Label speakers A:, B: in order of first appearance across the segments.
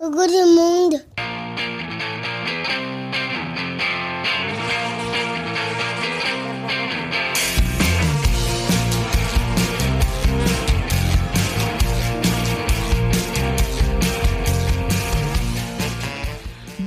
A: Coucou le monde.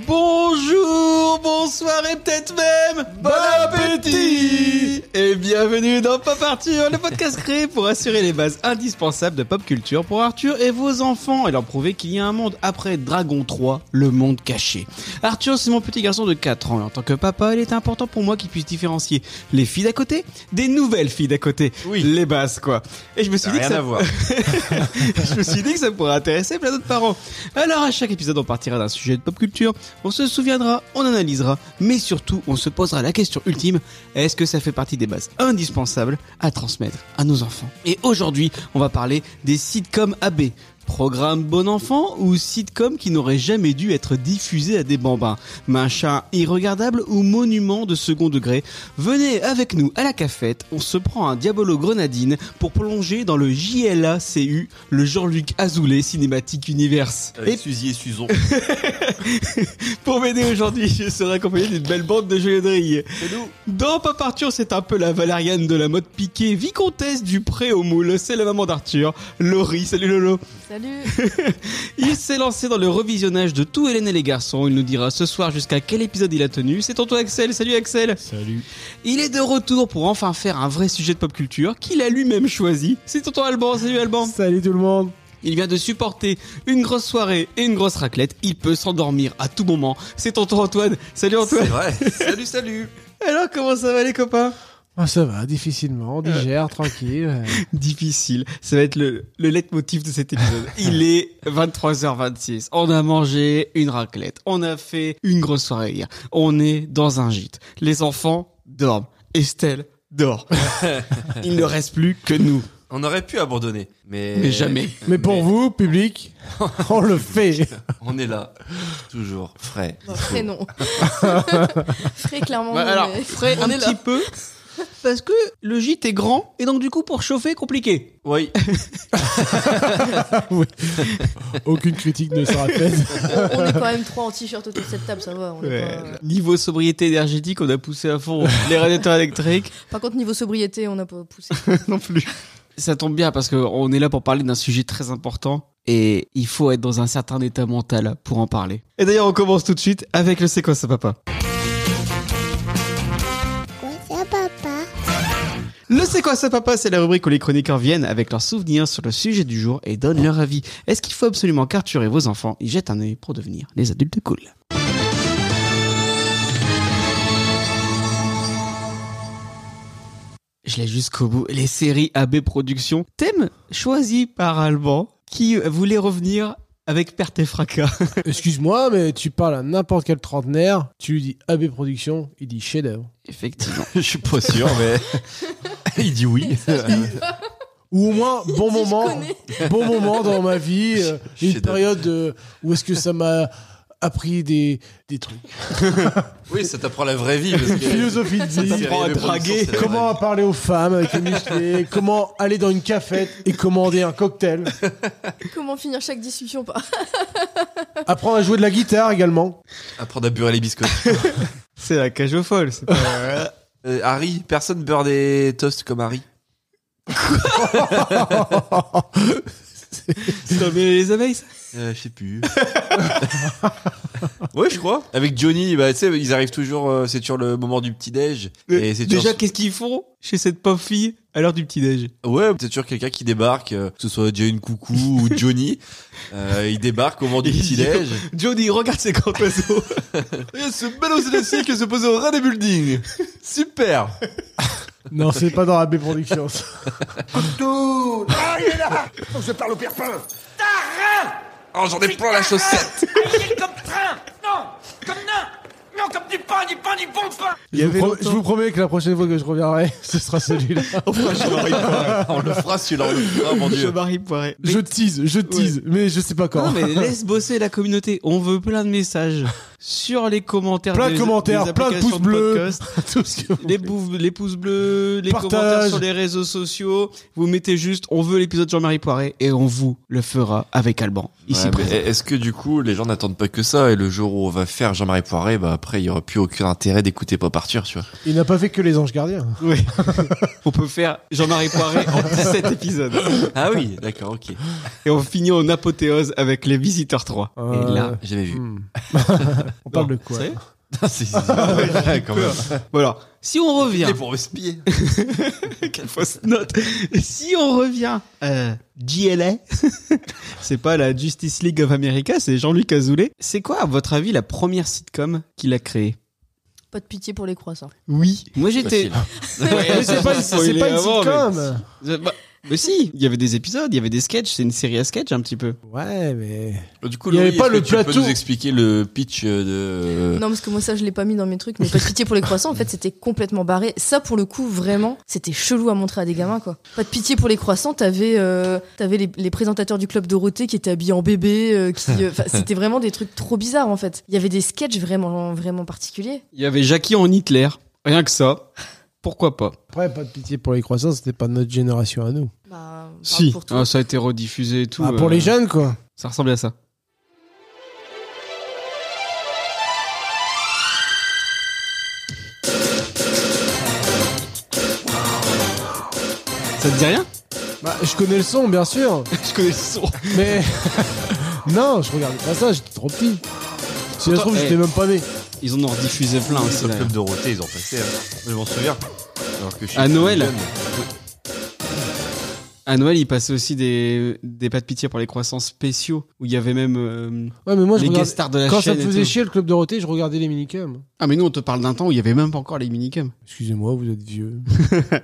B: Bonjour, bonsoir et peut-être même bon appétit Et bienvenue dans Pop Arthur, le podcast créé pour assurer les bases indispensables de pop culture pour Arthur et vos enfants et leur prouver qu'il y a un monde après Dragon 3, le monde caché. Arthur, c'est mon petit garçon de 4 ans et en tant que papa, il est important pour moi qu'il puisse différencier les filles d'à côté des nouvelles filles d'à côté.
C: Oui.
B: Les bases quoi. Et je me suis dit
C: rien
B: que ça
C: à voir.
B: je me suis dit que ça pourrait intéresser plein d'autres parents. Alors à chaque épisode, on partira d'un sujet de pop culture, on se souviendra, on analysera, mais surtout, on se posera la question ultime est-ce que ça fait partie des bases indispensables à transmettre à nos enfants Et aujourd'hui, on va parler des sitcoms AB. Programme Bon Enfant ou sitcom qui n'aurait jamais dû être diffusé à des bambins Machin irregardable ou monument de second degré Venez avec nous à la cafette, on se prend un Diabolo Grenadine pour plonger dans le JLACU, le Jean-Luc Azoulay Cinématique Universe. Et
C: Avec Suzy et Suzon.
B: pour m'aider aujourd'hui, je serai accompagné d'une belle bande de geôliers. Dans Pop Arthur, c'est un peu la Valériane de la mode piquée, vicomtesse du pré au moule, c'est la maman d'Arthur, Laurie, salut Lolo.
D: Salut
B: Il s'est lancé dans le revisionnage de tout Hélène et les garçons, il nous dira ce soir jusqu'à quel épisode il a tenu, c'est tonton Axel, salut Axel.
E: Salut.
B: Il est de retour pour enfin faire un vrai sujet de pop culture qu'il a lui-même choisi, c'est tonton Alban, salut Alban.
E: Salut tout le monde.
B: Il vient de supporter une grosse soirée et une grosse raclette, il peut s'endormir à tout moment, c'est tonton Antoine, salut Antoine.
C: C'est vrai. salut, salut.
B: Alors, comment ça va les copains
E: Ah, ça va, difficilement, on digère, tranquille. euh,
B: Difficile. Ça va être le, le leitmotiv de cet épisode. Il est 23h26. On a mangé une raclette. On a fait une grosse soirée hier. On est dans un gîte. Les enfants dorment. Estelle dort. Il ne reste plus que nous.
C: On aurait pu abandonner, mais.
B: Mais jamais.
E: Mais pour vous, public, on le fait.
C: On est là, toujours frais.
D: Frais non. Frais clairement
B: Bah,
D: non,
B: alors,
D: mais
B: frais
D: on
B: un
D: est
B: petit
D: là.
B: peu. Parce que le gîte est grand et donc du coup pour chauffer compliqué.
C: Oui.
E: Aucune critique ne sera faite.
D: On est quand même trois en t-shirt autour de cette table, ça va. On est pas-
B: Niveau sobriété énergétique, on a poussé à fond les radiateurs électriques.
D: Par contre, niveau sobriété, on n'a pas poussé.
B: non plus. Ça tombe bien parce qu'on est là pour parler d'un sujet très important et il faut être dans un certain état mental pour en parler. Et d'ailleurs, on commence tout de suite avec le C'est quoi ça, papa
A: Quoi ça, papa
B: Le C'est quoi ça, papa C'est la rubrique où les chroniqueurs viennent avec leurs souvenirs sur le sujet du jour et donnent leur avis. Est-ce qu'il faut absolument qu'Arthur et vos enfants y jettent un œil pour devenir des adultes cool Je l'ai jusqu'au bout. Les séries AB Productions. Thème choisi par Alban qui voulait revenir avec perte et fracas.
E: Excuse-moi, mais tu parles à n'importe quel trentenaire, tu lui dis AB Production, il dit chef-d'œuvre.
B: Effectivement.
C: Je suis pas sûr, mais. Il dit oui.
E: Ou au moins, bon
D: Si je
E: moment,
D: connais.
E: bon moment dans ma vie, euh, une
C: Chef-d'œuvre.
E: période euh, où est-ce que ça m'a appris des, des trucs.
C: oui, ça t'apprend la vraie vie. Parce que...
E: Philosophie de
C: Euh, Ça
E: vie.
C: fait
B: Apprends à
C: rêver pour
B: draguer.
C: le sens, c'est la
E: Comment
C: vraie
E: parler aux femmes avec les musclés, comment aller dans une cafette et commander un cocktail,
D: Comment finir chaque discussion par
E: apprendre à jouer de la guitare également.
C: vie. Apprendre à beurrer les biscottes.
B: C'est la cage aux folles. c'est pas-
C: Euh, Harry, personne beurre des toasts comme Harry.
B: C'est dans les abeilles, ça
C: Euh, je sais plus. ouais, je crois. Avec Johnny, bah, tu sais, ils arrivent toujours, euh, c'est toujours le moment du petit-déj.
E: Euh,
B: Mais
C: Et c'est toujours
B: Déjà, qu'est-ce qu'ils font chez cette pauvre fille à l'heure du petit-déj
C: Ouais, peut-être sûr quelqu'un qui débarque, euh, que ce soit Jane Coucou ou Johnny, euh, il débarque au moment du
B: Il
C: petit déj.
B: Johnny, regarde ces grands oiseaux.
C: ce bel océan qui se pose au ras des buildings. Super.
E: Non, c'est pas dans AB Productions.
C: Oh, j'en ai plein la chaussette.
F: Aïe, comme train Non Comme nain Non, comme du pain, du pain, du bon pain
B: Il y
E: je, vous
B: avait
E: pro-
B: longtemps.
E: je vous promets que la prochaine fois que je reviendrai, ce sera celui-là.
C: on le fera celui-là, on le fera, mon
B: Je
C: dieu.
B: marie poiré.
E: je tease, je tease, mais je sais pas quand.
B: Non, mais laisse bosser la communauté. On veut plein de messages. sur les commentaires.
E: Plein de
B: des-
E: commentaires,
B: des
E: plein de
B: applications
E: pouces bleus.
B: podcast.
E: Tout ce que vous
B: les,
E: voulez.
B: bouv- les pouces bleus, les
E: Partage.
B: commentaires sur les réseaux sociaux. Vous mettez juste, on veut l'épisode Jean-Marie Poiré et on vous le fera avec Alban. Ici
C: Ouais, mais
B: présent.
C: Est-ce que du coup, les gens n'attendent pas que ça et le jour où on va faire Jean-Marie Poiré, bah après, il n'y aura plus aucun intérêt d'écouter Pop Arthur, tu vois.
E: Il n'a pas fait que les anges gardiens.
B: Oui. on peut faire Jean-Marie Poiré en 17 épisodes.
C: Ah oui, d'accord, ok.
B: Et on finit en apothéose avec les Visiteurs 3.
E: Euh,
B: Et là.
C: J'avais vu.
E: Hmm. On parle de quoi
B: c'est-
C: C'est- c'est- ouais, Bah, quand même.
B: Voilà. Si on revient.
C: Et pour espier.
B: Quelle fausse note. Si on revient euh, GLA, c'est pas la Justice League of America, c'est Jean-Luc Azoulay. C'est quoi, à votre avis, la première sitcom qu'il a créée
D: Pas de pitié pour les croissants.
B: Oui. Moi, j'étais.
C: Facile.
B: Eh,
E: Mais C'est pas une, c'est pas une sitcom.
B: Mais... bah, mais si, il y avait des épisodes, il y avait des sketchs, c'est une série à sketch un petit peu.
E: Ouais, mais.
C: Bah, Du coup,
E: Il y
C: Laurie,
E: avait pas
C: est-ce
E: le
C: que tu peux
E: plateau.
C: nous expliquer le pitch euh, de.
D: Non, parce que moi, ça, je l'ai pas mis dans mes trucs, mais pas de pitié pour les croissants, en fait, c'était complètement barré. Ça, pour le coup, vraiment, c'était chelou à montrer à des gamins, quoi. Pas de pitié pour les croissants, t'avais euh, t'avais les, les présentateurs du club Dorothée qui étaient habillés en bébé, euh, qui. euh, 'fin, c'était vraiment des trucs trop bizarres, en fait. Il y avait des sketchs vraiment, vraiment particuliers.
B: Il y avait Jackie en Hitler, rien que ça. Pourquoi pas
E: Après, pas de pitié pour les croissants, c'était pas notre génération à nous.
D: Bah, on parle
B: Si,
D: pour tout.
B: Ah, ça a été rediffusé et tout.
E: Ah, pour
B: euh,
E: les jeunes, quoi.
B: Ça ressemblait à ça. Ça te dit rien
E: Bah, je connais le son, bien sûr.
B: Je connais le son.
E: Mais non, je regardais pas ça, j'étais trop petit. Si ça se trouve,
B: eh.
E: j'étais même pas né.
B: Ils en ont rediffusé plein aussi.
C: Sur
B: là.
C: le euh, club Dorothée, ils ont passé. hein. Je m'en souviens. Alors que je suis
B: À
C: plus
B: Noël.
C: jeune.
B: À Noël, ils passaient aussi des, des pas de pitié pour les croissants spéciaux, où il y avait même euh,
E: Ouais, mais moi, je
B: les
E: regardais-
B: guest stars de la
E: Quand ça
B: chaîne.
E: me
B: et
E: faisait
B: tout.
E: chier le club Dorothée, je regardais les minicums.
B: Ah, mais nous, on te parle d'un temps où il y avait même pas encore les minicums.
E: Excusez-moi, vous êtes vieux.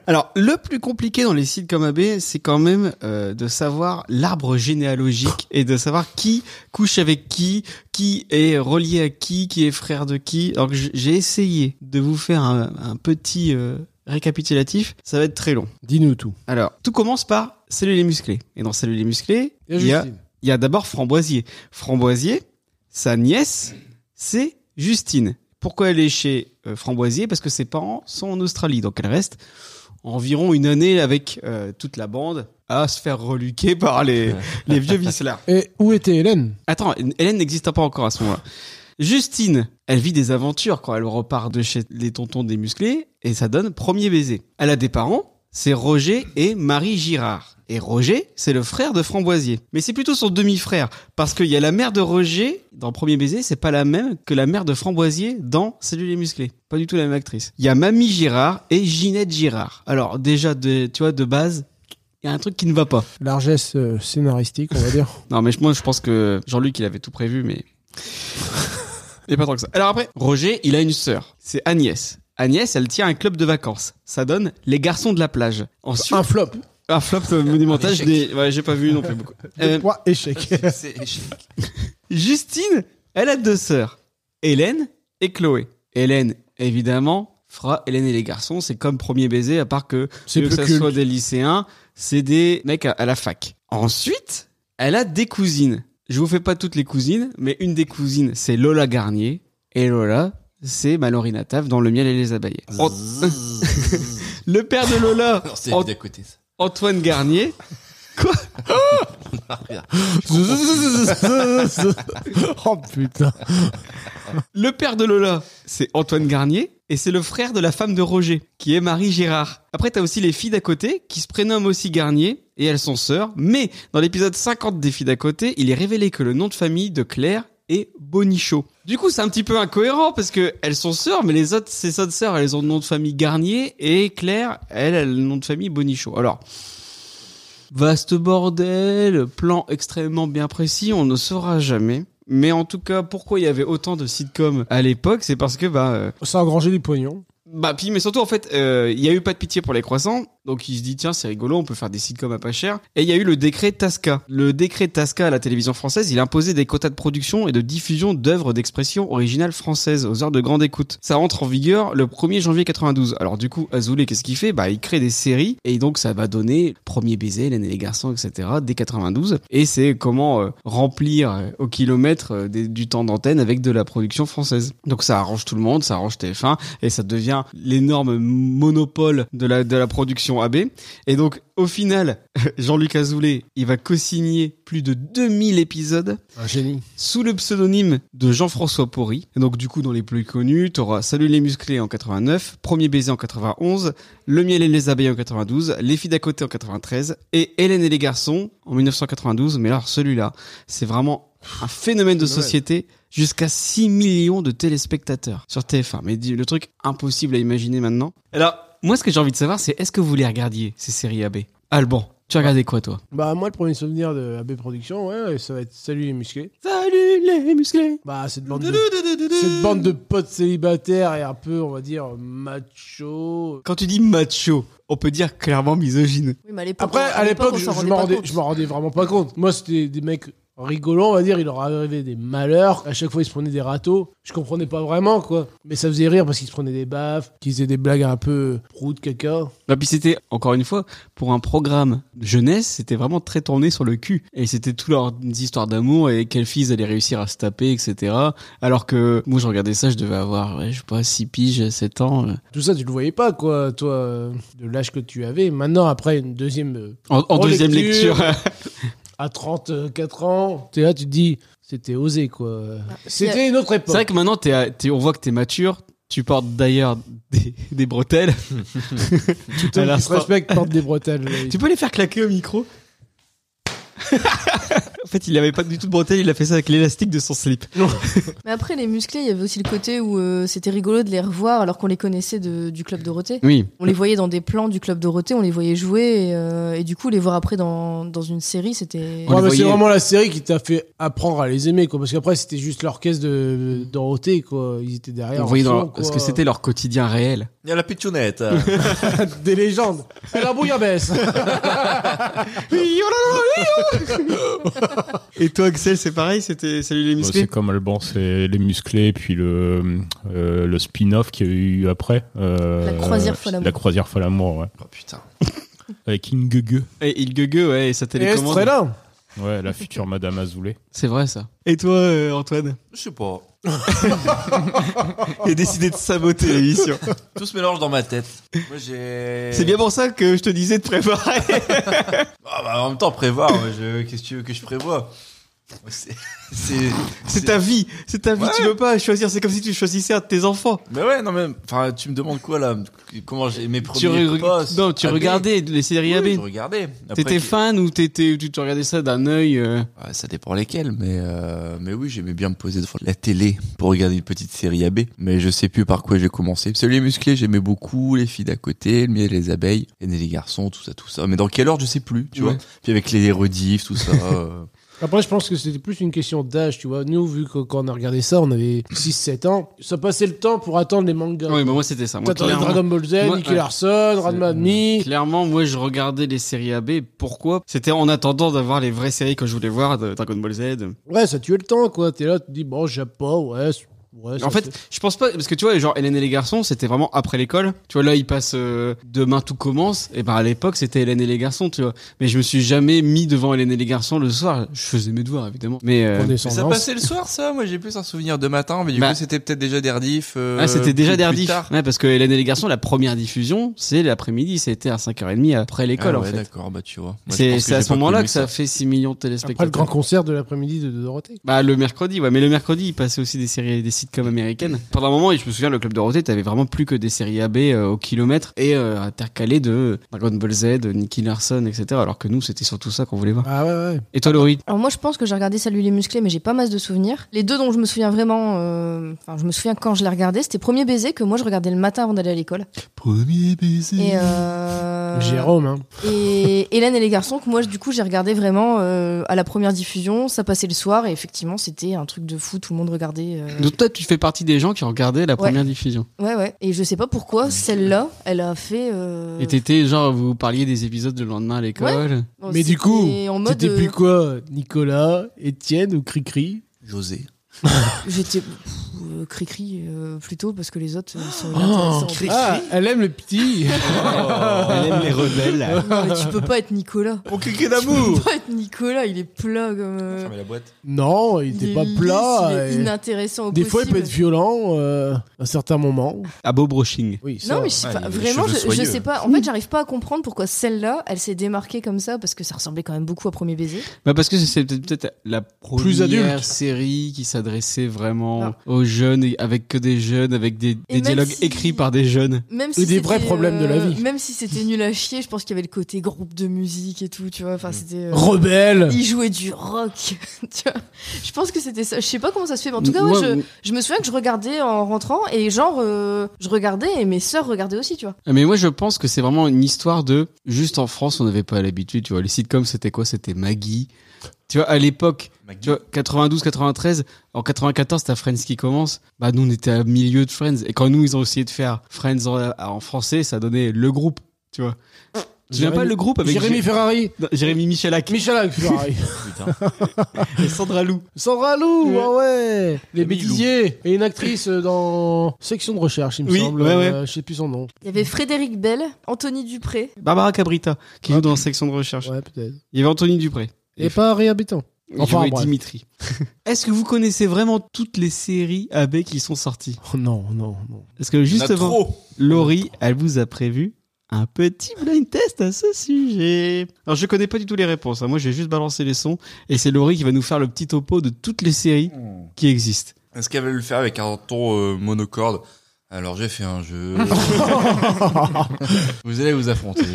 B: Alors, le plus compliqué dans les sites comme AB, c'est quand même euh, de savoir l'arbre généalogique et de savoir qui couche avec qui, qui est relié à qui, qui est frère de qui. Alors que j- j'ai essayé de vous faire un, un petit euh, récapitulatif, ça va être très long.
E: Dis-nous tout.
B: Alors, tout commence par Salut les musclés. Et dans Salut les musclés,
E: Et
B: il y a,
E: Justine.
B: il y a d'abord Framboisier. Framboisier, sa nièce, c'est Justine. Pourquoi elle est chez euh, Framboisier Parce que ses parents sont en Australie, donc elle reste environ une année avec euh, toute la bande à se faire reluquer par les, les vieux vicelards.
E: Et où était Hélène
B: Attends, Hélène n'existe pas encore à ce moment-là. Justine, elle vit des aventures quand elle repart de chez les tontons des musclés et ça donne premier baiser. Elle a des parents, c'est Roger et Marie Girard. Et Roger, c'est le frère de Framboisier. Mais c'est plutôt son demi-frère parce qu'il y a la mère de Roger dans Premier baiser, c'est pas la même que la mère de Framboisier dans Salut les musclés. Pas du tout la même actrice. Il y a Mamie Girard et Ginette Girard. Alors déjà, de, tu vois, de base, il y a un truc qui ne va pas.
E: Largesse euh, scénaristique, on va dire.
B: Non, mais je- moi, je pense que Jean-Luc, il avait tout prévu, mais. Et pas tant que ça. Alors après, Roger, il a une sœur. C'est Agnès. Agnès, elle tient un club de vacances. Ça donne les garçons de la plage. Ensuite,
E: Un flop.
B: un flop euh, monumental. je n'ai- ouais, j'ai pas vu non plus beaucoup. Euh,
E: Trois échecs.
C: C'est-
B: Justine, elle a deux sœurs, Hélène et Chloé. Hélène, évidemment, fera Hélène et les garçons, c'est comme premier baiser, à part que,
E: C'est
B: mieux que
E: plus
B: ça
E: culte.
B: soit des lycéens, c'est des mecs à, à la fac. Ensuite, elle a des cousines. Je vous fais pas toutes les cousines, mais une des cousines, c'est Lola Garnier. Et Lola, c'est Malorina Taf dans Le Miel et les Abeilles. Ant- Le père de Lola,
C: Non, c'est
B: Ant-
C: d'à côté, ça.
B: Antoine Garnier.
E: oh putain.
B: Le père de Lola, c'est Antoine Garnier, et c'est le frère de la femme de Roger, qui est Marie Gérard. Après, t'as aussi les filles d'à côté, qui se prénomment aussi Garnier, et elles sont sœurs, mais dans l'épisode 50 des filles d'à côté, il est révélé que le nom de famille de Claire est Bonichot. Du coup, c'est un petit peu incohérent, parce que elles sont sœurs, mais les autres, ces autres sœurs, elles ont le nom de famille Garnier, et Claire, elle, elle a le nom de famille Bonichot. Alors... Vaste bordel, plan extrêmement bien précis, on ne saura jamais. Mais en tout cas, pourquoi il y avait autant de sitcoms à l'époque, c'est parce que bah euh,
E: Ça a engrangé du pognon.
B: Bah, puis, mais surtout, en fait, euh, il y a eu pas de pitié pour les croissants. Donc, il se dit, tiens, c'est rigolo, on peut faire des sitcoms à pas cher. Et il y a eu le décret Tasca. Le décret Tasca à la télévision française, il imposait des quotas de production et de diffusion d'œuvres d'expression originale française aux heures de grande écoute. Ça entre en vigueur le 1er janvier 92. Alors, du coup, Azoulay, qu'est-ce qu'il fait Bah, il crée des séries. Et donc, ça va donner Premier baiser, Hélène et les garçons, etc. dès 92. Et c'est comment euh, remplir euh, au kilomètre euh, des- du temps d'antenne avec de la production française. Donc, ça arrange tout le monde, ça arrange TF1 et ça devient l'énorme monopole de la, de la production AB. Et donc, au final, Jean-Luc Azoulay, il va co-signer plus de 2000 épisodes
E: Un génie.
B: sous le pseudonyme de Jean-François Porry. Et donc, du coup, dans les plus connus, t'auras Salut les musclés en 89, Premier baiser en 91, Le miel et les abeilles en 92, Les filles d'à côté en 93 et Hélène et les garçons en 1992. Mais alors, celui-là, c'est vraiment un phénomène de
E: Noël.
B: société. Jusqu'à 6 millions de téléspectateurs sur TF1. Mais dis- le truc impossible à imaginer maintenant. Alors, moi, ce que j'ai envie de savoir, c'est est-ce que vous les regardiez, ces séries AB Alban, tu as regardé quoi, toi
E: Bah, moi, le premier souvenir de AB Productions, ouais, ça va être Salut les musclés.
B: Salut les musclés
E: Bah, cette bande de, cette bande de potes célibataires et un peu, on va dire, macho.
B: Quand tu dis macho, on peut dire clairement misogyne.
D: Oui, mais à l'époque,
E: Après,
D: on-
E: à l'époque,
D: on
E: je,
D: s'en
E: je
D: rendait
E: m'en
D: pas
E: rendais,
D: compte.
E: je m'en rendais vraiment pas compte. Moi, c'était des mecs rigolants, on va dire. Il leur arrivait des malheurs. À chaque fois, ils se prenaient des râteaux. Je comprenais pas vraiment, quoi. Mais ça faisait rire parce qu'ils se prenaient des baffes, qu'ils faisaient des blagues un peu proutes, caca.
B: Bah, puis c'était, encore une fois, pour un programme de jeunesse, c'était vraiment très tourné sur le cul. Et c'était tout leurs histoires d'amour et quelle fille ils allaient réussir à se taper, etc. Alors que moi, je regardais ça, je devais avoir, ouais, je sais pas, 6 piges, 7 ans. euh.
E: Tout ça, tu le voyais pas, quoi, toi, euh, de l'âge que tu avais. Maintenant, après une deuxième euh,
B: En, en
E: Oh,
B: deuxième
E: lecture.
B: lecture.
E: à 34 ans, t'es là, tu te dis, c'était osé, quoi.
D: Ah,
E: C'était une autre
B: C'est
E: époque.
B: vrai que maintenant, t'es à- t'es- on voit que t'es mature. Tu portes d'ailleurs des, des bretelles.
E: Tout
B: à
E: homme qui se
B: l'instant.
E: respecte porte des bretelles.
B: Tu peux les faire claquer au micro En fait, il avait pas du tout de bretelles, il a fait ça avec l'élastique de son slip.
D: Mais après, les musclés, il y avait aussi le côté où euh, c'était rigolo de les revoir alors qu'on les connaissait de- du Club Dorothée.
B: Oui.
D: On les voyait dans des plans du Club Dorothée, on les voyait jouer et, euh, et du coup, les voir après dans, dans une série, c'était.
B: On les
E: Ouais, mais c'est
B: voyait.
E: vraiment la série qui t'a fait apprendre à les aimer, quoi. Parce qu'après, c'était juste l'orchestre de Dorothée, quoi. Ils étaient derrière.
B: On
E: en
B: voyait dans
E: fond,
B: leur- parce
E: quoi.
B: que c'était leur quotidien réel.
C: Il y a la pitchounette. hein.
E: des légendes. Et la bouillabaisse.
B: Et toi, Axel, c'est pareil, c'était Salut les
G: Bah, c'est comme Alban, c'est les musclés, puis le, euh, le spin-off qu'il y a eu après. euh,
D: La croisière folle amour.
G: La croisière folle amour, ouais.
C: oh putain.
G: Avec Ingege.
B: Et il gueugue, ouais, et sa
E: Et
B: télécommande.
E: Estrella.
G: Ouais, la future Madame Azoulay.
B: C'est vrai, ça. Et toi, euh, Antoine
C: Je sais pas.
B: T'as décidé de saboter l'émission.
C: Tout se mélange dans ma tête. Moi j'ai.
B: C'est bien pour ça que je te disais de préparer.
C: Ah, bah, en même temps, prévoir. moi, je- Qu'est-ce que tu veux que je prévois C'est. C'est
B: C'est ta vie, c'est ta vie,
C: Ouais.
B: tu veux pas choisir, c'est comme si tu choisissais un de tes enfants.
C: Mais ouais, non, mais. Enfin, tu me demandes quoi là Comment j'ai mes
B: Tu,
C: premiers
B: re-
C: postes
B: non, tu
C: AB.
B: regardais les séries
C: Oui,
B: AB.
C: je regardais. Après,
B: T'étais
C: qui-
B: fan ou t'étais, tu, tu regardais ça d'un œil euh,
C: Ah, ça dépend lesquels, mais, euh, mais oui, j'aimais bien me poser devant la télé pour regarder une petite série AB. Mais je sais plus par quoi j'ai commencé. Celui musclé, j'aimais beaucoup, les filles d'à côté, le miel et les abeilles, et les garçons, tout ça, tout ça. Mais dans quelle heure, je sais plus, tu
B: Ouais.
C: vois. Puis avec les rediffs, tout ça. euh,
E: Après, je pense que c'était plus une question d'âge, tu vois. Nous, vu que quand on a regardé ça, on avait 6-7 ans. Ça passait le temps pour attendre les mangas.
B: Ouais, bah moi c'était ça. Moi,
E: T'attendais
B: clairement.
E: Dragon Ball Z,
B: Moi,
E: Nicky
B: ouais.
E: Larson, Ranma Admi.
B: euh, Clairement, moi je regardais les séries AB. Pourquoi C'était en attendant d'avoir les vraies séries que je voulais voir, de Dragon Ball Z.
E: Ouais, ça tuait le temps, quoi. T'es là, tu te dis, bon, j'ai pas, ouais. c'est- ouais ça
B: En fait, je pense pas parce que tu vois, genre Hélène et les garçons, c'était vraiment après l'école. Tu vois là, ils passent euh, demain tout commence. Et ben à l'époque, c'était Hélène et les garçons, tu vois. Mais je me suis jamais mis devant Hélène et les garçons le soir. Je faisais mes devoirs évidemment. Mais euh,
C: Mais ça
E: Condescendance.
C: passait le soir, ça. Moi, j'ai plus un souvenir de matin, mais du
B: Bah.
C: coup, c'était peut-être déjà des rediffs, euh,
B: ah, c'était déjà
C: plus- plus
B: Derdif.
C: tard.
B: Ouais, parce que Hélène et les garçons, la première diffusion, c'est l'après-midi, c'était à 5h30 après l'école
C: Ah
B: en
C: ouais,
B: fait.
C: D'accord, bah tu vois. Moi, je
B: C'est
C: pense
B: c'est à
C: j'ai
B: ce
C: pas
B: moment-là
C: connu
B: que ça fait 6 millions de téléspectateurs.
E: Après le grand concert de l'après-midi de Dorothée.
B: Bah le mercredi, ouais, mais le mercredi, il passait aussi des séries, des sitcoms américaines. Pendant un moment, et je me souviens, le club Dorothée, t'avais vraiment plus que des séries AB euh, au kilomètre et euh, intercalées de Dragon Ball Z, de Nicky Larson, etc. Alors que nous, c'était surtout ça qu'on voulait voir.
E: Ah ouais, ouais.
B: Et toi, Laurie
D: Alors moi je pense que j'ai regardé Salut les musclés mais j'ai pas masse de souvenirs. Les deux dont je me souviens vraiment, euh, enfin je me souviens quand je les regardais, c'était Premier baiser que moi je regardais le matin avant d'aller à l'école.
C: Premier baiser.
D: Et, euh,
E: Jérôme, hein.
D: et Hélène et les garçons que moi du coup j'ai regardé vraiment euh, à la première diffusion, ça passait le soir et effectivement c'était un truc de fou, tout le monde regardait. euh,
B: Donc toi, tu fais partie des gens qui regardaient la
D: Ouais.
B: première diffusion.
D: Ouais, ouais. Et je sais pas pourquoi, celle-là, elle a fait. euh,
B: Et t'étais genre, vous parliez des épisodes le lendemain à l'école.
D: on
E: Mais du
D: s'était
E: coup,
D: en mode,
E: C'était
D: euh,
E: plus quoi Nicolas, Étienne ou Cricri
C: José.
D: J'étais pff, euh, cri-cri euh, plutôt parce que les autres euh, sont
E: Oh,
D: inintéressants.
E: Ah, elle aime le petit
B: Elle aime les rebelles.
D: Non, mais tu peux pas être Nicolas.
C: Mon criquet
D: Tu peux
C: d'amour
D: pas être Nicolas, il est plat comme. euh,
C: la boîte.
E: Non, il
D: est
E: était pas
D: lisse, il
E: plat.
D: est
E: et-
D: inintéressant au
E: Des fois, il peut
D: possible.
E: être violent euh, à certains moments.
B: À Beau Brushing.
E: Oui, ça.
D: Non, mais je sais
C: Ouais,
D: pas.
C: il a des
D: Vraiment,
C: cheveux
D: je, je
C: soyeux.
D: sais pas. En fait, j'arrive pas à comprendre pourquoi celle-là, elle s'est démarquée comme ça, parce que ça ressemblait quand même beaucoup à Premier Baiser.
B: Bah parce que c'est peut-être peut-être la première
E: Plus adulte.
B: série qui s'adressait vraiment
D: Ah.
B: aux jeunes, et avec que des jeunes, avec des, des
D: même
B: dialogues
D: si-
B: écrits par des jeunes.
D: Même si
E: des vrais
D: c'était, euh,
E: problèmes de la vie.
D: Même si c'était nul à chier, je pense qu'il y avait le côté groupe de musique et tout, tu vois. Enfin, c'était. euh,
E: Rebelle
D: il jouait du rock, tu vois. Je pense que c'était ça. Je sais pas comment ça se fait, mais en tout cas, ouais,
B: Moi,
D: je, je me souviens que je regardais en rentrant et genre, euh, je regardais et mes sœurs regardaient aussi, tu vois.
B: Ah, Mais moi, je pense que c'est vraiment une histoire de. Juste en France, on n'avait pas l'habitude, tu vois. Les sitcoms, c'était quoi C'était Maggie. Tu vois, à l'époque, tu vois, 92, 93, en 94, t'as Friends qui commence. Bah, nous, on était à milieu de Friends. Et quand nous, ils ont essayé de faire Friends en, en français, ça donnait le groupe, tu vois. Tu viens pas
E: Jérémy-
B: le groupe avec
E: Jérémy
B: Jé-
E: Ferrari
B: Non, Jérémy Michalak
E: Michalak Ferrari
C: Putain.
B: et Sandra Lou.
E: Sandra Lou
B: Ouais.
E: ouais, ouais Les
C: Camille Lou.
E: bêtisiers Et une actrice euh, dans Section de recherche, il me
B: Oui,
E: semble.
B: ouais, ouais.
E: Euh, je sais plus son nom.
D: Il y avait Frédéric Bell, Anthony Dupré.
B: Barbara Cabrita, qui joue dans la section de recherche.
E: Ouais, peut-être.
B: Il y avait Anthony Dupré.
E: Et pas réhabitant.
B: Il
E: Enfin,
B: jouait
E: bref.
B: Dimitri. Est-ce que vous connaissez vraiment toutes les séries AB qui sont sorties
E: Oh, non, non, non.
B: Parce que justement, Laurie, elle vous a prévu un petit blind test à ce sujet. Alors, je connais pas du tout les réponses. hein. Moi, j'ai juste balancé les sons. Et c'est Laurie qui va nous faire le petit topo de toutes les séries qui existent.
C: Est-ce qu'elle va le faire avec un ton euh, monocorde Alors j'ai fait un jeu. vous allez vous affronter.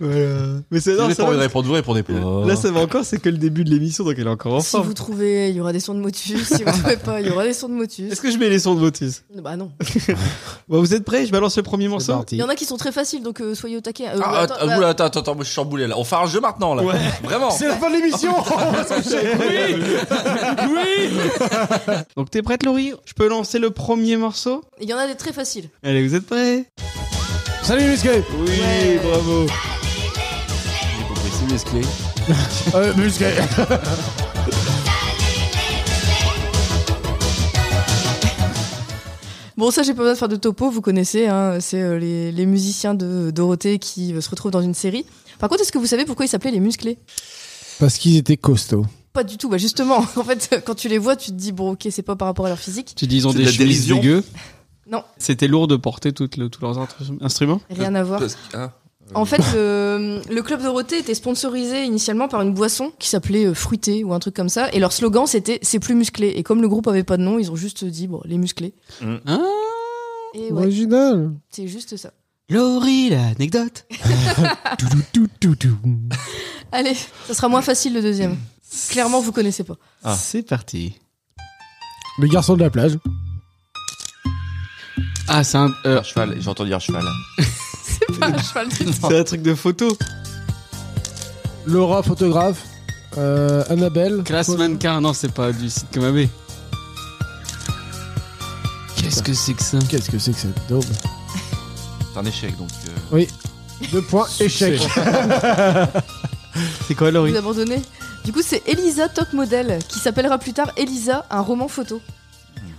B: Mais c'est
C: Si vous
B: non,
C: avez
B: ça
C: pas envie de
B: va-
C: répondre, vous répondez pas.
B: Là, ça va encore, c'est que le début de l'émission, donc elle est encore en
D: Si
B: forme.
D: vous trouvez, il y aura des sons de motus. Si vous trouvez pas, il y aura des sons de motus.
B: Est-ce que je mets les sons de Motus
D: Bah non.
B: bon, Vous êtes prêts Je balance le premier
E: C'est
B: morceau.
E: parti.
D: Il y en a qui sont très faciles, donc euh, soyez au taquet. Euh,
C: Ah,
D: attends,
C: attends,
D: bah,
C: oula, attends, attends, attends, moi je suis chamboulé là. On fait un jeu maintenant là.
B: Ouais.
C: Vraiment.
E: C'est la fin de l'émission
B: Donc, t'es prête, Laurie Je peux lancer le premier morceau
D: il y en a des très faciles.
B: Allez, vous êtes prêts
E: Salut, Musclé
B: Oui,
D: Ouais.
B: bravo.
C: J'ai compris, c'est musclé.
E: euh, Musclé
D: Bon, ça, j'ai pas besoin de faire de topo, vous connaissez, hein, c'est euh, les, les musiciens de Dorothée qui euh, se retrouvent dans une série. Par contre, est-ce que vous savez pourquoi ils s'appelaient les musclés
E: Parce qu'ils étaient costauds.
D: Pas du tout, bah justement, en fait, quand tu les vois, tu te dis, bon, ok, c'est pas par rapport à leur physique,
B: Tu dis, ils ont
C: C'est
B: des
C: de la
B: chemises
C: dérision.
B: dégueu.
D: Non.
B: C'était lourd de porter toutes le- tous leurs intru- instruments.
D: rien à voir.
C: Parce que, hein,
D: En fait, le, le club Dorothée était sponsorisé initialement par une boisson qui s'appelait euh, Fruité ou un truc comme ça, et leur slogan c'était C'est plus musclé. Et comme le groupe avait pas de nom, ils ont juste dit, bon, les musclés.
C: Mm.
B: Hein
D: Et ouais,
E: Original
D: c'est juste ça.
B: Laurie, l'anecdote.
E: Toutou, toutou, toutou.
D: Allez, ça sera moins facile le deuxième. Clairement, vous connaissez pas.
C: Ah.
B: C'est parti.
E: Le garçon de la plage.
B: Ah, c'est un, euh,
C: Un cheval, j'ai entendu un cheval.
D: C'est pas un cheval du tout.
B: c'est un truc de photo.
E: Laura, photographe. Euh, Annabelle.
B: Classe mannequin. Non, c'est pas du site comme AB. Qu'est-ce que c'est que ça
E: Qu'est-ce que c'est que cette daube
C: C'est un échec donc. euh,
E: Deux points, échec.
B: C'est quoi, Laurie
D: Vous abandonnez Du coup, c'est Elisa Top Model, qui s'appellera plus tard Elisa, un roman photo.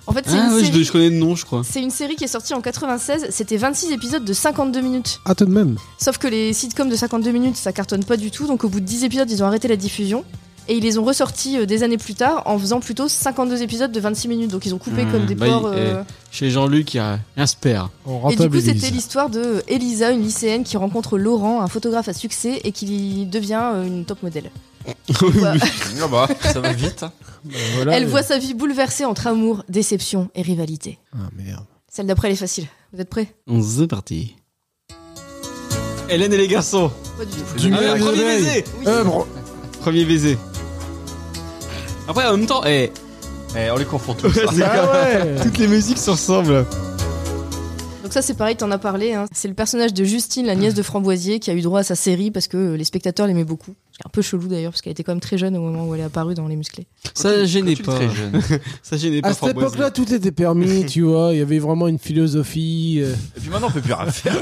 D: En fait, c'est
B: Ah
D: une
B: ouais, je,
D: série...
B: je connais le nom, je crois.
D: C'est une série qui est sortie en 96, c'était 26 épisodes de 52 minutes.
E: Ah, tout de même.
D: Sauf que les sitcoms de 52 minutes, ça cartonne pas du tout, donc au bout de 10 épisodes, ils ont arrêté la diffusion. Et ils les ont ressortis euh, des années plus tard en faisant plutôt 52 épisodes de 26 minutes. Donc ils ont coupé
B: Mmh,
D: comme des
B: bah,
D: porcs.
B: il-
D: euh,
B: Chez Jean-Luc, il y a un sperre.
D: Et
E: On
D: du coup,
E: rentabilise.
D: c'était l'histoire de Elisa, une lycéenne qui rencontre Laurent, un photographe à succès, et qui devient euh, une top modèle. Quoi.
C: Ah bah, ça va vite. hein.
E: Bah, voilà,
D: Elle
E: mais-
D: voit sa vie bouleversée entre amour, déception et rivalité.
E: Ah, merde.
D: Celle d'après, elle est facile. Vous êtes prêts
B: On se parti. Hélène et les garçons.
D: Pas du tout.
E: Du
B: Ah,
E: miel
B: le
E: de
B: premier
E: l'oreille.
B: baiser.
D: Oui.
E: Euh, bro-
B: Premier baiser. Après, en même temps, eh,
C: Eh, on les confond tous. hein.
B: C'est
E: Ah ouais
B: toutes les musiques se ressemblent.
D: Donc ça c'est pareil, t'en as parlé. hein. C'est le personnage de Justine, la nièce de Framboisier, qui a eu droit à sa série parce que euh, les spectateurs l'aimaient beaucoup. C'est un peu chelou d'ailleurs parce qu'elle était quand même très jeune au moment où elle est apparue dans Les Musclés.
B: Ça gênait
C: Tu es
B: pas.
C: Très jeune.
B: Ça gênait pas.
E: À cette
B: Framboisier.
E: époque-là, tout était permis, tu vois. Il y avait vraiment une philosophie. euh,
C: Et puis maintenant, on peut plus rien faire.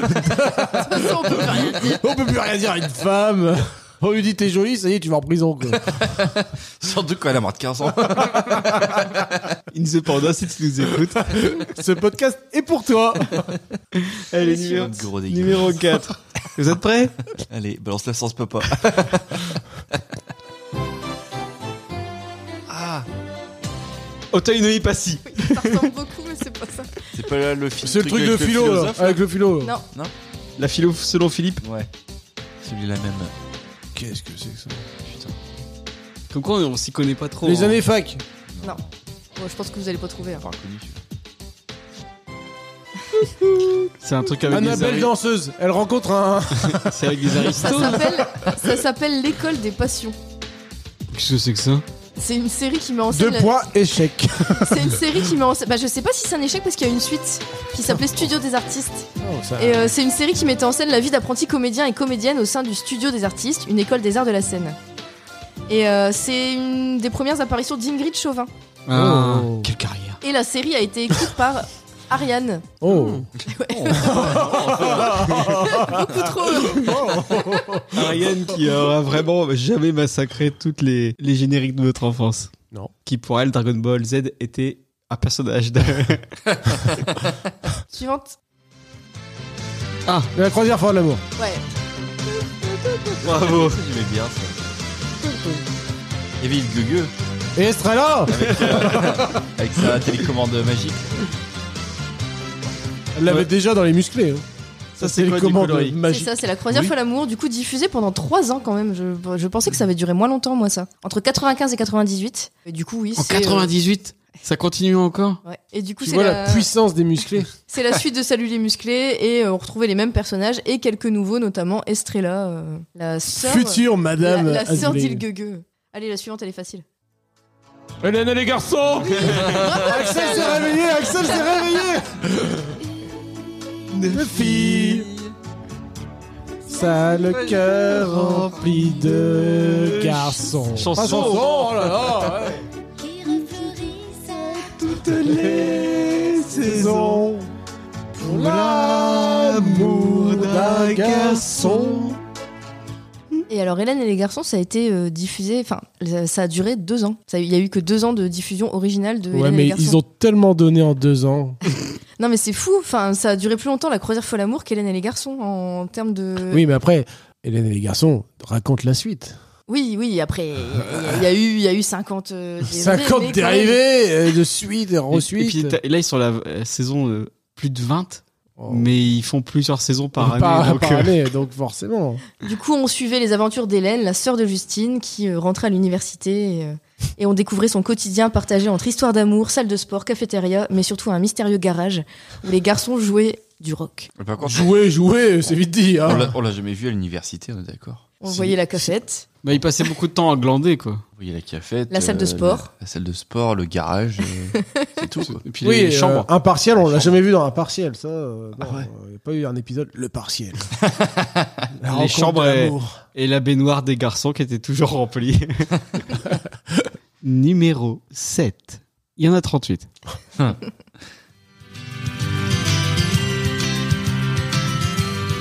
D: on peut pas rien dire.
E: On peut plus rien dire à une femme. On lui dit t'es jolie, ça y est, tu vas en prison. Quoi.
C: Surtout quand elle a moins de 15 ans.
B: In the Panda, si tu nous écoutes.
E: Ce podcast est pour toi.
B: Allez, numéro,
C: Suivante. Gros dégueu.
B: numéro 4. Vous êtes prêts
C: Allez, balance la sauce papa. ah,
B: Auteuil Noé Passy.
D: Ça ressemble beaucoup mais c'est pas ça.
C: c'est pas là le film.
E: C'est le truc de philo, là, avec le philo.
D: Non.
B: La philo selon Philippe.
C: Ouais. C'est lui la même.
E: Qu'est-ce que c'est que ça
C: Putain.
B: Comme quoi, on s'y connaît pas trop.
E: Les
B: hein.
E: années fac.
D: Bon, je pense que vous allez pas trouver. hein.
C: Pas reconnu. celui-là.
B: C'est un truc avec des
E: Annabelle
B: ari-
E: danseuse. Elle rencontre un.
B: C'est avec des
D: Ça
B: aristos.
D: s'appelle, ça s'appelle l'école des passions.
B: Qu'est-ce que c'est que ça
D: C'est une série qui met en
E: Deux
D: scène. la-
E: points, échec.
D: C'est une série qui met en scène. Bah, je sais pas si c'est un échec parce qu'il y a une suite qui s'appelait Studio des artistes.
E: Oh, Ah.
D: Et euh, c'est une série qui mettait en scène la vie d'apprentis comédiens et comédiennes au sein du Studio des artistes, une école des arts de la scène. Et euh, c'est une des premières apparitions d'Ingrid Chauvin.
B: Ah,
E: Oh.
B: Quelle carrière.
D: Et la série a été écrite par Ariane.
E: Oh.
D: Beaucoup trop.
B: Ariane qui aura vraiment jamais massacré toutes les, les génériques de notre enfance.
E: Non.
B: Qui pour elle, Dragon Ball Z était un personnage de...
D: Suivante.
E: La croisière fort de l'amour.
D: Ouais.
B: Bravo.
C: Ça, j'aimais bien ça. Il y avait le gueugueux
E: Et Estrella
C: avec sa télécommande magique.
E: Elle l'avait
B: Ouais.
E: déjà dans les musclés. hein.
B: Ça,
E: Sa
B: c'est quoi,
E: télécommande
B: Nicolas
D: C'est
E: magique.
D: ça, c'est la croisière
B: Oui.
D: folle amour, du coup diffusée pendant 3 ans quand même. Je, je pensais que ça avait duré moins longtemps, moi, ça. Entre 95 et 98. Et du coup, oui,
B: En
D: c'est. euh,
B: 98 Ça continue encore
D: ouais. Et du coup,
E: Tu
D: c'est
E: vois
D: la,
E: la puissance des musclés.
D: c'est la suite de Salut les musclés et euh, on retrouvait les mêmes personnages et quelques nouveaux, notamment Estrella, euh, la sœur. La,
E: Future Madame.
D: la sœur
E: Asbury.
D: d'Ilgueugue. Allez, la suivante, elle est facile.
E: Hélène et les garçons Axel s'est réveillé Axel s'est réveillé Une fille Ça a le cœur rempli de garçons.
B: Chanson.
E: Ah, Oh là là ouais.
A: Qui refleurissent
E: Toutes les saisons Pour l'amour d'un garçon
D: Et alors, Hélène et les garçons, ça a été euh, diffusé, enfin, ça a duré deux ans. Ça- Il y a eu que deux ans de diffusion originale de
E: Ouais
D: Hélène et les
E: mais
D: garçons.
E: ils ont tellement donné en deux ans.
D: Non, mais c'est fou, enfin, ça a duré plus longtemps la croisière folle amour qu'Hélène et les garçons en termes de.
E: Oui mais après, Hélène et les garçons racontent la suite.
D: Oui, oui, après, il y, a eu- il y a eu 50 euh, dérivés, mais
E: 50
D: quand même.
E: dérivés euh, de suite et
B: Et-
E: ensuite.
B: Et, puis, t'as- et là, ils sont à la euh, saison euh, plus de 20,
E: Oh.
B: mais ils font plusieurs saisons par année. donc,
E: par
B: euh,
E: année, donc forcément.
D: Du coup, on suivait les aventures d'Hélène, la sœur de Justine, qui euh, rentrait à l'université. Et, euh, et on découvrait son quotidien partagé entre histoire d'amour, salle de sport, cafétéria, mais surtout un mystérieux garage où les garçons jouaient du rock.
C: Mais par contre,
E: Jouer, jouer, c'est vite dit.
C: on
E: Hein.
C: l'a- on l'a jamais vu à l'université, on est d'accord.
D: On
B: C'est-
D: voyait la cafette.
B: bah, ils passaient beaucoup de temps à glander, quoi.
C: Oui, il y a la cafette. euh,
D: La salle de sport.
C: La, la salle de sport, le garage, euh, c'est tout. quoi.
B: Et puis, les
E: euh,
B: chambres.
E: un partiel, on
C: Les
E: l'a
C: chambres.
E: jamais vu dans un partiel, ça. euh,
C: Ah
E: non,
C: ouais.
E: euh, y a pas eu un épisode, le partiel. La
B: Les
E: rencontre
B: chambres,
E: de
B: euh,
E: l'amour.
B: Et la baignoire des garçons qui était toujours remplie. Numéro 7. Il y en a 38.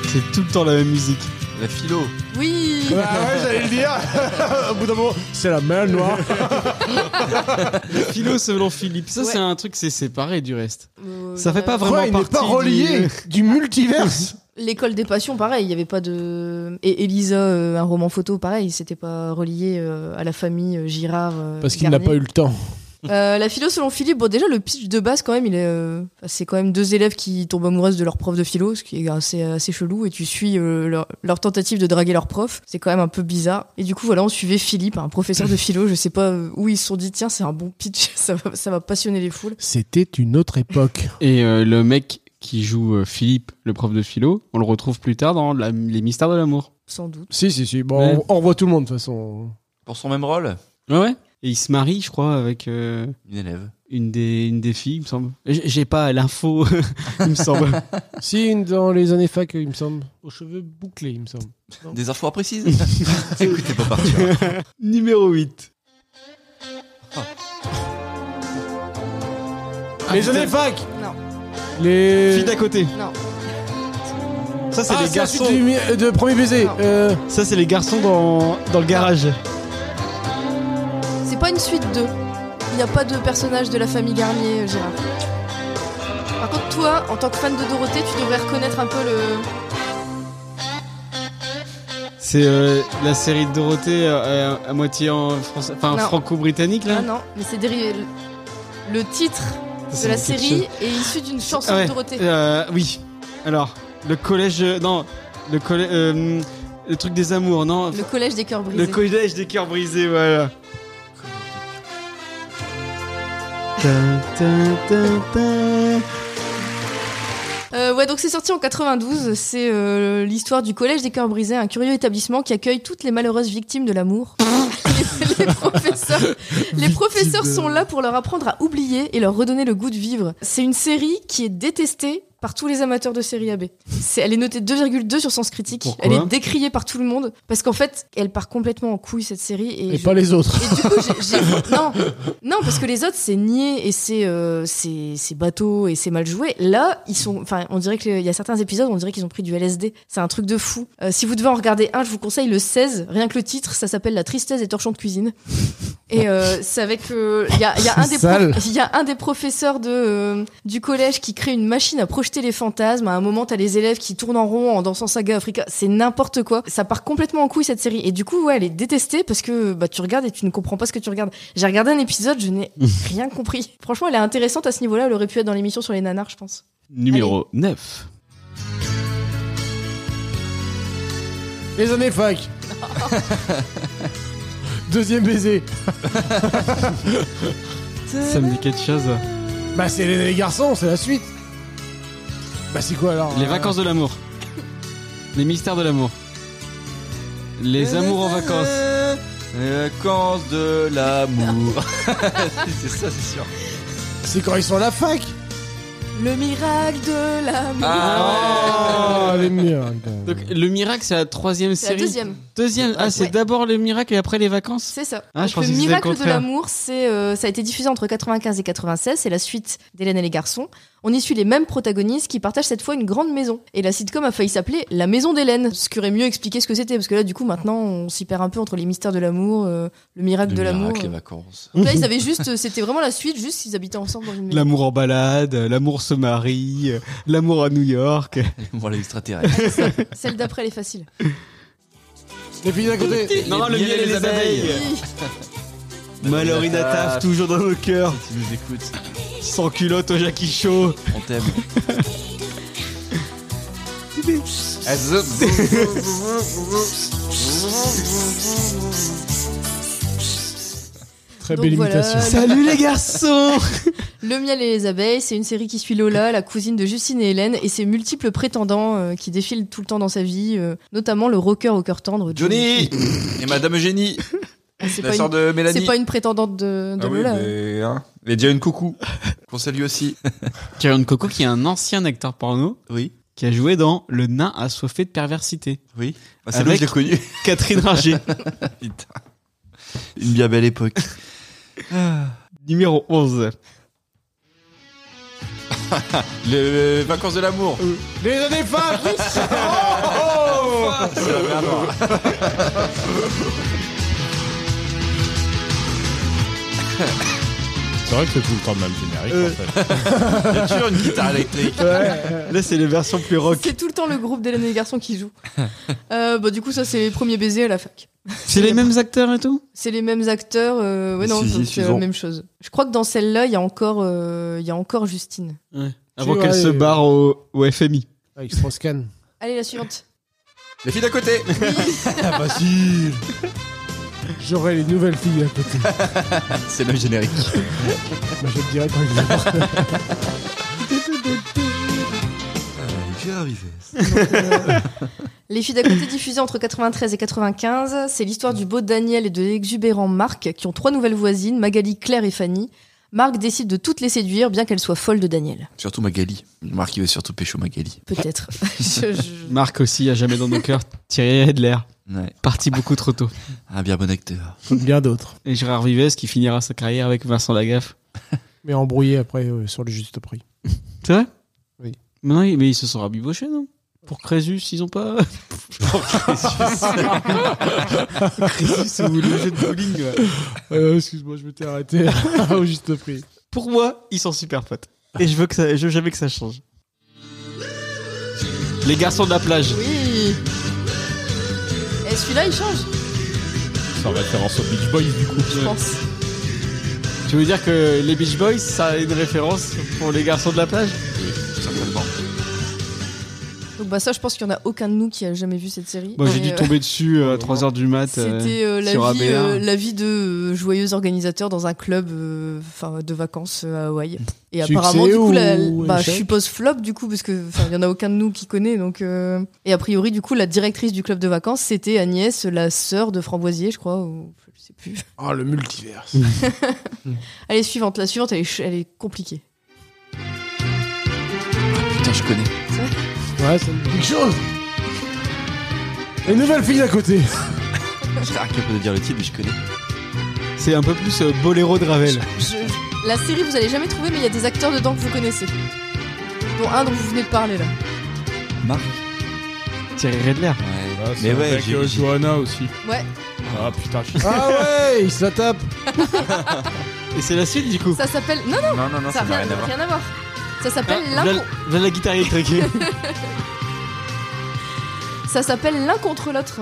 B: C'est tout le temps la même musique.
C: La philo.
D: Oui
E: Ah ouais, j'allais le dire. Au bout d'un moment, c'est la mer noire.
B: Philo selon Philippe. Ça,
D: Ouais.
B: c'est un truc, c'est séparé du reste.
D: Euh,
B: Ça fait pas vraiment
E: Pourquoi il n'est
B: partie
E: pas relié
B: du-
E: du multiverse
D: L'école des passions, pareil, il n'y avait pas de. Et Elisa, euh, un roman photo, pareil, c'était pas relié euh, à la famille euh, Girard. euh,
E: Parce qu'il n'a
D: Garnier.
E: pas eu le temps.
D: Euh, la philo selon Philippe, bon déjà le pitch de base quand même, il est, euh, c'est quand même deux élèves qui tombent amoureuses de leur prof de philo, ce qui est assez, assez chelou, et tu suis euh, leur, leur tentative de draguer leur prof, c'est quand même un peu bizarre. Et du coup voilà, on suivait Philippe, un professeur de philo, je sais pas euh, où ils se sont dit tiens c'est un bon pitch, ça va, ça va passionner les foules.
E: C'était une autre époque.
B: Et euh, le mec qui joue euh, Philippe, le prof de philo, on le retrouve plus tard dans la- les mystères de l'amour.
D: Sans doute.
E: si, si, si. Bon,
B: Ouais.
E: on, on revoit tout le monde de toute façon.
C: Pour son même rôle,
B: Ah Ouais, ouais. Et il se marie, je crois, avec. euh,
C: une élève.
B: une des, une des filles, il me semble. J- J'ai pas l'info, il me semble.
E: Si, une dans les années fac, il me semble. Aux cheveux bouclés, il me semble.
C: Des infos précises Écoutez pas parti.
B: Numéro 8. Ah,
E: les années fac
D: Non.
E: Les.
B: Fille d'à côté.
D: Non.
B: Ça, c'est
E: Ah,
B: les
E: c'est la suite
B: garçons.
E: du mi- euh, de premier baiser.
D: Non.
E: Euh,
B: Ça, c'est les garçons dans, dans le garage.
D: C'est pas une suite de. Il n'y a pas de personnage de la famille Garnier, euh, Gérard. Par contre, toi, en tant que fan de Dorothée, tu devrais reconnaître un peu le.
B: C'est euh, la série de Dorothée euh, à moitié en français, enfin
D: Non.
B: franco-britannique là.
D: Ah non, mais c'est dérivé. Le- Le titre de
B: C'est
D: la
B: quelque
D: série est issu d'une chanson
B: Ah ouais,
D: de Dorothée.
B: euh, oui. Alors, le collège, euh, non, le collège, euh, le truc des amours, non.
D: Le collège des cœurs
B: Le
D: brisés.
B: collège des cœurs brisés, voilà.
D: Euh, ouais, donc c'est sorti en 92. C'est euh, l'histoire du Collège des Cœurs Brisés, un curieux établissement qui accueille toutes les malheureuses victimes de l'amour. les, les professeurs, les professeurs sont là pour leur apprendre à oublier et leur redonner le goût de vivre. C'est une série qui est détestée par tous les amateurs de série AB. C'est, elle est notée 2,2 sur Sens Critique.
B: Pourquoi
D: elle est décriée par tout le monde parce qu'en fait, elle part complètement en couille cette série. Et,
E: et
D: je-
E: pas les autres.
D: et du coup, j'ai- j'ai- non, non, parce que les autres, c'est niais et c'est euh, c'est c'est bateau et c'est mal joué. Là, ils sont, enfin, on dirait qu'il y a certains épisodes, on dirait qu'ils ont pris du LSD. C'est un truc de fou. Euh, si vous devez en regarder un, je vous conseille le 16. Rien que le titre, ça s'appelle La tristesse des torchons de cuisine. Et euh, c'est avec, euh, il y a, il y a un des,
E: Sale.
D: prof- il y a un des professeurs de euh, du collège qui crée une machine à projeter les fantasmes. À un moment, t'as les élèves qui tournent en rond en dansant Saga Africa. C'est n'importe quoi. Ça part complètement en couille cette série. Et du coup, ouais, elle est détestée parce que bah tu regardes et tu ne comprends pas ce que tu regardes. J'ai regardé un épisode, je n'ai rien compris. Franchement, elle est intéressante à ce niveau-là. Elle aurait pu être dans l'émission sur les nanars, je pense.
B: Numéro 9.
E: Les années fac. Deuxième baiser.
B: Ça me dit quelque chose.
E: Bah, c'est les, les garçons, c'est la suite. Bah, c'est quoi alors
B: Les
E: euh,
B: vacances de l'amour. Les mystères de l'amour. Les amours en vacances.
C: Les vacances de l'amour. c'est ça, c'est sûr.
E: C'est quand ils sont à la fac.
B: Oh.
D: Le miracle de
B: Ah
D: l'amour.
E: Ah, les murs.
B: Donc, le miracle, c'est la troisième
D: C'est la
B: série.
D: deuxième.
B: Deuxième. Ah, c'est
D: Ouais.
B: d'abord le miracle et après les vacances.
D: C'est ça.
B: Ah, je
D: Donc, le
B: pensais que c'était le
D: miracle de
B: contraire.
D: l'amour, c'est euh, ça a été diffusé entre 95 et 96, c'est la suite d'Hélène et les garçons. On y suit les mêmes protagonistes qui partagent cette fois une grande maison. Et la sitcom a failli s'appeler La Maison d'Hélène, ce qui aurait mieux expliqué ce que c'était, parce que là, du coup, maintenant, on s'y perd un peu entre les mystères de l'amour, euh, le miracle de l'amour.
C: les vacances.
D: Donc Là, ils avaient juste, euh, c'était vraiment la suite, juste ils habitaient ensemble dans une maison.
B: L'amour en balade, l'amour se marie, euh, l'amour à New York.
C: Moi, l'extraterrestre.
D: Celle d'après, elle est facile.
E: Les filles d'à côté.
B: Non, le miel et les abeilles. Malheur inatteint, toujours dans nos cœurs.
C: Si tu nous écoutes,
B: Sans culotte au Jackie Show.
C: on t'aime.
E: Très
D: Donc
E: belle
D: voilà.
E: imitation.
B: Salut les garçons
D: Le miel et les abeilles, c'est une série qui suit Lola, la cousine de Justine et Hélène, et ses multiples prétendants euh, qui défilent tout le temps dans sa vie, euh, notamment le rocker au cœur tendre.
C: Johnny et Madame Eugénie,
D: Ah, C'est
C: la
D: pas,
C: sœur
D: une-
C: de Mélanie.
D: c'est pas une prétendante de, de
C: Ah oui,
D: Lola.
C: mais, hein, Il y a déjà une coucou. Qu'on salue aussi.
B: Karen Coco, qui est un ancien acteur porno,
C: Oui.
B: qui a joué dans Le nain assoiffé de perversité.
C: Oui. Ah, c'est
B: Avec-
C: là que je l'ai connu.
B: Catherine Ringer.
C: Putain. Une bien belle époque.
B: Numéro 11.
C: Les vacances de l'amour.
E: Les années fac.
G: C'est vrai que c'est tout le temps le même générique
B: Euh.
G: en fait.
C: Il y a toujours une guitare électrique.
B: Là, c'est les versions plus rock.
D: C'est tout le temps le groupe d'Hélène et les garçons qui joue. Euh, bah, du coup, ça, c'est les premiers baisers à la fac.
B: C'est les mêmes acteurs et tout
D: C'est les mêmes acteurs, euh, ouais,
C: Mais
D: non,
C: si, si,
D: c'est la
C: suivant.
D: même chose. Je crois que dans celle-là, il y a encore, euh, il y a encore Justine.
B: Avant
E: Tu
B: qu'elle
E: vois,
B: se
E: et-
B: barre au, au FMI.
E: Avec Strauss-Kahn.
D: Allez, la suivante.
C: Les filles d'à côté.
E: Ah, facile. J'aurai les nouvelles filles à côté.
C: C'est le générique.
E: Moi, je te dirai quand ils vont.
D: Euh, Les filles d'à côté diffusées entre 93 et 95, c'est l'histoire du beau Daniel et de l'exubérant Marc qui ont trois nouvelles voisines, Magali, Claire et Fanny. Marc décide de toutes les séduire, bien qu'elle soit folle de Daniel.
C: Surtout Magali. Marc, il veut surtout pécho Magali.
D: Peut-être. Je- je-
B: Marc aussi, à jamais dans nos cœurs, Thierry Hedler,
C: Ouais.
B: parti beaucoup trop tôt.
C: Un bien bon acteur.
E: Comme bien d'autres.
B: Et Gérard Vives qui finira sa carrière avec Vincent Lagaffe.
E: Mais embrouillé après euh, sur le juste prix.
B: C'est vrai
E: Oui.
B: Mais non, mais ils se sont rabibochés, non Pour Crésus, ils ont pas. Pour Crésus. Crésus ou le jeu de bowling. ouais.
E: Euh, Excuse-moi, je m'étais arrêté au juste prix.
B: Pour moi, ils sont super potes. Et je veux, que ça, je veux jamais que ça change. Les garçons de la plage.
D: Oui. Et celui-là, il change,
G: Sans référence aux Beach Boys, du coup.
D: je pense.
B: Tu veux dire que les Beach Boys, ça a une référence pour les garçons de la plage
C: Certainement.
D: Donc bah ça, je pense qu'il y en a aucun de nous qui a jamais vu cette série.
B: Moi, j'ai
D: Mais,
B: dû
D: euh,
B: tomber dessus à 3h du mat. euh,
D: C'était euh, la,
B: sur
D: vie,
B: ABR.
D: euh, la vie de euh, joyeux organisateur dans un club euh, enfin, de vacances euh, à Hawaï. Et
E: Succès
D: apparemment, du coup, la-
E: ou
D: bah, je
E: échec
D: suppose flop, du coup, parce que enfin, il y en a aucun de nous qui connaît. Donc, euh, Et a priori, du coup, la directrice du club de vacances, c'était Agnès, la sœur de Framboisier, je crois, ou je sais plus.
E: Ah, le multiverse.
D: Allez, suivante. La suivante, elle est, ch- elle est compliquée.
C: Putain, je connais.
E: ouais, ça me dit quelque chose. Une nouvelle fille d'à côté.
C: Je serais incapable de dire le titre, mais je connais.
B: C'est un peu plus euh, boléro de Ravel.
D: Je- La série, vous allez jamais trouver, mais il y a des acteurs dedans que vous connaissez. Dont un dont vous venez de parler, là.
C: Marc
B: Thierry Redler.
C: Ouais.
G: Ah, c'est
C: mais ouais,
G: avec
C: j'ai-
G: euh,
C: j'ai-
G: Johanna aussi.
D: Ouais,
G: Ah putain, je
E: Ah ouais, il se la tape.
B: Et c'est la suite du coup.
D: ça s'appelle... Non,
C: Non, non, non,
D: Ah, ça
C: ça
D: n'a rien,
C: n'a rien à voir.
D: rien à voir. Ça s'appelle
B: Ah,
D: l'un
B: voilà- voilà la guitare électrique.
D: Ça s'appelle L'un contre l'autre.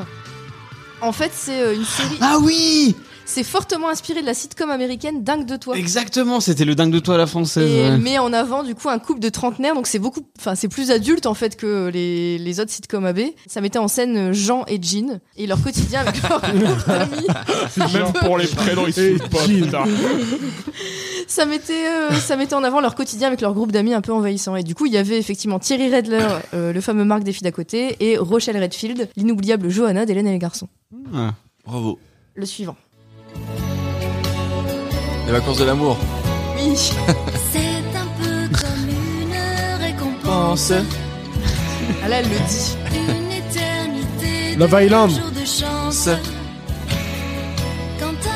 D: En fait, c'est euh, une série.
B: ah oui
D: C'est fortement inspiré de la sitcom américaine Dingue de toi.
B: Exactement, c'était le dingue de toi à la française.
D: Et euh,
B: ouais.
D: elle met en avant du coup un couple de trentenaires, donc c'est beaucoup, enfin c'est plus adulte en fait que les, les autres sitcoms AB. Ça mettait en scène Jean et Jean et leur quotidien avec leur groupe d'amis.
G: Même pour les prénoms, ils se foutent pas,
E: Gilles.
G: putain.
D: Ça mettait, euh, ça mettait en avant leur quotidien avec leur groupe d'amis un peu envahissant. Et du coup, il y avait effectivement Thierry Redler, euh, le fameux Marc des filles d'à côté, et Rochelle Redfield, l'inoubliable Johanna d'Hélène et les garçons.
B: Ah.
C: Bravo.
D: Le suivant.
C: Les vacances de l'amour.
D: Oui.
A: C'est un peu comme une récompense.
D: Ah là, elle le dit.
A: Une éternité.
E: Love
A: de
E: Island.
A: jour de chance. Quand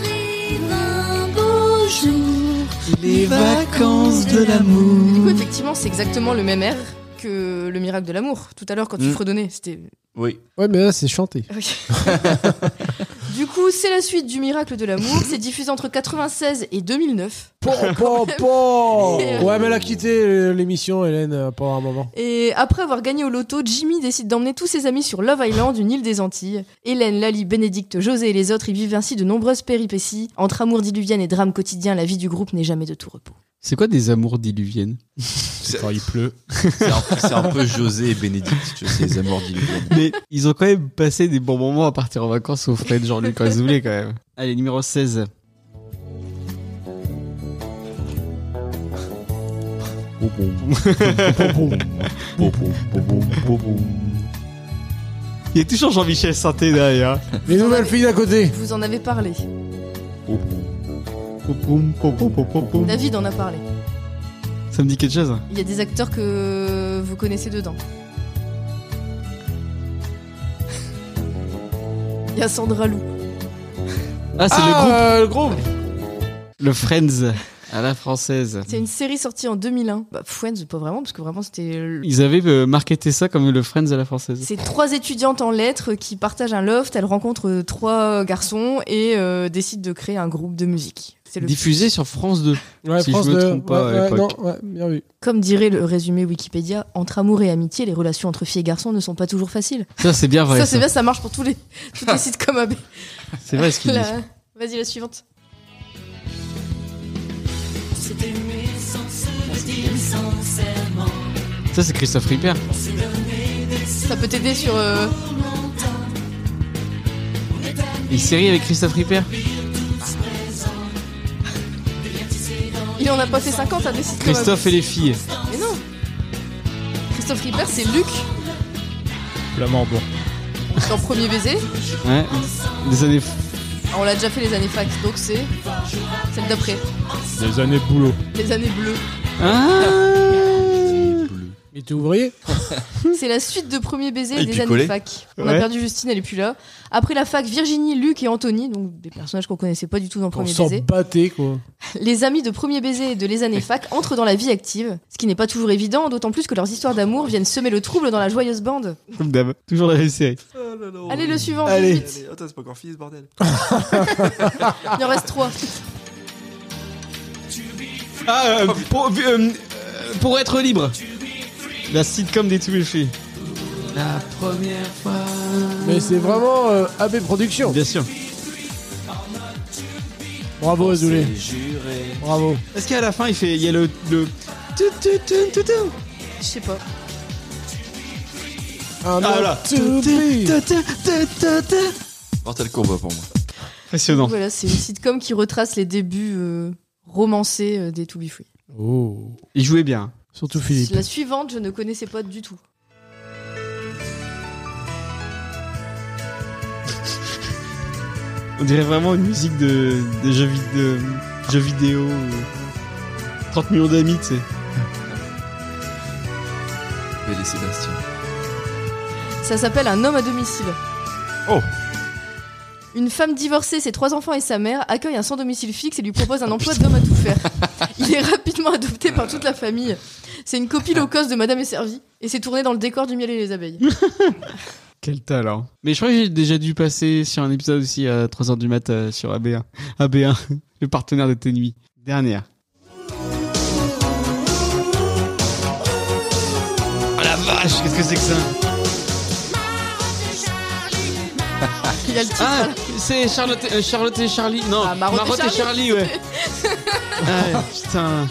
A: arrive un beau jour.
B: Les vacances de
D: Du coup,
B: l'amour.
D: effectivement, c'est exactement le même air que le miracle de l'amour. Tout à l'heure, quand tu
C: Mm.
D: fredonnais, c'était.
C: Oui.
E: Ouais, mais là, c'est chanté.
D: du coup, c'est la suite du miracle de l'amour. C'est diffusé entre 96 et 2009.
E: Pom, pom, pom. Ouais, mais elle a quitté l'émission, Hélène, euh, pour un moment.
D: Et après avoir gagné au loto, Jimmy décide d'emmener tous ses amis sur Love Island, une île des Antilles. Hélène, Lali, Bénédicte, José et les autres y vivent ainsi de nombreuses péripéties. Entre amour diluvienne et drame quotidien, la vie du groupe n'est jamais de tout repos.
B: C'est quoi des amours diluviennes
G: C'est quand il pleut.
C: C'est un, c'est un peu José et Bénédicte, je sais, les amours diluviennes.
B: Mais ils ont quand même passé des bons moments à partir en vacances au frais de Jean-Luc Azoulay quand même. Allez, numéro 16. Il y a toujours Jean-Michel Santé derrière.
E: Les nouvelles filles d'à côté.
D: Vous en avez parlé. David en a parlé.
B: Ça me dit quelque chose
D: Il y a des acteurs que vous connaissez dedans. Il y a Sandra Lou.
B: Ah, c'est
E: ah,
B: le groupe.
E: euh, le groupe.
B: Le Friends à la française.
D: C'est une série sortie en 2001. Bah, Friends, pas vraiment, parce que vraiment, c'était. le-
B: Ils avaient euh, marketé ça comme le Friends à la française.
D: C'est trois étudiantes en lettres qui partagent un loft. Elles rencontrent euh, trois garçons et euh, décident de créer un groupe de musique. C'est le.
B: Diffusé sur France 2.
E: Ouais,
B: Si
E: France
B: je me
E: 2.
B: trompe pas,
E: Ouais,
B: à
E: ouais,
B: l'époque.
E: non, ouais, bien vu.
D: Comme dirait le résumé Wikipédia, entre amour et amitié, les relations entre filles et garçons ne sont pas toujours faciles.
B: Ça, c'est bien vrai.
D: ça,
B: Ça,
D: c'est bien, ça marche pour tous les, tous les sites comme AB.
B: C'est vrai ce qu'il dit.
D: La- Vas-y, la suivante.
B: Ça, c'est Christophe Ripper.
D: Ça peut t'aider sur. euh,
B: Une série avec Christophe Ripper.
D: Il en a pas fait 50 à des sites comme AB.
B: Christophe et les filles.
D: Mais non Christophe Ripper, c'est Luc
G: Flamand bon.
D: dans Premier Baiser.
B: Ouais. Des années
D: On l'a déjà fait les années fax, donc c'est celle d'après.
G: Des années de boulot.
D: Les années bleues.
B: Ah
C: Bleu.
E: Il était ouvrier
D: C'est la suite de Premier Baiser
C: Et
D: et des
C: picolé.
D: années fac. On a
B: Ouais.
D: perdu Justine, elle est plus là. Après la fac, Virginie, Luc et Anthony, donc des personnages qu'on connaissait pas du tout dans
E: On
D: Premier
E: s'en
D: Baiser.
E: battait, quoi.
D: Les amis de Premier Baiser et de Les années fac entrent dans la vie active, ce qui n'est pas toujours évident, d'autant plus que leurs histoires d'amour viennent semer le trouble dans la joyeuse bande.
B: Comme d'hab, toujours la même série.
C: Oh
D: Allez, le suivant,
E: Oh Allez.
D: vite.
C: attends, c'est pas encore fini ce bordel.
D: il en reste trois.
B: Ah, euh, pour, euh, euh, pour être libre. La sitcom des tous les filles. La première fois.
E: Mais c'est vraiment euh, AB Productions.
B: Bien sûr.
E: Bravo, Azoulay. Bravo.
B: Est-ce qu'à la fin, il fait. Il y a le. le... tout, tout, tout, tout, tout.
D: Je sais pas.
E: Un
B: Ah,
E: autre
B: là.
E: to be.
C: Mortal Kombat pour moi.
B: Impressionnant.
D: Voilà, c'est une sitcom qui retrace les débuts euh, romancés euh, des To Be Free.
E: Oh.
B: Il jouait bien.
E: Surtout Philippe.
D: La suivante, je ne connaissais pas du tout.
B: On dirait vraiment une musique de, de jeux, vid- de jeux vidéo. euh, 30 millions d'amis, tu sais.
C: Et les Sébastien.
D: Ça s'appelle Un homme à domicile.
C: Oh.
D: Une femme divorcée, ses trois enfants et sa mère accueille un sans domicile fixe et lui propose un emploi d'homme à tout faire. Il est rapidement adopté par toute la famille. C'est une copie low cost de Madame et Servie et c'est tourné dans le décor du miel et les abeilles.
B: Quel talent. Mais je crois que j'ai déjà dû passer sur un épisode aussi à 3h du mat euh, sur AB1. AB1, le partenaire de tes nuits. Dernière. Oh la vache, qu'est-ce que c'est que ça
D: Il a le titre.
B: Ah,
D: là.
B: c'est Charlotte, euh, Charlotte et Charlie. Non,
D: Ah, Marotte et Charlie.
B: ouais. ah, putain.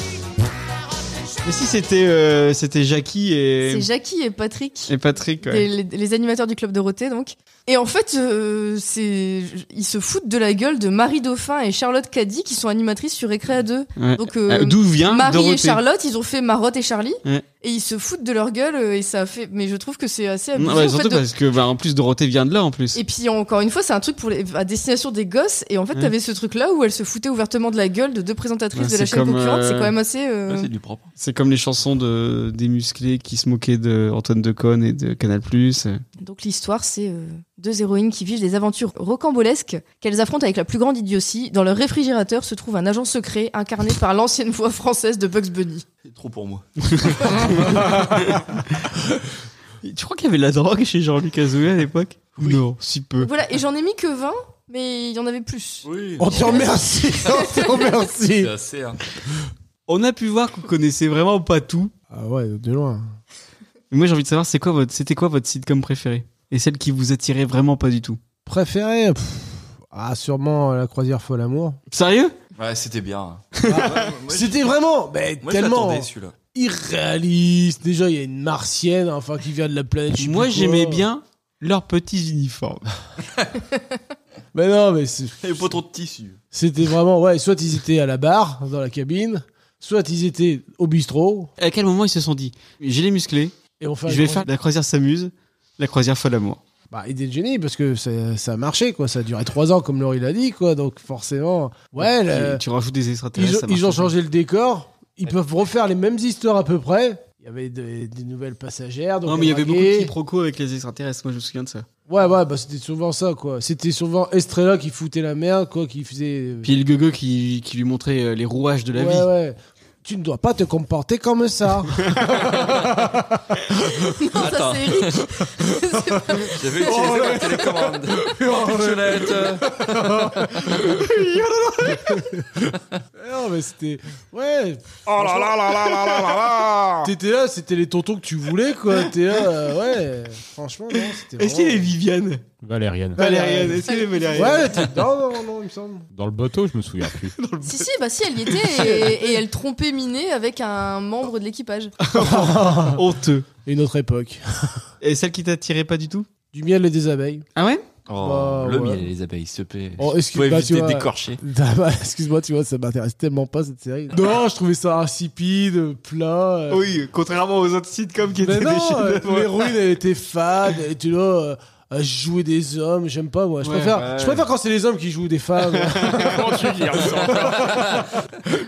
B: Mais si c'était euh, c'était Jackie et,
D: C'est Jackie et Patrick.
B: et Patrick.
D: des-
B: ouais.
D: les, les animateurs du club Dorothée donc. Et en fait, euh, c'est ils se foutent de la gueule de Marie Dauphin et Charlotte Caddy qui sont animatrices sur Récréa 2.
B: Ouais.
D: Donc euh,
B: Ah, D'où vient
D: Marie et
B: Dorothée
D: Charlotte, ils ont fait Marotte et Charlie
B: Ouais.
D: et ils se foutent de leur gueule euh, et ça a fait mais je trouve que c'est assez abusé
B: Non,
D: en
B: ouais,
D: fait,
B: Surtout
D: de-
B: parce que bah, en plus Dorothée vient de là en plus.
D: Et puis encore une fois, c'est un truc pour les... à destination des gosses et en fait,
B: Ouais.
D: t'avais ce truc là où elle se foutait ouvertement de la gueule de deux présentatrices
B: Ouais,
D: de la
B: c'est
D: chaîne
B: comme,
D: concurrente,
B: euh,
D: c'est quand même assez euh,
C: c'est du propre.
B: C'est comme les chansons de, des musclés qui se moquaient de Antoine Decaune et de Canal+. euh.
D: Donc l'histoire, c'est euh, deux héroïnes qui vivent des aventures rocambolesques qu'elles affrontent avec la plus grande idiotie. Dans leur réfrigérateur se trouve un agent secret incarné par l'ancienne voix française de Bugs Bunny.
C: C'est trop pour moi.
B: Tu crois qu'il y avait de la drogue chez Jean-Luc Azoulay à l'époque Non, si peu.
D: Voilà, et j'en ai mis que 20, mais il y en avait plus.
C: Oui.
E: On te remercie. On te remercie.
C: C'est assez. hein.
B: On a pu voir qu'on connaissait vraiment pas tout.
E: Ah ouais, de loin.
B: Mais moi j'ai envie de savoir c'est quoi votre c'était quoi votre sitcom préférée et celle qui vous attirait vraiment pas du tout.
E: Préféré pff, Ah, sûrement euh, la croisière folle amour.
B: Sérieux
C: Ouais, c'était bien. hein. moi, je-
E: C'était vraiment mais
C: Moi, je
E: tellement
D: hein.
C: l'attendais celui-là.
E: irréaliste. Déjà, il y a une martienne, enfin, qui vient de la planète. je sais
B: Moi
E: plus
B: j'aimais
E: quoi.
B: bien leurs petits uniformes.
E: Mais non, mais c'est-
C: Il y avait pas trop de tissu.
E: c'était vraiment. Ouais, soit ils étaient à la barre, dans la cabine, soit ils étaient au bistrot.
B: À quel moment ils se sont dit j'ai les musclés,
E: Et on fait
B: je vais faire la croisière s'amuse, la croisière folle amour.
E: Bah, idée de génie, parce que ça, ça a marché, quoi. Ça a duré trois ans, comme Laurie l'a dit, quoi. Donc, forcément. Ouais, le-
B: tu, tu rajoutes des
E: ils,
B: extraterrestres.
E: ont,
B: ça marche
E: ils ont
B: pas.
E: changé le décor. Ils peuvent refaire les mêmes histoires à peu près. Il y avait des, des nouvelles passagères. donc
B: Non mais il y avait beaucoup de
E: draguer.
B: quiproquos avec les extraterrestres, moi je me souviens de ça.
E: Ouais, ouais, bah c'était souvent ça, quoi. C'était souvent Estrella qui foutait la merde, quoi, qui faisait. euh,
B: Puis le gogo qui, qui lui montrait euh, les rouages de la
E: ouais,
B: vie.
E: ouais. Tu ne dois pas te comporter comme ça.
D: Non, ça
C: Attends.
D: c'est Eric.
C: J'avais
D: Oh,
C: utilisé ma télécommande. Fourchonnette.
E: non, mais c'était. Ouais.
F: Oh là là là là là là là là
E: T'étais là, c'était les tontons que tu voulais, quoi. T'es là, euh, ouais. Franchement, non, c'était.
B: Est-ce qu'il est
E: vraiment-
B: Viviane
G: Valériane.
B: Valériane, est-ce qu'il est Valériane
E: Ouais, t'es- non, non, non, il me semble.
G: Dans le bateau, je me souviens plus.
D: si, si, bah si, elle y était et, et elle trompait Minet avec un membre de l'équipage.
B: Ah, Honteux.
E: Une autre époque.
B: Et celle qui t'attirait pas du tout
E: Du miel et des abeilles.
B: Ah ouais
E: Oh,
D: Bah,
C: le
E: ouais.
C: miel et les abeilles se paient.
E: Oh,
C: Faut
E: excuse-moi, tu
C: éviter
E: vois.
C: de décorcher.
E: Ah bah, Excuse-moi, tu vois, ça m'intéresse tellement pas cette série. Non, je trouvais ça insipide, plat. euh,
B: Oui, contrairement aux autres sitcoms qui
E: Mais
B: étaient
E: non,
B: des
E: euh,
B: chefs-d'œuvre.
E: l'héroïne, elle était fade, et tu vois, euh, à jouer des hommes. J'aime pas, moi. Je
B: Ouais,
E: préfère,
B: ouais.
E: je préfère quand c'est les hommes qui jouent des femmes.
G: Comment tu dis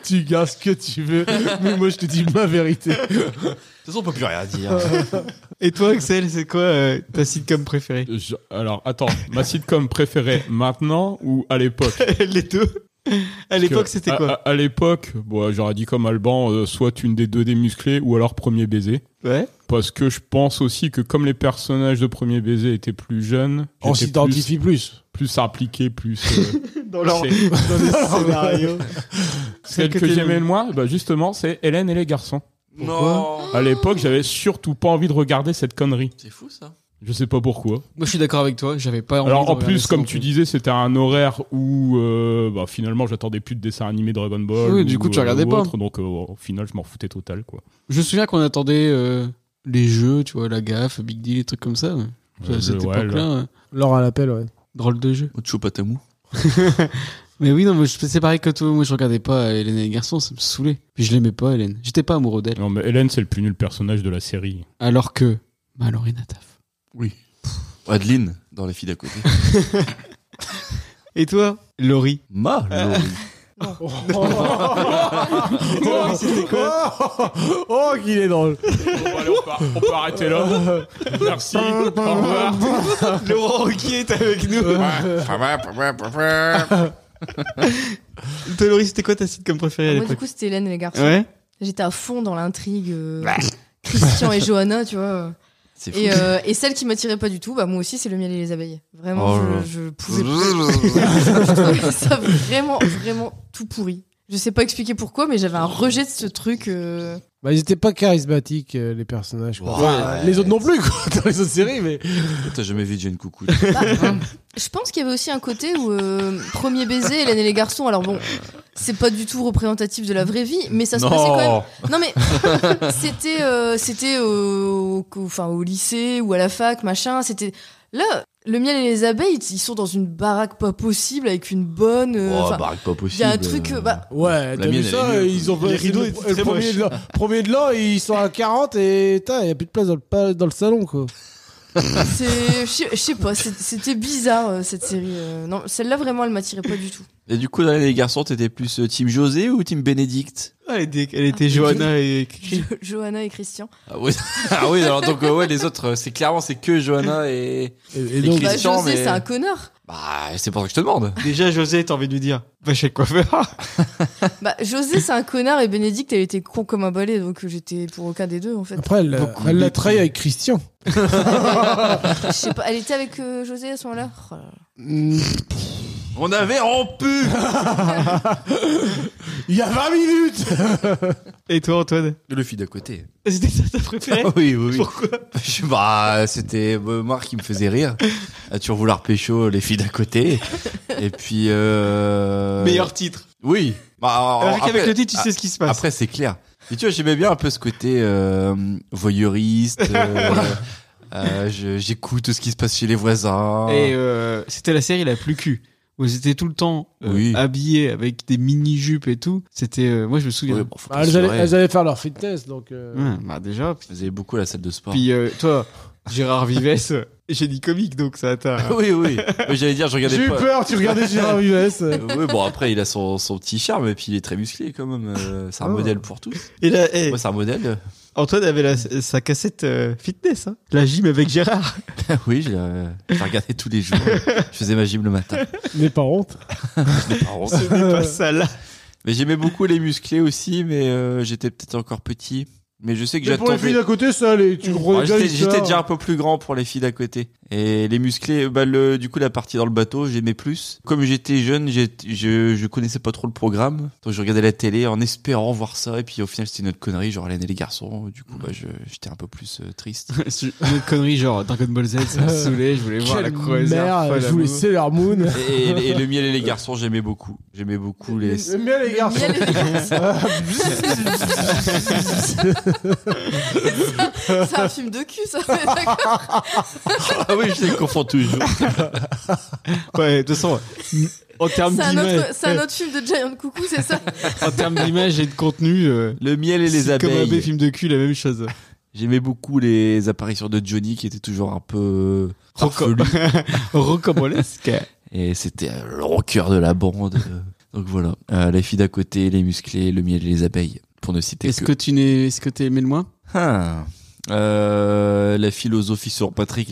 E: tu gardes ce que tu veux, mais moi, je te dis ma vérité.
C: toute façon, on peut plus rien dire.
D: Euh,
B: Et toi, Axel, c'est quoi euh, ta sitcom préférée
G: Je- Alors, attends, ma sitcom préférée maintenant ou à l'époque
B: Les deux. À l'époque,
G: Que- ah,
B: c'était
G: à-
B: quoi
G: À, à l'époque, bon, j'aurais dit comme Alban, euh, soit une des deux des musclés ou alors premier baiser.
B: Ouais.
G: Parce que je pense aussi que comme les personnages de premier baiser étaient plus jeunes,
B: Oh,
E: On
G: j'étais
E: s'identifie plus.
G: plus, plus impliqué, plus. euh,
B: Dans leur
G: c'est-
B: dans le
E: bah, Ah,
B: scénario.
G: Celle que,
B: t'es-
G: j'aimais le moins, bah, justement, c'est Hélène et les garçons.
C: non.
G: À l'époque, j'avais surtout pas envie de regarder cette connerie.
C: C'est fou ça.
G: Je sais pas pourquoi.
B: Moi, je suis d'accord avec toi. J'avais pas. envie
G: Alors
B: de
G: en
B: regarder
G: plus,
B: ça
G: comme
B: non
G: tu disais, c'était un horaire où euh, bah, finalement j'attendais plus de dessins animés Dragon Ball.
B: Oui, du coup, tu regardais
G: ou
B: pas.
G: autre, donc euh, au final, je m'en foutais total quoi.
B: Je me souviens qu'on attendait euh, les jeux, tu vois, la gaffe, Big Deal, les trucs comme ça.
G: Euh,
B: à cette
G: le- ouais,
B: époque-là,
G: le-
B: euh,
E: Laure à l'appel, ouais.
B: drôle de jeu.
C: Ocho Patamou.
B: Mais oui, non, mais je- c'est pareil que toi. Moi, je regardais pas euh, Hélène et les garçons, ça me saoulait. Puis je l'aimais pas, Hélène. J'étais pas amoureux d'elle.
G: Non mais Hélène, c'est le plus nul personnage de la série.
B: Alors que bah, Malorina Taf.
C: Oui. Adeline, dans les filles d'à côté.
B: Et toi, Laurie
C: Ma Laurie.
B: c'était quoi
E: Oh, qu'il est drôle.
G: on, peut, arrêter là. Merci. Au revoir.
B: Laurent Ruquier est avec nous. Toi, Laurie, c'était quoi ta sitcom préférée à
D: Moi, du
B: l'époque
D: coup, c'était Hélène et les garçons.
B: Ouais.
D: J'étais à fond dans l'intrigue. euh, Christian et Johanna, tu vois.
C: Bah. C'est fou.
D: Et, euh, et celle qui m'attirait pas du tout, bah moi aussi, c'est le miel et les abeilles. Vraiment,
C: Oh là.
D: je, je pouvais Je trouvais ça vraiment, vraiment tout pourri. Je sais pas expliquer pourquoi, mais j'avais un rejet de ce truc. euh,
E: Bah, ils étaient pas charismatiques, euh, les personnages. quoi.
C: Ouais.
E: Les autres non plus, quoi, dans les autres séries, mais.
C: T'as jamais vu Jane Coucou
D: Je pense qu'il y avait aussi un côté où euh, premier baiser, Hélène et les garçons. Alors bon, c'est pas du tout représentatif de la vraie vie, mais ça se passait quand même. Non mais c'était euh, c'était euh, au, au- enfin au lycée ou à la fac machin. C'était là le miel et les abeilles ils sont dans une baraque pas possible avec une bonne. euh,
C: Oh,
D: enfin,
C: baraque pas possible.
D: y a un truc, euh, bah-
E: Ouais, t'as vu
C: mienne,
E: ça
C: elle est nulle.
E: Ils ont
B: Les rideaux
E: le,
B: étaient
E: le
B: très
E: premier,
B: moches.
E: de l'an, premier de l'an, ils sont à 40 et il y a plus de place dans le, pa- dans le salon, quoi.
D: c'est je sais- je sais pas. c'est- C'était bizarre euh, cette série. euh, non, celle-là vraiment elle m'attirait pas du tout.
C: Et du coup, dans les garçons, t'étais plus euh, team José ou team Bénédicte
B: Ah, elle était, elle était Johanna et
D: Jo- Johanna et Christian.
C: ah oui, ah oui alors donc euh, ouais les autres euh, c'est clairement c'est que Johanna et
E: Et, et
C: Et
E: donc,
D: Bah,
C: Christian,
D: José
C: mais-
D: c'est un connard.
C: bah c'est pour ça que je te demande.
B: Déjà, José, t'as envie de lui dire Va chez le coiffeur
D: Bah José c'est un connard et Bénédicte elle était con comme un balai donc euh, j'étais pour aucun des deux en fait.
E: après, elle,
C: Beaucoup
E: elle l'a
C: d'équipes.
E: trahi avec Christian.
D: Je sais pas. Elle était avec euh, José à ce moment-là. Oh là là.
C: On avait rompu.
E: Il y a 20 minutes
B: Et toi, Antoine Ah
C: Le fille d'à côté.
B: C'était ça ta préférée
C: Ah oui oui. oui.
B: Pourquoi
C: Je- bah c'était euh, Marc qui me faisait rire. Ah, À toujours vouloir pécho les filles d'à côté. Et puis euh...
B: Meilleur titre.
C: Oui. Bah, alors,
B: Alors qu'avec
C: après-
B: le titre, tu
C: ah,
B: sais ce qui se passe.
C: Après, c'est clair. Et tu vois, j'aimais bien un peu ce côté euh, voyeuriste. euh, euh, je- J'écoute ce qui se passe chez les voisins.
B: Et euh, c'était la série la plus cul. Où ils étaient tout le temps euh,
C: Oui.
B: habillés avec des mini-jupes et tout. C'était. euh, moi, je me souviens.
C: Ouais, bon, faut
E: Bah,
C: pas se
E: elles, allaient,
C: leurrer.
E: elles allaient faire leur fitness, donc. euh,
B: Ouais, bah, déjà. Puis,
C: Elles avaient beaucoup la salle de sport.
B: puis, euh, toi, Gérard Vives, euh, génie comique, donc ça t'a.
C: Oui, oui. Mais J'allais dire, je regardais
E: J'ai eu
C: pas.
E: peur, tu regardais Gérard Vives.
C: Euh, oui, bon, après, il a son, son petit charme et puis il est très musclé quand même. euh, c'est un
E: Oh.
C: modèle pour tous.
B: Et là, eh,
C: Moi, c'est un modèle.
B: Antoine avait la- sa cassette euh, fitness, hein. la gym avec Gérard.
C: oui, je, l'ai- je l'ai regardé tous les jours. je faisais ma gym le matin.
E: N'aie pas honte.
C: Mes parents.
B: Ce n'est pas ça là.
C: mais j'aimais beaucoup les musclés aussi, mais euh, j'étais peut-être encore petit. Mais je sais que
E: Mais pour les
C: j'attendais.
E: filles d'à côté, ça allait. Tu
C: Ouais,
E: gros
C: j'étais, j'étais déjà un peu plus grand pour les filles d'à côté. Et les musclés, bah le, du coup, la partie dans le bateau, j'aimais plus. Comme j'étais jeune, j'ai- je, je connaissais pas trop le programme. Donc je regardais la télé en espérant voir ça. Et puis au final, c'était une autre connerie, genre Hélène et les garçons. Du coup, bah, je- j'étais un peu plus euh, triste.
B: Une autre connerie, genre Dragon Ball Z, ça me saoulait. Je voulais voir la
E: Quelle
B: croisière.
E: merde,
B: folle
E: je voulais
B: amour.
E: Sailor Moon.
C: Et, et le miel et les garçons, j'aimais beaucoup. J'aimais beaucoup les.
E: Mais les garçons.
D: Miel et les garçons. C'est un film de cul, ça.
C: Ah oui, je les confonds toujours.
B: Ouais, de toute façon, en termes
D: C'est un,
B: d'image,
D: autre- c'est un autre film de Giant Coucou, c'est ça
B: en termes d'image et de contenu, euh,
C: Le miel et les
B: c'est Comme un
C: abeilles.
B: film de cul, la même chose.
C: J'aimais beaucoup les apparitions de Johnny qui étaient toujours un peu
B: Rocco-
C: farfelues.
B: Rocambolesque.
C: Et c'était euh, le rocker de la bande. euh. Donc voilà, Euh, les filles d'à côté, les musclés, le miel et les abeilles, pour ne citer
B: Est-ce que tu n'es, est-ce que t'es aimé le moins
C: Ah. Euh, la philosophie sur Patrick.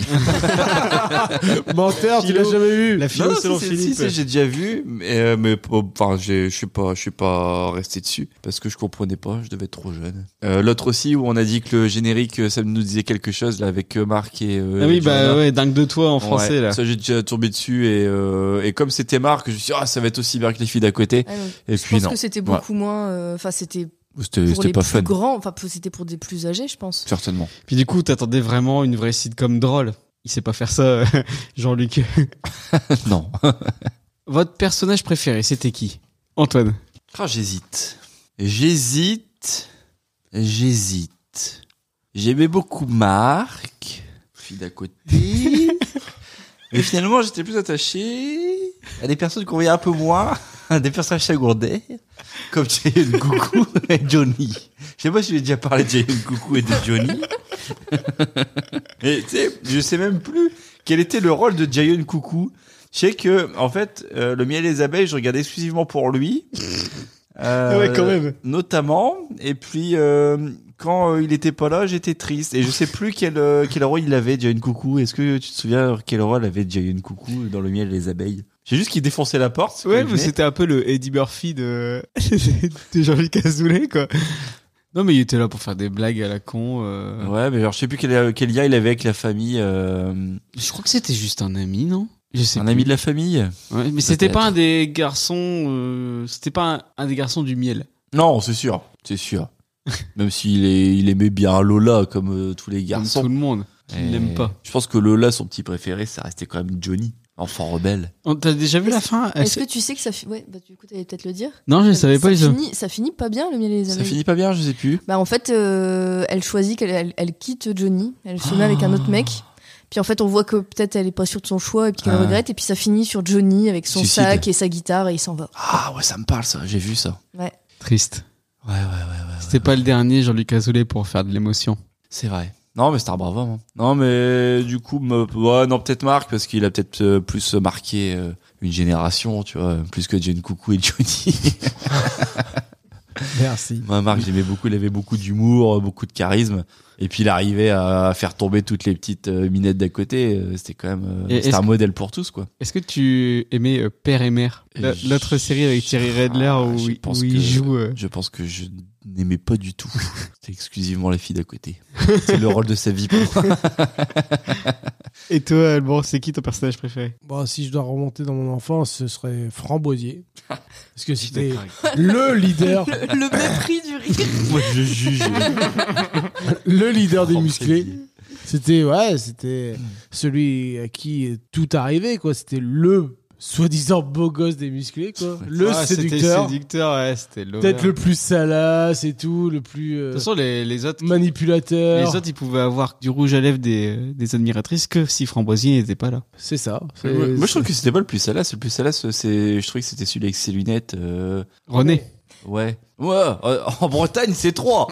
E: Menteur, tu
B: Philo.
E: l'as jamais vu.
B: La
C: Non,
B: philo
C: non,
B: selon
C: si, si,
B: Philippe.
C: si, j'ai déjà vu, mais, euh, mais oh, enfin, j'ai- je suis pas, je suis pas resté dessus parce que je comprenais pas, je devais être trop jeune. Euh, L'autre aussi où on a dit que le générique, euh, ça nous disait quelque chose là avec euh, Marc et. euh,
B: ah oui, bah
C: Gianna.
B: ouais, dingue de toi en français
C: Ouais,
B: là.
C: Ça j'ai déjà tombé dessus et, euh, et comme c'était Marc, je me suis dit ah ça va être aussi bien que les filles d'à côté.
D: Ah non.
C: Et
D: je
C: puis
D: pense
C: non.
D: que c'était beaucoup moins. euh, Enfin, c'était
C: C'était
D: pour
C: c'était
D: les
C: pas
D: plus
C: fun.
D: grands. Enfin, pour- c'était pour des plus âgés, je pense.
C: Certainement.
B: Puis du coup, t'attendais vraiment une vraie sitcom drôle. Il sait pas faire ça, euh, Jean-Luc.
C: non.
B: Votre personnage préféré, c'était qui Antoine.
C: Ah, j'hésite. J'hésite. J'hésite. J'aimais beaucoup Marc, fille d'à côté. Mais finalement, j'étais plus attaché à des personnes qu'on voyait un peu moins, à des personnages chagourdais, comme Jane Coucou et Johnny. Je sais pas si j'ai déjà parlé de Jane Coucou et de Johnny. Et tu sais, je sais même plus quel était le rôle de Jane Coucou. Je sais que, en fait, euh, le miel et les abeilles, je regardais exclusivement pour lui. Euh,
B: Ah Ouais, quand même.
C: Notamment. Et puis, euh, quand euh, il était pas là, j'étais triste. Et je sais plus quel, euh, quel rôle il avait, Jane Coucou. Est-ce que tu te souviens quel rôle avait Jane Coucou dans le miel et les abeilles J'ai juste qu'il défonçait la porte.
B: Ouais,
C: quand il
B: mais
C: venait.
B: c'était un peu le Eddie Murphy de, de Jean-Luc Azoulay, quoi. Non, mais il était là pour faire des blagues à la con. euh.
C: Ouais, mais genre, je sais plus quel, euh, quel lien il avait avec la famille. euh,
B: Je crois que c'était juste un ami, non Je sais
C: un
B: plus.
C: ami de la famille
B: Ouais, mais c'était
C: Peut-être.
B: pas un des garçons, euh, c'était pas un, un des garçons du miel.
C: Non, c'est sûr. C'est sûr. Même s'il est- il aimait bien Lola, comme euh, tous les
B: Comme
C: garçons.
B: tout le monde. qui
C: Et
B: l'aime pas.
C: Je pense que Lola, son petit préféré, ça restait quand même Johnny, enfant rebelle.
B: On- T'as déjà vu la
D: Est-ce-
B: fin Elle
D: Est-ce
B: s'est-
D: que tu sais que ça. fi- Ouais, bah, du coup, t'allais peut-être le dire.
B: Non, je ne savais pas. ils ont-
D: finit, ça finit pas bien le miel et les
C: Ça
D: abeilles.
C: finit pas bien, je sais plus.
D: Bah en fait, euh, elle choisit qu'elle elle, elle quitte Johnny. Elle se met avec un autre mec. Puis en fait, on voit que peut-être elle est pas sûre de son choix et puis qu'elle
C: Ah.
D: regrette. Et puis ça finit sur Johnny avec son
C: Suicide.
D: sac et sa guitare et il s'en va.
C: Ah ouais, ça me parle ça, j'ai vu ça.
B: Triste.
C: Ouais, ouais, ouais, ouais.
B: C'était pas le dernier Jean-Luc Azoulay pour faire de l'émotion.
C: C'est vrai. Non, mais c'est un bravo. hein. Non, mais du coup, me... ouais, non, peut-être Marc, parce qu'il a peut-être euh, plus marqué euh, une génération, tu vois, plus que Jane Coucou et Johnny.
E: Merci.
C: Moi, Marc, j'aimais beaucoup, il avait beaucoup d'humour, euh, beaucoup de charisme. Et puis, il arrivait à faire tomber toutes les petites euh, minettes d'à côté. Euh, C'était quand même, euh,
B: Et
C: c'était
B: est-ce
C: un
B: que-
C: modèle pour tous, quoi.
B: Est-ce que tu aimais euh, Père et Mère La-
C: Je-
B: L'autre série avec Thierry Redler
C: Ah,
B: où,
C: je
B: il-
C: pense
B: où il
C: que-
B: joue. euh,
C: Je pense que je n'aimais pas du tout. C'était exclusivement la fille d'à côté. C'est le rôle de sa vie pour moi.
B: Et toi, Alban, c'est qui ton personnage préféré
E: Bon, si je dois remonter dans mon enfance, ce serait Framboisier. Parce que c'était le leader,
D: Le mépris du rire.
C: Moi, je juge.
E: le leader des musclés. C'était ouais, c'était celui à qui tout arrivait quoi. C'était le soi-disant beau gosse des musclés quoi. Le
B: Ah, c'était
E: séducteur,
B: séducteur, ouais, c'était l'horreur.
E: peut-être le plus salace et tout, le plus euh,
B: De toute façon, les, les autres. Les
E: manipulateur.
B: autres, ils pouvaient avoir du rouge à lèvres des, euh, des admiratrices que si Framboisier n'était pas là.
E: C'est ça. C'est-
C: Moi, je trouve que c'était pas le plus salace. Le plus salace, c'est, je trouvais que c'était celui avec ses lunettes. euh,
B: René.
E: Ah
C: Ouais. Ouais. euh, en Bretagne, c'est trois.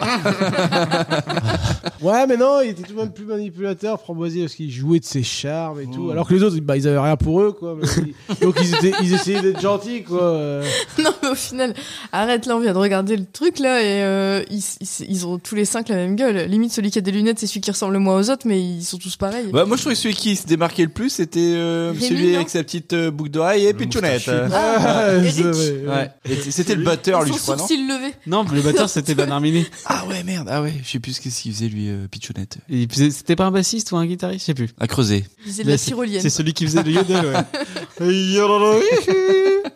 E: Ouais, mais non, il était tout de même plus manipulateur, framboisier, parce qu'il jouait de ses charmes et
B: Oh.
E: tout. Alors que les autres, bah, ils avaient rien pour eux, quoi. mais ils- Donc ils, étaient, ils essayaient d'être gentils, quoi. euh.
D: Non mais au final, arrête là, on vient de regarder le truc là et euh, ils, ils- ils ont tous les cinq la même gueule. Limite celui qui a des lunettes, c'est celui qui ressemble le moins aux autres, mais ils sont tous pareils.
C: Ouais, Bah, moi, je trouvais que celui qui se démarquait le plus, c'était euh,
D: Rémi,
C: celui
D: non
C: avec sa petite euh, boucle d'oreille et pitchounette.
D: Ah,
E: Ouais,
D: Eric.
E: c'est vrai, ouais.
C: Ouais. Et c- C'était le batteur,
D: Ils
C: lui,
D: sont
C: je crois, non
D: sourcils levés.
B: Non, le batteur, c'était Bernard Minet.
C: Ah ouais, merde. Ah ouais, je sais plus ce qu'il faisait, lui, euh, pitchounette.
B: Il faisait- C'était pas un bassiste ou un guitariste, je sais plus.
C: À creuser.
D: Ils faisaient de la
B: Là,
D: tyrolienne.
B: C'est celui qui faisait le yodel, ouais.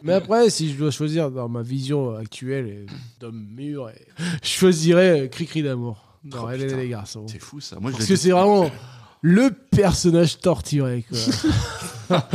E: Mais après, si je dois choisir dans ma vision actuelle euh, d'homme mûr, euh, je choisirais euh, Cri-Cri d'amour. Non,
C: Oh,
E: Hélène
C: putain.
E: et les garçons.
C: C'est fou ça. Moi, je
E: Parce
C: l'ai
E: que c'est vraiment le personnage torturé, quoi.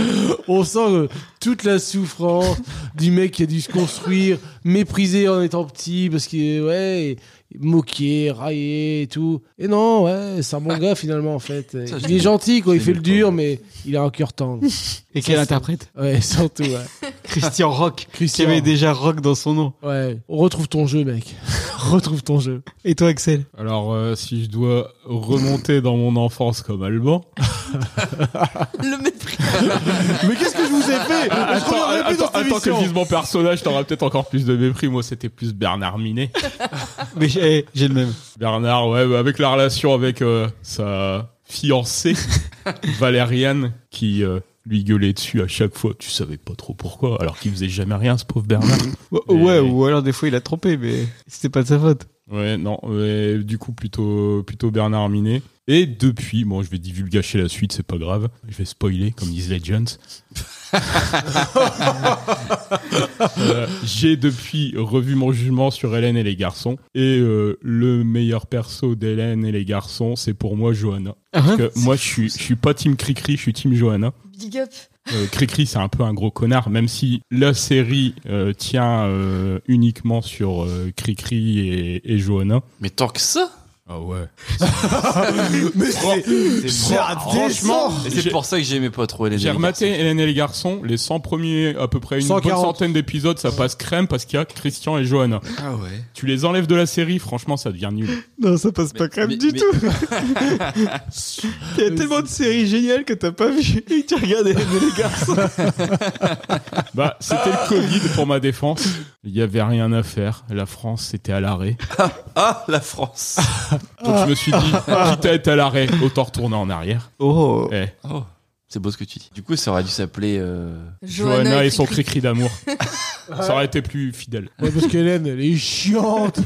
E: On sent euh, toute la souffrance du mec qui a dû se construire, méprisé en étant petit, parce que, ouais, moqué, raillé et tout. Et non, ouais, c'est un bon gars finalement en fait.
C: Ça,
E: il
C: je
E: est
C: l'ai-
E: gentil quoi, il
C: je l'ai
E: fait
C: lu
E: le dur,
C: quand
E: mais il a un cœur tendre.
B: Et quel interprète
E: Ouais, surtout, ouais.
B: Christian Rock, qui
E: Christian.
B: avait déjà Rock dans son nom.
E: Ouais, retrouve ton jeu, mec. retrouve ton jeu.
B: Et toi, Axel
G: Alors, euh, si je dois remonter dans mon enfance comme Alban.
D: Le mépris.
E: Mais qu'est-ce que je vous ai
B: Eh,
E: fait Je
G: Attends,
E: reviendrai plus
G: attends,
E: dans cette
G: attends que je
E: émission.
G: dise mon personnage, t'auras peut-être encore plus de mépris. Moi, c'était plus Bernard Minet.
B: Mais j'ai eh, j'ai le même.
G: Bernard, ouais, bah, avec la relation avec euh, sa fiancée, Valériane, qui euh, lui gueulait dessus à chaque fois. Tu savais pas trop pourquoi, alors qu'il faisait jamais rien, ce pauvre Bernard.
B: Ouais,
G: Et-
B: ou alors des fois il a trompé, mais c'était pas de sa faute.
G: Ouais, non, ouais, du coup, plutôt, plutôt Bernard Minet. Et depuis, bon, je vais divulgacher la suite, c'est pas grave. Je vais spoiler, comme disent les Jones. Euh, J'ai depuis revu mon jugement sur Hélène et les garçons. Et euh, le meilleur perso d'Hélène et les garçons, c'est pour moi Johanna. Parce que moi, je suis, je suis pas team Cricri, je suis team Johanna.
D: Big up.
G: Euh, Cricri, c'est un peu un gros connard, même si la série euh, tient euh, uniquement sur euh, Cricri et, et Johanna.
C: Mais tant que ça
G: Ah ouais.
E: Mais c'est-
C: C'est
E: franchement,
C: Et c'est pour ça que j'aimais pas trop les
G: J'ai rematé Hélène et les garçons, les 100 premiers, à peu près une
E: 140.
G: bonne centaine d'épisodes, ça passe crème parce qu'il y a Christian et Johanna.
C: Ah ouais.
G: Tu les enlèves de la série, franchement, ça devient nul.
B: Non, ça passe pas
C: Mais-
B: crème
C: mais-
B: du
C: mais-
B: tout. Il y a tellement de séries géniales que t'as pas vu et que tu regardes Hélène et les garçons.
G: Bah, c'était le Covid pour ma défense. Il y avait rien à faire. La France, c'était à l'arrêt.
C: Ah, la France
G: Donc je me suis dit,
E: Ah.
G: quitte à être à l'arrêt, autant retourner en arrière.
B: Oh,
G: Eh,
C: Oh, c'est beau ce que tu dis. Du coup, ça aurait dû s'appeler... euh,
G: Johanna, et son
D: Cricri.
G: cri-cri d'amour. ça aurait été plus fidèle.
E: Ouais, parce qu'Hélène, elle est chiante.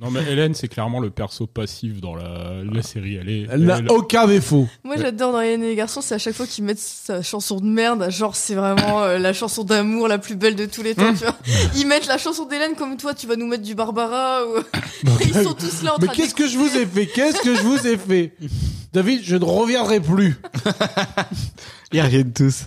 G: Non, mais Hélène, c'est clairement le perso passif dans la, la série. Elle est.
E: Elle n'a
G: elle-
E: aucun défaut.
D: Moi, j'adore dans Hélène et les garçons, c'est à chaque fois qu'ils mettent sa chanson de merde. Genre, c'est vraiment euh, la chanson d'amour la plus belle de tous les temps, tu vois. Ils mettent la chanson d'Hélène comme toi, tu vas nous mettre du Barbara ou. Ils sont tous là en
E: Mais
D: train
E: qu'est-ce
D: d'écouter.
E: que je vous ai fait Qu'est-ce que je vous ai fait David, je ne reviendrai plus.
B: ils reviennent tous.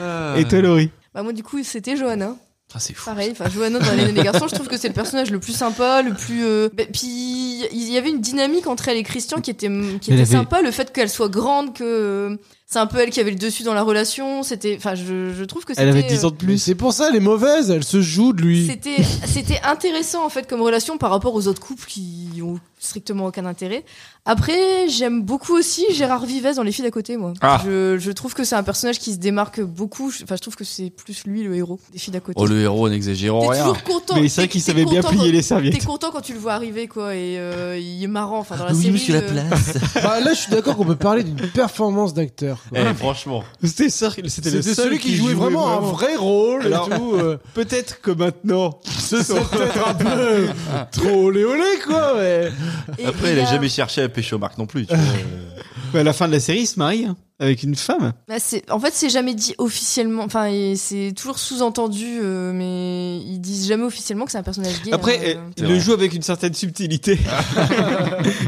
E: Ah.
B: Et toi, Laurie
D: Bah, moi, du coup, c'était Johanna.
C: Ah, c'est fou.
D: Pareil, enfin Johanna dans Hélène et les garçons, je trouve que c'est le personnage le plus sympa, le plus. euh, bah, puis il y avait une dynamique entre elle et Christian qui était qui
B: Elle
D: était
B: avait-
D: sympa, le fait qu'elle soit grande, que euh, c'est un peu elle qui avait le dessus dans la relation. C'était, enfin je, je trouve que c'était.
B: Elle avait 10 ans de
E: Mais
B: plus.
E: c'est pour ça, elle est mauvaise. Elle se joue de
D: euh,
E: lui.
D: C'était c'était intéressant en fait comme relation par rapport aux autres couples qui ont strictement aucun intérêt. Après j'aime beaucoup aussi Gérard Vivès dans Les filles d'à côté moi.
C: Ah.
D: Je, je trouve que c'est un personnage qui se démarque beaucoup. Je- Enfin je trouve que c'est plus lui le héros des filles d'à côté.
C: Oh, le héros, n'exagérons
D: T'es
C: rien.
D: toujours content.
B: Mais
D: T'es-
B: c'est vrai qu'il
D: t'es
B: savait bien
D: content
B: plier
D: quand-
B: les
D: T'es
B: serviettes.
D: content quand tu le vois arriver, quoi, et euh, il est marrant. Enfin, dans la série, euh,
C: place.
E: Bah, là, je suis d'accord qu'on peut parler d'une performance d'acteur. quoi.
C: Eh, franchement.
B: C'était ça- c'était le
E: C'était
B: seul
E: celui qui jouait vraiment un vrai rôle
B: Alors-
E: et tout. euh.
B: Peut-être que maintenant,
E: Ce serait peut-être un peu trop olé olé quoi. Mais...
D: et
C: Après,
D: il
C: il
D: a-
C: a jamais cherché à pêcher au marque non plus. tu vois.
B: à Bah, la fin de la série, il se marie hein, avec une femme.
D: Bah, c'est- en fait, c'est jamais dit officiellement. Enfin, et c'est toujours sous-entendu, euh, mais ils disent jamais officiellement que c'est un personnage gay. hein,
B: Après,
D: euh.
B: il
C: C'est
B: le
C: vrai.
B: joue avec une certaine subtilité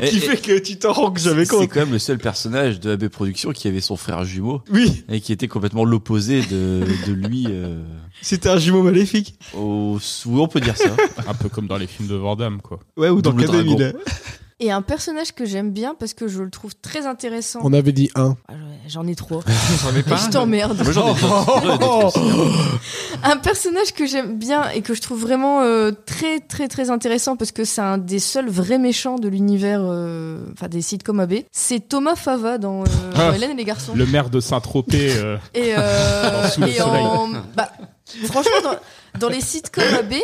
C: Et-
B: qui
C: et-
B: fait que tu t'en rends jamais
C: C'est
B: compte.
C: quand même le seul personnage de AB Productions qui avait son frère jumeau
B: Oui,
C: et qui était complètement l'opposé de, de lui. euh,
B: c'était un jumeau maléfique.
C: au... Oui, on peut dire ça.
G: Un peu comme dans les films de Vordam, quoi.
B: Ouais, ou dans
C: Double dragon.
B: K2000.
D: Et un personnage que j'aime bien parce que je le trouve très intéressant.
E: On avait dit un.
D: Ah, ouais, J'en ai trois.
B: savais
D: Et je t'emmerde.
C: Moi, j'en ai d'autres. J'en ai d'autres aussi.
D: un personnage que j'aime bien et que je trouve vraiment euh, très très très intéressant parce que c'est un des seuls vrais méchants de l'univers, euh, enfin des sitcoms AB, c'est Thomas Fava dans, euh,
C: Ah.
D: dans Hélène et les garçons.
G: Le maire de Saint-Tropez. euh,
D: Et, euh,
G: Dans Sous le
D: et en, bah, franchement, dans, dans les sitcoms AB,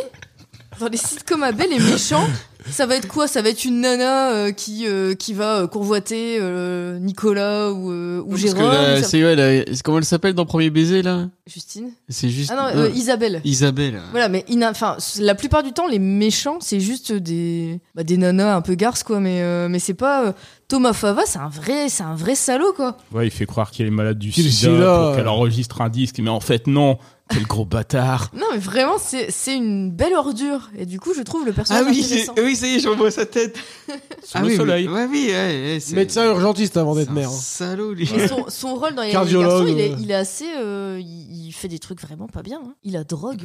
D: dans les sitcoms AB, les méchants, ça va être quoi Ça va être une nana euh, qui euh, qui va euh, convoiter euh, Nicolas ou, euh, ou Jérôme. ou ça-
B: c'est ouais, la- comment elle s'appelle dans Premier baiser là
D: Justine
B: C'est juste
D: Ah non, euh, Isabelle.
B: Isabelle.
D: Voilà, mais ina- enfin, c- la plupart du temps, les méchants, c'est juste des, bah, des nanas un peu garces, quoi. Mais, euh, mais c'est pas. euh, Thomas Fava, c'est un vrai, c'est un vrai salaud, quoi.
G: Ouais, il fait croire qu'il est malade du
E: Qu'il est
G: sida
E: sida.
G: pour qu'elle enregistre un disque, mais en fait, non. Quel gros bâtard.
D: Non, mais vraiment, c'est c'est une belle ordure. Et du coup, je trouve le
B: Ah
D: personnage
B: oui,
D: intéressant.
B: c'est- oui, ça y est, je revois sa tête.
E: Ah
G: Sous le soleil.
B: Oui, ouais, oui, ouais, ouais, c'est-
E: Médecin urgentiste avant
B: c'est
E: d'être
B: un
E: maire. hein.
B: Salaud, lui.
D: Mais son, son rôle dans les garçons,
E: Cardiologue,
D: il est,
E: ouais.
D: il est assez. euh, il, il fait des trucs vraiment pas bien. hein. Il a drogue.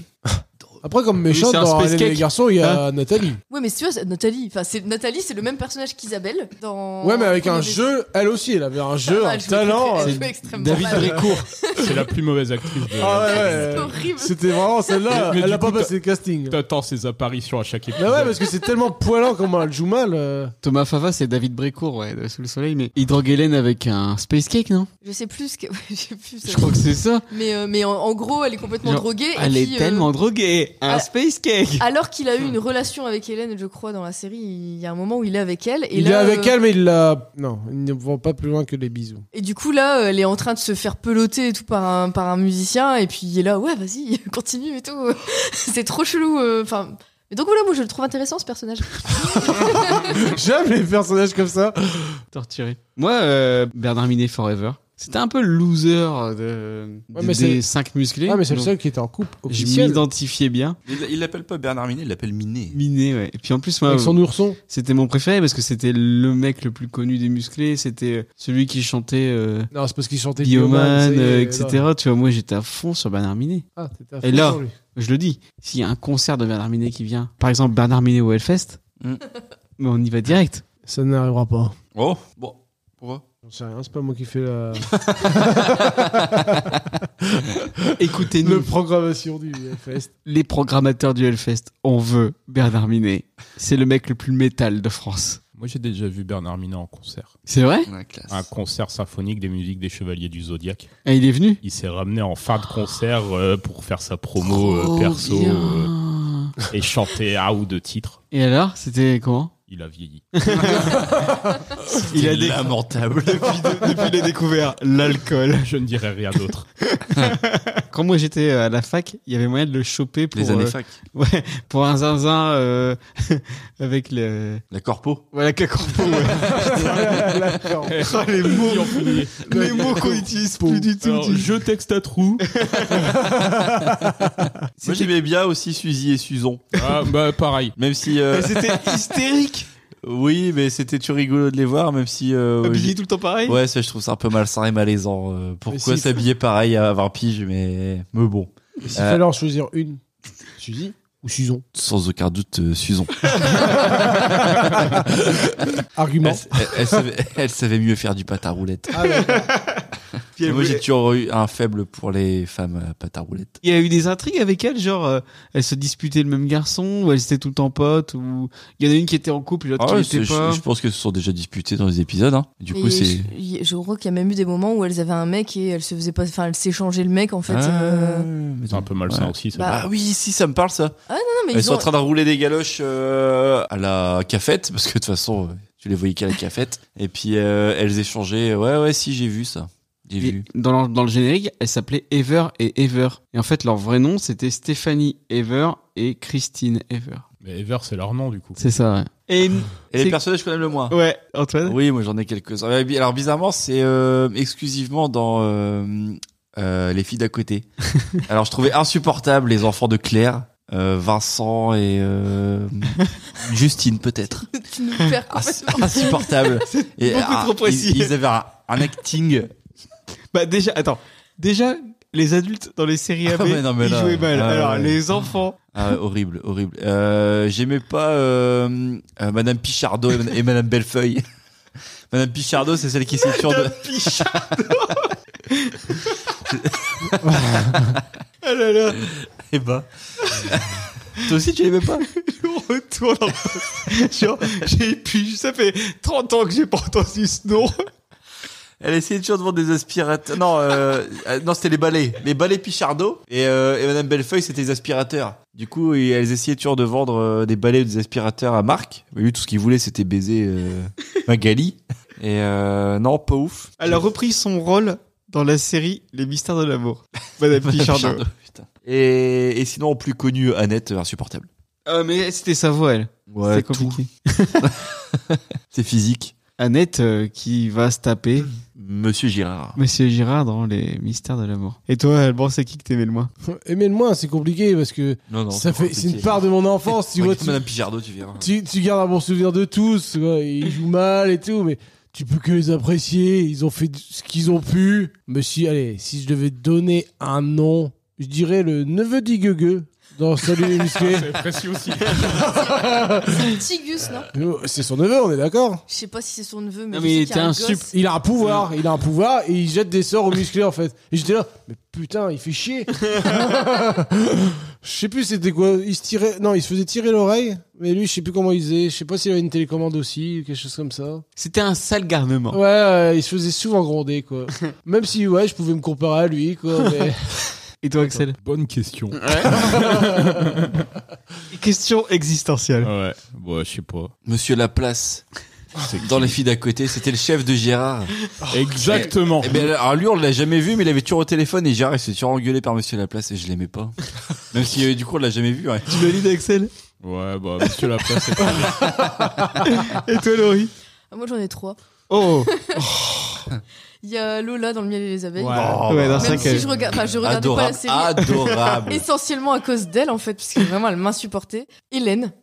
E: Après, comme méchante
B: c'est un
E: dans
B: space
E: Hélène et les
B: cake. Hein
E: garçons, il y a Nathalie.
D: Ouais, mais si tu vois, c'est Nathalie, enfin, c'est Nathalie, c'est le même personnage qu'Isabelle
B: Oh,
D: dans.
E: Ouais, mais avec un
D: Premier
E: jeu, elle aussi, elle avait un jeu,
D: Ah,
E: un
D: elle jouait
E: talent.
D: très-
E: euh,
D: elle jouait extrêmement
B: David
D: mal.
B: Brécourt.
G: C'est la plus mauvaise actrice de.
E: Ah ouais, ouais.
D: C'est horrible.
E: C'était vraiment celle-là.
G: Mais- mais
E: Elle
G: du
E: a pas
G: coup,
E: passé le casting.
G: T'attends ses apparitions à chaque
E: Bah
G: épisode.
E: ouais, parce que c'est tellement poilant comment elle joue mal. euh.
B: Thomas Fava, c'est David Brécourt, ouais, de Sous le Soleil, mais il drogue Hélène avec un space cake, non
D: Je sais plus ce que. ouais, je sais plus. ça.
B: Je crois que c'est ça.
D: Mais, euh, mais en, en gros, elle est complètement
B: Genre,
D: droguée. et
B: Elle
D: puis,
B: est
D: euh,
B: tellement droguée. Un
D: ah.
B: space cake.
D: Alors qu'il
E: Hmm.
D: a eu une relation avec Hélène, je crois, dans la série, il y a un moment où il est avec elle. Et
E: il
D: là,
E: est avec
D: euh,
E: elle, mais il l'a. Non, ils ne vont pas plus loin que les bisous.
D: Et du coup, là, euh, elle est en train de se faire peloter et tout par un, par un musicien. Et puis, il est là, ouais, vas-y, continue et tout. c'est trop chelou. euh, Enfin. mais donc voilà, moi je le trouve intéressant ce personnage.
E: J'aime les personnages comme ça.
B: Torturé. Moi, euh, Bernard Minet Forever. C'était un peu le loser de,
E: Ouais,
B: des- des
E: mais c'est-
B: 5 musclés.
E: Ah, mais c'est le
B: Donc,
E: seul qui était en couple
B: Je
E: officiel.
B: m'identifiais bien.
C: Il il l'appelle pas Bernard Minet, il l'appelle Minet.
B: Minet, ouais. Et puis en plus, moi,
E: Avec son ourson.
B: c'était mon préféré parce que c'était le mec le plus connu des musclés. C'était euh, celui qui chantait euh,
E: Non, c'est parce qu'il chantait
B: Bioman,
E: Bioman,
B: euh,
E: c'est-
B: etc. Tu vois, moi, j'étais à fond sur Bernard Minet.
E: Ah, t'étais à
B: Et
E: fond
B: là.
E: sur lui.
B: Je le dis, s'il y a un concert de Bernard Minet qui vient, par exemple Bernard Minet au Hellfest,
C: Mm.
B: mais on y va direct.
E: Ça n'arrivera pas.
C: Oh Bon. Pourquoi
E: J'en sais rien, c'est pas moi qui fais la
B: Écoutez-nous,
E: le programmation du fest.
B: les programmateurs du Hellfest, on veut Bernard Minet. C'est le mec le plus métal de France.
G: Moi, j'ai déjà vu Bernard Minet en concert.
B: C'est vrai
C: Ouais, classe.
G: Un concert symphonique des musiques des Chevaliers du Zodiaque.
B: Et Il est venu
G: Il s'est ramené en fin de concert euh, pour faire sa
C: Oh,
G: promo
E: Oh,
G: euh, perso
B: Oh, bien.
G: euh, et chanter un ou deux titres.
B: Et alors, c'était comment
G: Il a vieilli.
B: Il a
C: C'est
B: des-
C: lamentable.
B: Depuis il a découvert l'alcool.
G: Je ne dirai rien d'autre.
B: Quand moi j'étais à la fac, il y avait moyen de le choper pour,
C: Les années
B: euh,
C: fac.
B: ouais, pour un zinzin euh, avec le...
C: La corpo.
B: Voilà, cacorpo, ouais.
E: D'accord.
B: Oh, les mots,
G: Qui en finit
B: les mots qu'on n'utilise plus du tout.
G: Alors,
B: tu-
G: je texte à trou.
C: Moi j'aimais bien aussi Suzy et Suzon.
G: Ah, bah, pareil.
C: Même si. euh,
B: Mais C'était hystérique.
C: oui, mais c'était tu rigolo de les voir, même si. euh,
B: Habillé
C: j'ai-
B: tout le temps pareil.
C: Ouais, ça je trouve ça un peu malsain et malaisant. euh, pourquoi
E: Mais si.
C: s'habiller pareil à 20 piges, mais. Mais bon.
E: S'il
C: Euh.
E: fallait en choisir une, Suzy ou Suzon
C: Sans aucun doute, euh, Suzon.
E: Argument.
C: Elle, elle- elle savait, elle savait mieux faire du patin roulette.
E: Ah, d'accord.
B: Puis elle
C: Moi, j'ai
B: voulait-
C: toujours eu un faible pour les femmes euh, à patin roulette.
B: Il y a eu des intrigues avec elle, genre euh, elle se disputait le même garçon, ou elle était tout le temps pote, ou il y en a une qui était en couple et l'autre
C: Ah
B: qui
C: ouais,
B: l'était
C: c'est- je,
B: pas.
C: je pense que se sont déjà disputés dans les épisodes. hein. Du coup,
D: Et
C: c'est.
D: je- y- Je crois qu'il y a même eu des moments où elles avaient un mec et elles se faisaient pas. Enfin, elles s'échangeaient le mec en fait.
C: Ah,
D: euh,
C: mais
G: C'est un peu malsain aussi, ça.
D: Bah,
C: Ah oui, si, ça me parle ça.
D: Non, mais
C: Ils
D: ils
C: sont
D: ont-
C: en train de rouler des galoches euh, à la cafette, parce que de toute façon, euh, tu les voyais qu'à la cafette. Et puis, euh, elles échangeaient. Ouais, ouais, si, j'ai vu ça. J'ai
B: Et
C: vu.
B: dans, leur- dans le générique, elle s'appelait Ever et Ever. Et en fait, leur vrai nom, c'était Stéphanie Ever et Christine Ever.
G: Mais Ever, c'est leur nom, du coup.
B: C'est ça, ouais. Et,
C: Et
B: c'est-
C: les personnages qu'on aime le moins
B: ouais, Antoine
C: Oui, moi j'en ai quelques-uns. Ouais, bi- Alors bizarrement, c'est euh, exclusivement dans euh, euh, les filles d'à côté. Alors je trouvais insupportable les enfants de Claire, euh, Vincent et euh, Justine peut-être.
D: tu nous perds
C: Ins-
D: complètement.
C: insupportable. Et, ah,
B: beaucoup trop précis.
C: Ils, ils avaient un, un acting.
B: Bah déjà, attends. Déjà, les adultes dans les séries AB,
C: Ah ouais, non, mais
B: ils
C: là,
B: jouaient mal.
C: ouais,
B: Alors,
C: ouais.
B: les enfants...
C: Ah, horrible, horrible. Euh, J'aimais pas euh, euh, Madame Pichardo et, Madame- et Madame Bellefeuille. Madame Pichardo, c'est celle qui s'étire de...
B: Ah là là,
C: Eh ben. Toi aussi, tu l'aimais pas
B: on retourne en Genre, j'ai pu... Ça fait 30 ans que j'ai pas entendu ce nom.
C: Elle essayait toujours de vendre des aspirateurs. Non, euh, euh, non, c'était les balais. Les balais Pichardo. Et, euh, et Madame Bellefeuille, c'était les aspirateurs. Du coup, et elles essayaient toujours de vendre euh, des balais ou des aspirateurs à Marc. Mais lui, tout ce qu'il voulait, c'était baiser euh, Magali. Et euh, non, pas ouf.
B: Elle a repris son rôle dans la série Les Mystères de l'amour. Madame Pichardo.
C: Pichardo, putain. Et, et sinon, en plus connu, Annette, euh, insupportable.
B: Ah, mais c'était sa voix, elle.
C: Ouais,
B: C'était
C: tout.
B: compliqué.
C: C'est physique.
B: Annette euh, qui va se taper
C: Monsieur Girard.
B: Monsieur Girard dans Les Mystères de l'amour. Et toi, Alban, c'est qui que t'aimais le moins
E: Aimer le moins, c'est compliqué parce que
C: Non, non.
E: ça fait, c'est une part de mon enfance. Tu vois, tu,
C: Madame Pichardo, tu verras.
E: tu, tu gardes un bon souvenir de tous. tu vois, Ils jouent mal et tout, mais tu peux que les apprécier. Ils ont fait d- ce qu'ils ont pu. Mais si, allez, si je devais donner un nom, je dirais le neveu d'Igueux Non, salut les musclés.
G: C'est précis aussi.
D: Tigus, non
E: Nous, C'est son neveu, on est d'accord
D: Je sais pas si c'est son neveu, mais.
B: Non,
D: je
B: mais
D: sais
B: il
D: qu'il y a
B: était
D: un
B: un
D: gosse.
B: sup.
E: il a un
B: Mm.
E: pouvoir, il a un pouvoir et il jette des sorts aux musclés en fait. Et j'étais là, mais putain, il fait chier. Je sais plus c'était quoi, il se tirait, non, il se faisait tirer l'oreille, mais lui, je sais plus comment il faisait, je sais pas s'il avait une télécommande aussi, ou quelque chose comme ça.
B: C'était un sale garnement.
E: Ouais, ouais, il se faisait souvent gronder quoi. Même si, ouais, je pouvais me comparer à lui quoi, mais.
B: Et toi, Axel
G: Bonne question.
B: Question existentielle.
G: Ouais, ouais, je sais pas.
C: Monsieur Laplace. Dans les filles d'à côté, c'était le chef de Gérard.
G: Exactement.
C: Eh ben, alors lui, on l'a jamais vu, mais il avait toujours au téléphone et Gérard, il s'est toujours engueulé par Monsieur Laplace et je l'aimais pas. Même si euh, du coup, on l'a jamais vu. Ouais.
B: Tu valides, Axel
G: Ouais, bah, monsieur Laplace, c'est pas
B: Et toi, Laurie
D: Ah, moi j'en ai trois.
B: Oh
D: Il y a Lola dans le miel et les abeilles.
C: Oh.
B: Ouais,
D: Même
B: dans cinq, euh,
D: si je, regarde, enfin, je regardais pas la
C: Adorable, Ah,
D: série.
C: adorable.
D: Essentiellement à cause d'elle en fait, parce que vraiment elle m'insupportait. Hélène.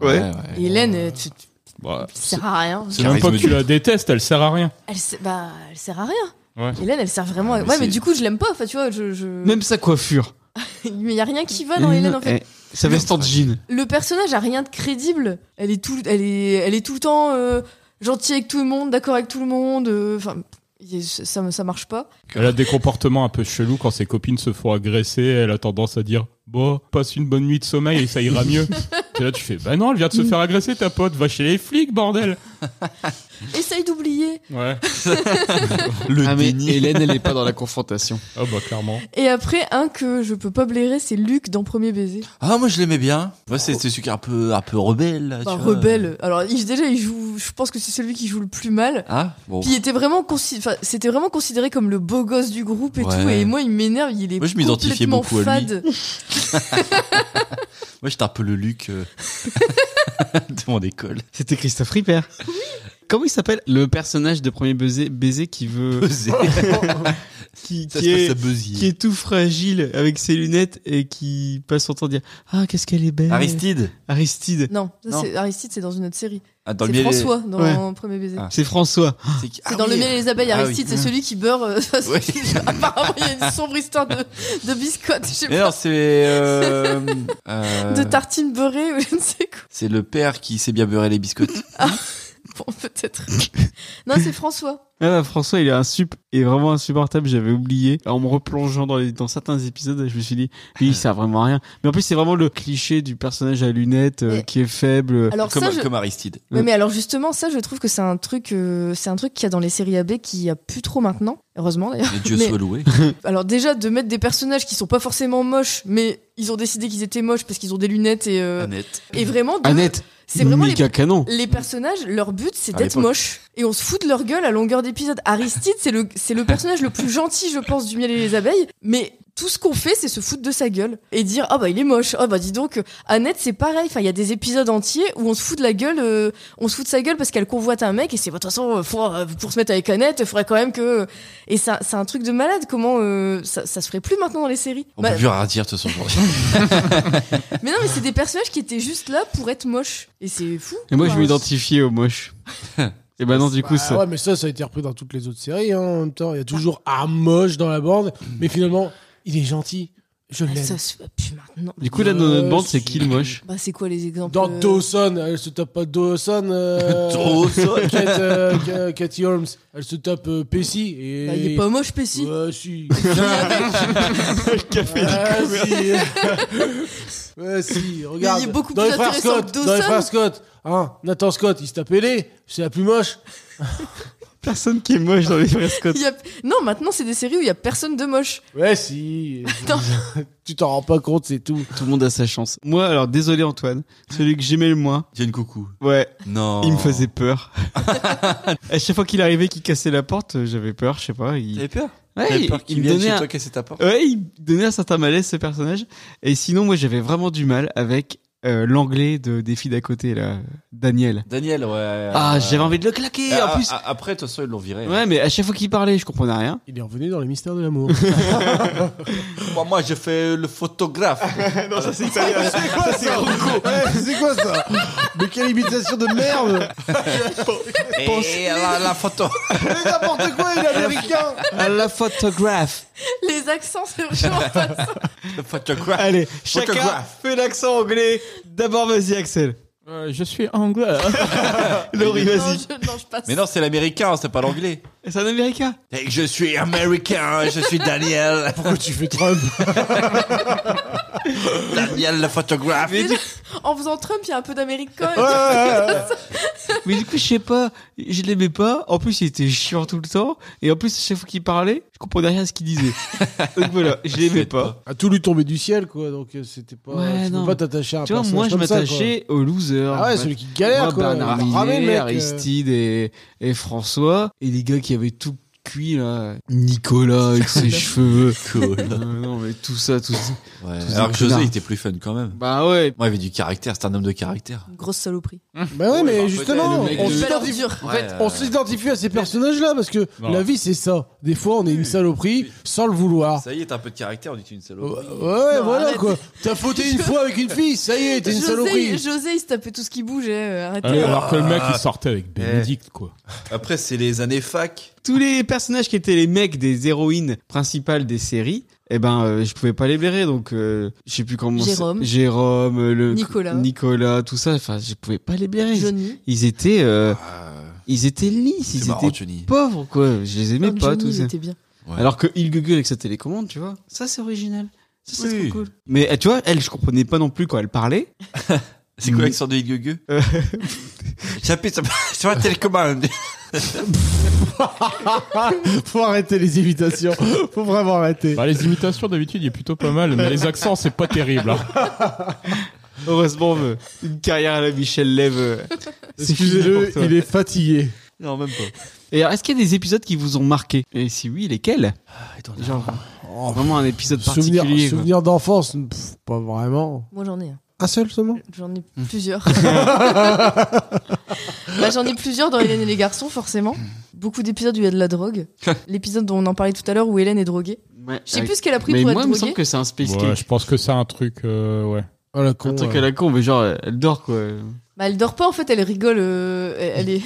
B: Ouais.
D: Et Hélène, euh, tu, tu-
G: Bah,
D: elle sert à rien.
C: c'est
G: c'est même pas que
C: charisme
G: tu
C: du-
G: la détestes, elle sert à rien.
D: Elle, se- bah, elle sert à rien.
G: Ouais.
D: Hélène, elle sert vraiment à...
C: Ah, Mais
D: Ouais, mais
C: c'est-
D: du coup, je l'aime pas. Enfin, tu vois, je. je-
B: Même sa coiffure.
D: Mais y a rien qui va dans Ah Hélène en fait.
B: Eh, Sa veste en jean.
D: le personnage a rien de crédible. Elle est tout, elle est, elle est tout le temps euh, gentille avec tout le monde, d'accord avec tout le monde. euh, Enfin, y est- ça, ça marche pas.
G: Elle a des comportements un peu chelous quand ses copines se font agresser. Elle a tendance à dire Bon, passe une bonne nuit de sommeil et ça ira mieux. et là, tu fais Bah non, elle vient de se faire agresser, ta pote, va chez les flics, bordel.
D: Essaye d'oublier.
G: Ouais,
C: Le
B: Ah, mais
C: déni.
B: Hélène, elle est pas dans la confrontation.
G: ah bah clairement.
D: Et après, un que je peux pas blairer, c'est Luc dans Premier Baiser.
C: Ah, moi, je l'aimais bien. Moi, c'est c'est celui qui est un peu, un peu rebelle. là,
D: Enfin,
C: tu vois.
D: Bah, rebelle. Alors, il, déjà, il joue, je pense que c'est celui qui joue le plus mal.
C: Ah, bon.
D: Puis il était vraiment, consi- enfin, c'était vraiment considéré comme le beau gosse du groupe et
C: Ouais.
D: tout. Et moi, il m'énerve, il est
C: Moi, je m'identifiais
D: complètement
C: beaucoup à lui.
D: fade.
C: Moi, j'étais un peu le Luc euh, de mon école.
B: C'était Christophe Ripper. Comment il s'appelle le personnage de premier baiser, baiser qui veut
C: Buzzer.
B: qui,
C: Ça
B: qui
C: se passe à
B: est,
C: Buzier.
B: qui est tout fragile avec ses lunettes et qui passe son temps à dire ah qu'est-ce qu'elle est belle
C: Aristide.
B: Aristide.
D: Non, ça,
C: Non.
D: c'est- Aristide, c'est dans une autre série.
C: Ah, dans le
D: C'est
C: miel et-
D: François dans
B: Ouais.
D: Premier Baiser.
C: Ah.
B: C'est François.
C: C'est qui-
D: C'est
C: Ah
D: dans
C: oui.
D: le miel et les abeilles,
C: Ah oui.
D: Aristide, c'est celui qui beurre. euh, parce
C: Ouais.
D: que- apparemment, il y a une sombre histoire de, de biscottes, je sais
C: Mais
D: pas,
C: non, c'est. euh, euh,
D: de tartines beurrées ou je ne sais quoi.
C: C'est le père qui sait bien beurrer les biscottes.
D: Bon, peut-être. non, c'est François.
B: Ah bah, François il est un sup et vraiment insupportable. J'avais oublié en me replongeant dans, les, dans certains épisodes je me suis dit lui il sert vraiment à rien. Mais en plus c'est vraiment le cliché du personnage à lunettes euh,
D: Et-
B: qui est faible.
D: Alors
C: comme,
D: ça, je...
C: comme Aristide.
D: Ouais, mais alors justement, ça, je trouve que c'est un truc, euh, c'est un truc qu'il y a dans les séries AB qui a plus trop maintenant. Heureusement d'ailleurs.
C: Mais Dieu
D: Mais-
C: soit loué.
D: Alors déjà de mettre des personnages qui sont pas forcément moches, mais ils ont décidé qu'ils étaient moches parce qu'ils ont des lunettes et euh,
C: Annette.
D: et vraiment, de-
B: Annette.
D: c'est vraiment les
B: méga canon.
D: Les personnages, leur but, c'est
C: À
D: d'être
C: l'époque.
D: moche. Et on se fout de leur gueule à longueur d'épisode. Aristide, c'est le, c'est le personnage le plus gentil, je pense, du miel et les abeilles. Mais tout ce qu'on fait, c'est se foutre de sa gueule. Et dire, ah bah, il est moche. Ah bah, dis donc, euh, Annette, c'est pareil. Enfin, il y a des épisodes entiers où on se fout de la gueule, euh, on se fout de sa gueule parce qu'elle convoite un mec et c'est, bah, de toute façon, euh, faut, euh, pour se mettre avec Annette, il faudrait quand même que. Et ça, c'est un truc de malade. Comment, euh, ça, ça se ferait plus maintenant dans les séries.
C: On
D: Bah,
C: peut plus rien dire de toute façon. aujourd'hui.
D: mais non, mais c'est des personnages qui étaient juste là pour être moches. Et c'est fou.
B: Et moi je
D: Enfin,
B: m'identifiais au moche. et bah non du coup
E: Bah
B: ça.
E: Ouais, mais ça, ça a été repris dans toutes les autres séries. hein, en même temps, il y a toujours un moche dans la bande, mais finalement, il est gentil. Je l'aime.
D: Ça se fait plus maintenant.
B: Du coup là dans notre
E: Euh,
B: bande c'est
E: si.
B: qui le moche
D: Bah, c'est quoi les exemples
E: Dans
D: euh,
E: Dawson, elle se tape pas Dawson. euh,
C: Dawson.
E: Kate, euh, Ka- Cathy Holmes, elle se tape euh, Pesci. Et...
D: bah, Il est pas moche, Pessi.
E: Ouais, si.
B: Café.
E: Ouais, si. Ouais, si, regarde.
D: il est beaucoup
E: dans
D: plus
E: les frères
D: intéressant
E: Scott,
D: que
E: Dans les
D: Dawson.
E: frères Scott, hein, Nathan Scott, il se tape ailé, c'est la plus moche.
B: Personne qui est moche dans les frères Scott.
D: Il y a- Non, maintenant, c'est des séries où il y a personne de moche.
E: Ouais, si.
D: Non.
E: tu t'en rends pas compte, c'est tout.
B: Tout le monde a sa chance. Moi, alors désolé Antoine, celui que j'aimais le moins,
C: Diane Coucou.
B: ouais,
C: Non.
B: il me faisait peur. à chaque fois qu'il arrivait, qu'il cassait la porte, euh, j'avais peur, je sais pas. Il...
C: T'avais peur
B: Ouais,
C: T'avais
B: il-
C: peur qu'il
B: il me
C: vienne
B: donnait
C: chez
B: un-
C: toi casser ta porte
B: Ouais, il donnait un certain malaise ce personnage. Et sinon, moi, j'avais vraiment du mal avec euh, l'anglais de, des filles d'à côté, là, Daniel.
C: Daniel, ouais.
B: Ah,
C: euh,
B: j'avais envie de le claquer
C: ah,
B: en plus.
C: ah, Après, de toute façon, ils l'ont viré.
B: Ouais, mais à chaque fois qu'il parlait, je comprenais rien.
E: Il est revenu dans les mystères de l'amour.
C: Moi, moi, j'ai fait le photographe.
B: non, ça c'est italien.
H: C'est quoi ça Ouais, C'est quoi ça Mais quelle imitation de merde
C: Et la, la photo.
H: Mais n'importe quoi, il est américain
B: La photographe.
D: Les accents, c'est vraiment pas ça.
C: Le photographe.
B: Allez, chacun
C: Photographe.
B: fait l'accent anglais. D'abord, vas-y, Axel.
G: Euh, je suis anglais.
B: Laurie,
D: Non,
B: vas-y.
D: je, non, je passe.
C: Mais non, c'est l'américain, hein, c'est pas l'anglais.
B: C'est un américain.
C: Et je suis américain, je suis Daniel.
E: Pourquoi tu fais Trump
C: Daniel, le photographe.
B: Mais du,
D: En faisant Trump, il y a un peu d'Amérique quand même.
B: mais du coup, je sais pas. Je l'aimais pas. En plus, il était chiant tout le temps. Et en plus, à chaque fois qu'il parlait, je comprenais rien à ce qu'il disait. Donc voilà, je l'aimais pas.
E: À tout lui tomber du ciel, quoi. Donc euh, c'était pas.
B: Ouais,
E: tu
B: non.
E: peux pas t'attacher à un
B: Tu vois,
E: personnage
B: moi, je
E: comme ça, quoi.
B: m'attachais aux losers.
E: Ah ouais, celui qui galère,
B: Moi,
E: quoi.
B: Bernard
E: Il a ramé le
B: Rivet,
E: mec, euh.
B: Aristide et, et François, et les gars qui avaient tout cuit, là. Nicolas avec ses cheveux. Euh, non, mais tout ça, tout ça.
C: Alors que José,
B: Connard.
C: il était plus fun quand même.
B: Bah ouais.
C: Moi, il avait du caractère, c'est un homme de caractère.
D: Une grosse saloperie.
E: Bah ouais, mais
C: bah,
E: justement,
C: peut-être le mec
E: on
C: de-
E: s'identifie.
D: dure.
C: En
E: On s'identifie à ces personnages-là parce que
G: Non.
E: la vie c'est ça. Des fois on est une saloperie sans le vouloir.
C: Ça y est, t'as un peu de caractère, on dit que tu es une
E: Ouais,
C: salope.
E: ouais,
D: Non,
E: voilà
D: arrête.
E: quoi. T'as fauté une fois avec une fille, ça y est, t'es une
D: José,
E: saloperie.
D: José, il se tapait tout ce qui bougeait. euh, Arrêtez.
G: Hein, Alors que le mec, il sortait avec Bénédicte, quoi.
C: Après, c'est les années fac.
B: Tous les personnages qui étaient les mecs des héroïnes principales des séries, eh ben, euh, je pouvais pas les blairer, donc, euh, je sais plus comment c'est-
D: Jérôme.
B: Jérôme, euh, le.
D: Nicolas.
B: Nicolas, tout ça. Enfin, je pouvais pas les blairer.
D: Johnny.
B: Ils étaient, euh,
C: Ah,
B: ils étaient lisses,
C: c'est
B: ils
C: marrant,
B: étaient
C: Johnny.
B: pauvres, quoi. Je les aimais
D: Comme
B: pas,
D: Johnny,
B: tous
D: il
B: ça.
D: était bien.
C: Ouais.
B: Alors que Il Gugul avec sa télécommande, tu vois, ça c'est original. Ça c'est
C: Oui.
B: trop cool. Mais euh, tu vois, elle, je comprenais pas non plus quand elle parlait.
C: C'est quoi
B: Mais-
C: l'accent de Gugu
B: Euh.
C: J'appuie sur sur ma télécommande.
E: Faut arrêter les imitations. Faut vraiment arrêter.
G: Bah, les imitations d'habitude, il est plutôt pas mal, mais les accents, c'est pas terrible. hein.
B: Heureusement, euh, une carrière à la Michel Lève. euh, c'est fini pour toi.
E: Euh, est fatigué.
C: Non, même pas.
B: Et alors, est-ce qu'il y a des épisodes qui vous ont marqué Et si oui, lesquels Genre, vraiment un épisode
E: Oh, Souvenir,
B: particulier. quoi.
E: souvenir d'enfance, pff, pas vraiment.
D: Moi, j'en ai un.
E: Un seul seulement
D: J'en ai plusieurs. Bah, J'en ai plusieurs dans Hélène et les garçons, forcément. Beaucoup d'épisodes où il y a de la drogue. L'épisode dont on en parlait tout à l'heure où Hélène est droguée.
B: Ouais,
D: Je sais
B: avec-
D: plus ce qu'elle a pris
B: Mais
D: pour
B: moi,
D: être
B: il me semble
D: droguée.
B: que c'est un space
G: Ouais,
B: cake.
G: je pense que c'est un truc, euh, ouais.
E: Ah la con.
B: Un truc
E: ouais.
B: à la con, mais genre, euh, elle dort quoi. Ouais,
D: Bah, elle dort pas en fait, elle rigole. euh, elle elle est.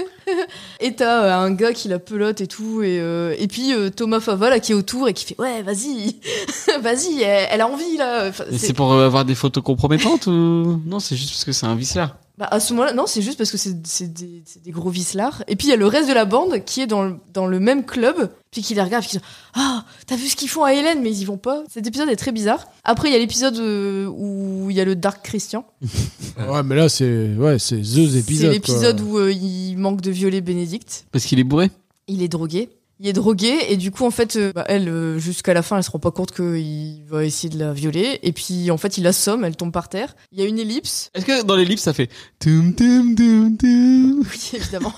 D: et t'as euh, un gars qui la pelote et tout. Et, euh, et puis euh, Thomas Favola qui est autour et qui fait Ouais, vas-y, vas-y, elle, elle a envie là. Enfin,
B: Et
D: c'est-
B: c'est pour euh, avoir des photos compromettantes ou Non, c'est juste parce que c'est un vice là.
D: Bah, à ce moment-là, non, c'est juste parce que c'est c'est des, c'est des gros vislards. Et puis il y a le reste de la bande qui est dans le, dans le même club, puis qui les regarde, puis qui dit Ah, t'as vu ce qu'ils font à Hélène, mais ils y vont pas. Cet épisode est très bizarre. Après, il y a l'épisode euh, où il y a le Dark Christian.
E: Ouais, mais là c'est ouais, c'est the
D: C'est
E: épisode.
D: l'épisode où euh, il manque de violer Bénédicte.
B: Parce qu'il est bourré
D: Il est drogué. Il est drogué et du coup en fait euh, bah, elle euh, jusqu'à la fin elle se rend pas compte qu'il va essayer de la violer et puis en fait il assomme elle tombe par terre il y a une ellipse
B: Est-ce que dans les livres ça fait tum tum tum tum
D: oui évidemment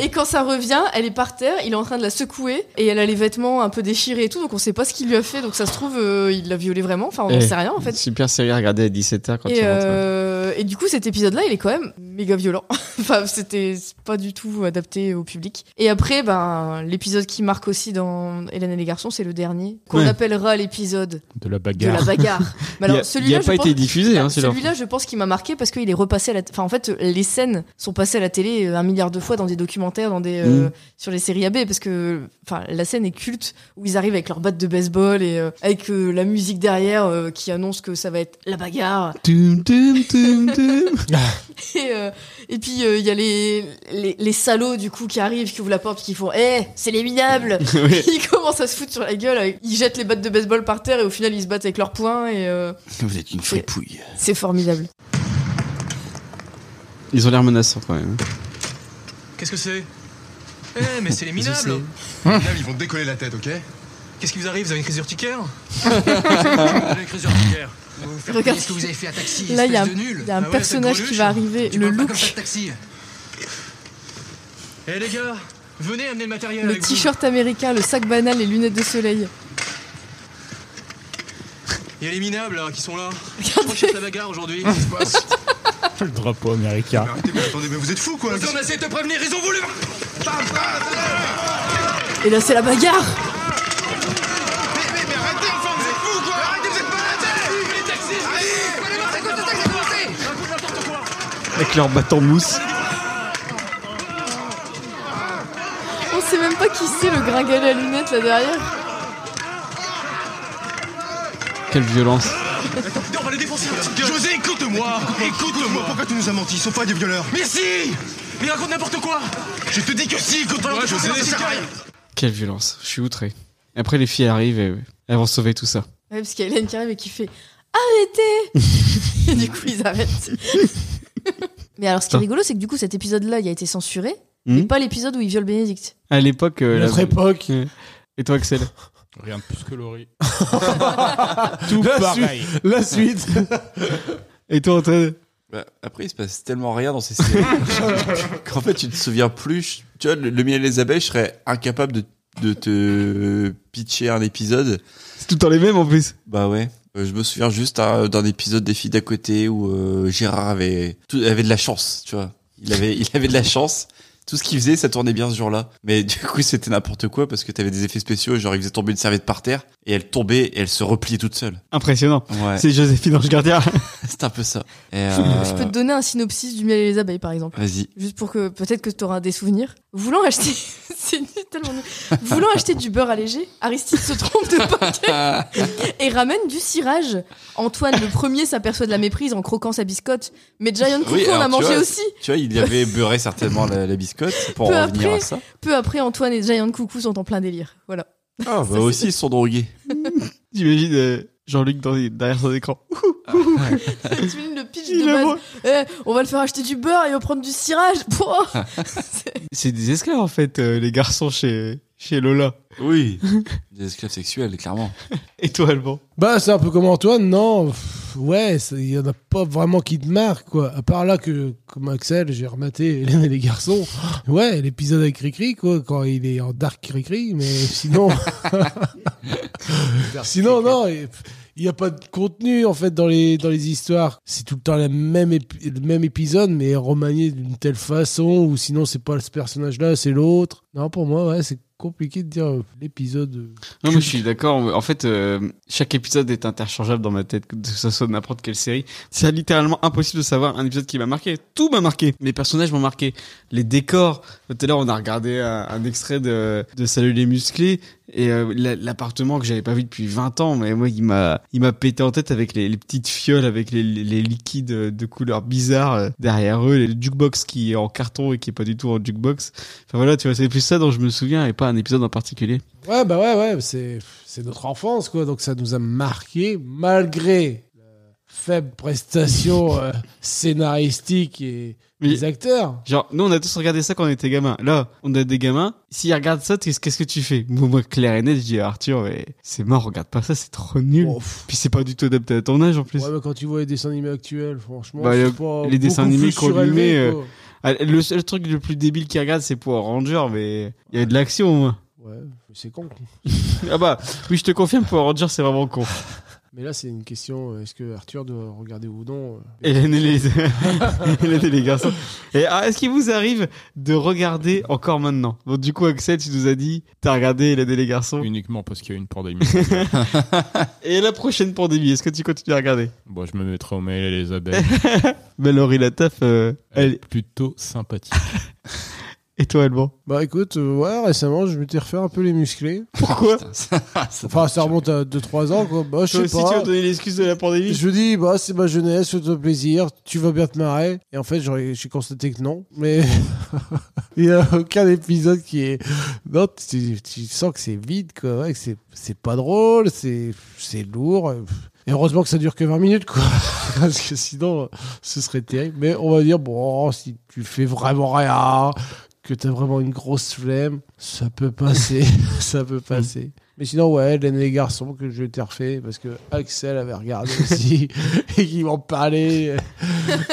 D: et quand ça revient elle est par terre il est en train de la secouer et elle a les vêtements un peu déchirés et tout donc on sait pas ce qu'il lui a fait donc ça se trouve euh, il l'a violée vraiment enfin on en
B: Eh,
D: sait rien en fait
B: Super série à regarder à 17h quand
D: et,
B: tu rentres. hein.
D: euh, et du coup, cet épisode-là, il est quand même méga violent. enfin, c'était pas du tout adapté au public. Et après, ben, l'épisode qui marque aussi dans Hélène et les garçons, c'est le dernier, qu'on
B: Ouais.
D: appellera l'épisode
G: De la
D: de la
G: bagarre.
D: bagarre. Mais
B: il
D: alors,
B: a, il a
D: celui-là, je
B: pas
D: pense.
B: été diffusé, hein, celui-là.
D: Celui-là, je pense qu'il m'a marqué parce qu'il est repassé à la. t- Enfin, en fait, les scènes sont passées à la télé euh, un milliard de fois dans des documentaires, dans des
B: Mm.
D: euh, sur les séries AB, parce que enfin la scène est culte où ils arrivent avec leur batte de baseball et euh, avec euh, la musique derrière euh, qui annonce que ça va être la bagarre.
B: Tum tum tum tum.
D: Et, euh, et puis euh, il y a les, les, les salauds du coup qui arrivent, qui ouvrent la porte, qui font Eh, c'est les minables
B: Ouais.
D: Ils commencent à se foutre sur la gueule, avec- ils jettent les battes de baseball par terre et au final ils se battent avec leurs poings et euh,
C: Vous êtes une fripouille.
D: c'est formidable.
B: Ils ont l'air menaçants quand même. hein.
I: Qu'est-ce que c'est Eh, mais c'est les minables
H: Là, ils vont te décoller la tête, ok
I: Qu'est-ce qui vous arrive Vous avez une crise urticaire Vous avez une crise urticaire Vous vous faites
D: Regarde.
I: payer ce que vous avez fait à taxi,
D: Là, il y a
I: espèce
D: un-
I: de nul.
D: il y a un
I: Ah ouais,
D: personnage
I: cette
D: qui va
I: greluche.
D: arriver,
I: Tu
D: le
I: parles pas
D: look.
I: comme ça de taxi. Eh les gars, venez amener le matériel
D: Le
I: avec vous.
D: t-shirt américain, le sac banal, les lunettes de soleil.
I: Il y a les minables là, qui sont là. Moi, je fais la bagarre aujourd'hui. Qu'est-ce qui se passe
G: Le drapeau américain.
I: Mais Arrêtez, mais attendez, mais vous êtes fous quoi On a essayé de te prévenir, ils ont voulu
D: Et là, c'est la bagarre
I: Mais, mais, mais arrêtez enfin, vous êtes fous quoi Arrêtez, vous êtes malades Les taxis
B: Avec leur bâton mousse.
D: On sait même pas qui c'est le gringalet à lunettes là derrière.
B: Quelle violence.
I: On va les défoncer José, écoute-moi Écoute-moi Pourquoi tu nous as menti Ils sont pas des violeurs Mais si Mais raconte n'importe quoi Je te dis que si, écoute-moi José, c'est
B: Quelle violence. Je suis outré. Après, les filles arrivent et euh, elles vont sauver tout ça.
D: Ouais, parce qu'il y a Hélène qui arrive et qui fait Arrêtez Et du coup, ils arrêtent. Mais alors, ce qui est
B: Putain.
D: rigolo, c'est que du coup, cet épisode-là, il a été censuré.
B: Hmm.
D: Mais pas l'épisode où il viole Bénédicte.
B: À l'époque. euh,
E: Notre
B: la-
E: époque.
B: Et toi, Axel
G: Rien de plus que Laurie.
E: Tout
G: Pareil.
E: La suite.
B: Et toi, Antoine
C: Bah, après, il se passe tellement rien dans ces séries qu'en fait, tu te souviens plus. Tu vois, le, le miel et les abeilles, je serais incapable de, de te pitcher un épisode.
B: C'est tout le temps les mêmes en plus.
C: Bah ouais. Euh, Je me souviens juste hein, d'un épisode des filles d'à côté où euh, Gérard avait, tout, avait de la chance, tu vois. Il avait, il avait de la chance. Tout ce qu'il faisait, ça tournait bien ce jour-là. Mais du coup, c'était n'importe quoi parce que t'avais des effets spéciaux, genre il faisait tomber une serviette par terre et elle tombait et elle se repliait toute seule.
B: Impressionnant.
C: Ouais,
B: C'est Joséphine Ange Gardien.
C: c'est un peu ça. Et,
D: Je peux
C: euh,
D: te donner un synopsis du miel et les abeilles, par exemple.
C: Vas-y.
D: Juste pour que peut-être que tu auras des souvenirs. Voulant acheter. c'est nul, tellement nul. Voulant acheter du beurre allégé, Aristide se trompe de paquet et ramène du cirage. Antoine, le premier, s'aperçoit de la méprise en croquant sa biscotte. Mais Giant Coucou,
C: Oui,
D: on
C: alors,
D: a
C: tu
D: mangé
C: vois,
D: aussi.
C: Tu vois, il y avait beurré certainement la, la biscotte pour
D: Peu
C: en revenir
D: après.
C: à ça.
D: Peu après, Antoine et Giant Coucou sont en plein délire. Voilà.
C: Ah, bah aussi, ils sont drogués.
B: J'imagine euh, Jean-Luc dans- derrière son écran.
D: T'imagines le pitch
B: Il
D: de
B: a
D: base.
B: beau-
D: Eh, on va le faire acheter du beurre et on va prendre du cirage. Pouah.
B: C'est des esclaves en fait, euh, les garçons chez, chez Lola.
C: Oui. Des esclaves sexuels, clairement.
B: Et toi, Alban
E: Bah, c'est un peu comme Antoine, non pff, Ouais, c'est- il y en a pas vraiment qui te marquent, quoi. À part là que, comme Axel, j'ai rematé Hélène et les garçons. Ouais, l'épisode avec Cricri, quoi, quand il est en dark Cricri, mais sinon. sinon, non, et- il n'y a pas de contenu, en fait, dans les, dans les histoires. C'est tout le temps la même épi- le même épisode, mais remanié d'une telle façon, ou sinon, c'est pas ce personnage-là, c'est l'autre. Non, pour moi, ouais, c'est compliqué de dire euh, l'épisode. euh,
B: Non, mais je suis d'accord. En fait, euh, chaque épisode est interchangeable dans ma tête, que ce soit n'importe quelle série. C'est littéralement impossible de savoir un épisode qui m'a marqué. Tout m'a marqué. Les personnages m'ont marqué. Les décors. Tout à l'heure, on a regardé un, un extrait de, de Salut les musclés et euh, la- l'appartement que j'avais pas vu depuis 20 ans. Mais moi, il m'a, il m'a pété en tête avec les, les petites fioles, avec les, les- les liquides euh, de couleurs bizarres euh, derrière eux, les jukebox qui est en carton et qui est pas du tout en jukebox. Enfin voilà, tu vois, c'est plus ça dont je me souviens et pas un épisode en particulier.
E: Ouais, bah ouais, ouais, c'est, c'est notre enfance, quoi. Donc ça nous a marqué, malgré la faible prestation euh, scénaristique et
B: Mais-
E: des acteurs.
B: Genre, nous, on a tous regardé ça quand on était gamins. Là, on a des gamins. S'ils regardent ça, t'es- qu'est-ce que tu fais Moi, moi, clair et net, je dis à Arthur, mais c'est mort, regarde pas ça, c'est trop nul.
E: Bon, Oh, pff,
B: Puis c'est pas du tout adapté à ton âge en plus.
E: ouais, mais quand tu vois les dessins animés actuels, franchement,
B: Bah,
E: c'est
B: le-
E: pas
B: les dessins
E: beaucoup
B: animés
E: plus
B: qu'on lui
E: surélevé,
B: met,
E: quoi.
B: Ah, Le seul truc le plus débile qu'ils regardent, c'est Power Ranger, mais il y a de l'action au moins.
E: Ouais, mais c'est con.
B: ah bah, oui, je te confirme, Power Ranger, c'est vraiment con.
E: Mais là, c'est une question euh, est-ce que Arthur doit regarder ou non euh,
B: Hélène et les, Hélène et les garçons. Et ah, est-ce qu'il vous arrive de regarder encore maintenant Bon, du coup, Axel, tu nous as dit, t'as regardé Hélène et les garçons.
G: Uniquement parce qu'il y a une pandémie.
B: Et la prochaine pandémie, est-ce que tu continues à regarder
G: Bon, je me mettrai au mail à les abeilles.
B: Mais Laurie Lataf, euh,
G: Elle est
B: elle,
G: plutôt sympathique.
B: et toi, Alban
E: Bah écoute, euh, ouais, récemment, je m'étais refait un peu les musclés.
B: Pourquoi
C: Putain, ça- ça-
E: Enfin, ça remonte à 2-3 ans, quoi. Bah, je
B: Toi
E: sais
B: aussi,
E: pas.
B: tu as donné l'excuse de la pandémie
E: Je me dis, bah, c'est ma jeunesse, fais-toi plaisir, tu vas bien te marrer. Et en fait, j'aurais- j'ai constaté que non. Mais il n'y a aucun épisode qui est. Non, tu, tu sens que c'est vide, quoi. ouais, que c'est c'est pas drôle, c'est c'est lourd. Et heureusement que ça dure que 20 minutes, quoi. Parce que sinon, ce serait terrible. Mais on va dire, bon, si tu fais vraiment rien, que t'as vraiment une grosse flemme, ça peut passer. ça peut passer. Mais sinon, ouais, Hélène et les garçons que je t'ai refait parce que Axel avait regardé aussi et qu'il m'en parlait.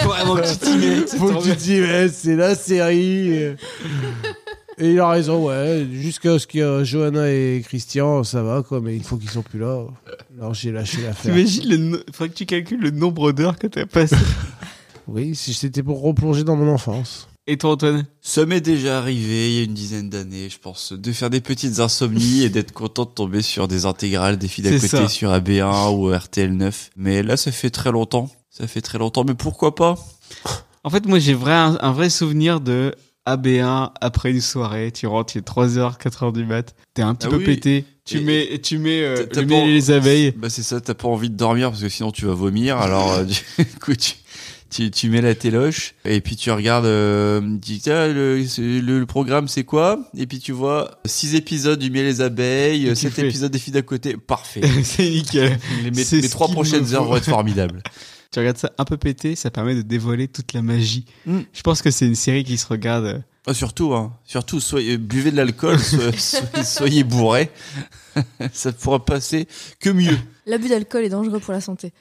B: Vraiment que tu t'y mettes, c'est
E: Faut
B: trop
E: que tu
B: bien.
E: te dis, ouais, c'est la série. Et il a raison, ouais. Jusqu'à ce que euh, Johanna et Christian, ça va, quoi. Mais il faut qu'ils sont plus là. Alors j'ai lâché l'affaire.
B: T'imagines le. no- Faudrait que tu calcules le nombre d'heures que t'as passé.
E: Oui, si c'était pour replonger dans mon enfance.
B: Et toi, Antoine
C: Ça m'est déjà arrivé il y a une dizaine d'années, je pense, de faire des petites insomnies et d'être content de tomber sur des intégrales des filles d'à
B: C'est
C: côté
B: ça.
C: sur AB1 ou RTL9. Mais là, ça fait très longtemps. Ça fait très longtemps, mais pourquoi pas
B: En fait, moi, j'ai vrai, un, un vrai souvenir de AB1 après une soirée. Tu rentres, il est 3h, 4h du mat. T'es un petit
C: Ah
B: peu
C: oui.
B: pété. Tu
C: Et-
B: mets, tu mets euh,
C: T'as- t'as
B: le
C: pas-
B: miel et les abeilles.
C: Bah c'est ça, t'as pas envie de dormir parce que sinon tu vas vomir. Alors euh, du coup tu, tu, tu mets la téloche et puis tu regardes, euh, tu dis, Ah, le, c'est- le- le programme c'est quoi Et puis tu vois euh, six épisodes du miel et les abeilles,
B: Et tu
C: 7
B: fais.
C: épisodes des filles d'à côté, parfait.
B: C'est nickel.
C: Les, mes,
B: C'est
C: mes
B: ce
C: trois
B: qu'il me
C: prochaines
B: faut.
C: heures vont être formidables.
B: Tu regardes ça un peu pété, ça permet de dévoiler toute la magie.
C: Mm.
B: Je pense que c'est une série qui se regarde. euh,
C: Ah, surtout, hein. surtout, soyez, buvez de l'alcool, so- soyez, soyez bourrés. ça pourra passer que mieux.
D: L'abus d'alcool est dangereux pour la santé.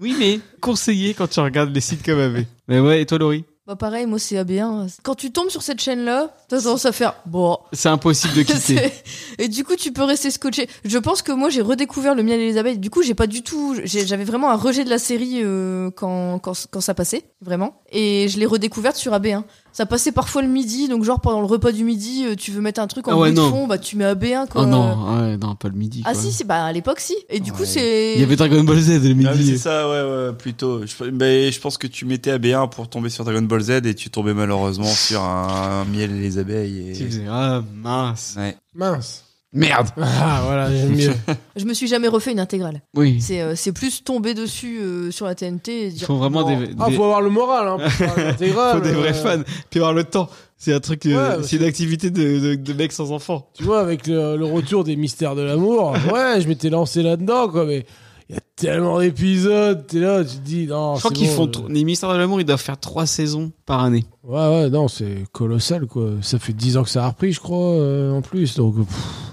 B: Oui, mais conseillé quand tu regardes les sites comme AB. Mais ouais, et toi, Laurie
D: Bah pareil, moi c'est AB1. Quand tu tombes sur cette chaîne-là, t'as tendance à faire bon.
B: C'est impossible de quitter.
D: C'est- Et du coup, tu peux rester scotché. Je pense que moi, j'ai redécouvert le miel et les abeilles. Du coup, j'ai pas du tout. j'ai- J'avais vraiment un rejet de la série euh, quand, quand, quand ça passait, vraiment. Et je l'ai redécouverte sur AB1. Ça passait parfois le midi, donc genre pendant le repas du midi, euh, tu veux mettre un truc en
B: Ah ouais,
D: bruit de
B: non.
D: fond, bah tu mets AB1 quoi. Euh,
B: oh non, ouais, non, pas le midi.
D: Ah
B: quoi.
D: si, c'est bah à l'époque si. Et du coup,
C: Ouais.
D: c'est.
B: Il y avait Dragon Ball Z le
C: Ah, mais c'est
B: midi.
C: ça, ouais, ouais, plutôt. Je, mais je pense que tu mettais AB1 pour tomber sur Dragon Ball Z et tu tombais malheureusement sur un, miel et les abeilles.
B: Tu
C: Et...
B: faisais, ah mince.
C: Ouais.
E: Mince.
B: Merde.
E: Ah, voilà, j'aime mieux.
D: Je me suis jamais refait une intégrale.
B: Oui.
D: C'est euh, c'est plus tomber dessus euh, sur la TNT et se
B: Ils
D: dire.
B: font vraiment
D: bon,
B: des, des-
E: Ah, faut avoir le moral, hein. Pour faire l'intégrale,
B: faut des vrais
E: euh,
B: fans. Puis avoir le temps. C'est un truc,
E: Ouais, bah,
B: euh,
E: parce
B: c'est une activité de, de, de mec sans enfant.
E: Tu vois, avec le, le retour des mystères de l'amour, ouais, je m'étais lancé là-dedans, quoi, mais il y a tellement d'épisodes, t'es là, tu te dis, non,
B: Je crois
E: c'est
B: qu'ils
E: bon,
B: font
E: je-
B: tr- les mystères de l'amour, ils doivent faire trois saisons par année.
E: Ouais, ouais, non, c'est colossal, quoi. Ça fait 10 ans que ça a repris, je crois, euh, en plus, donc. pff.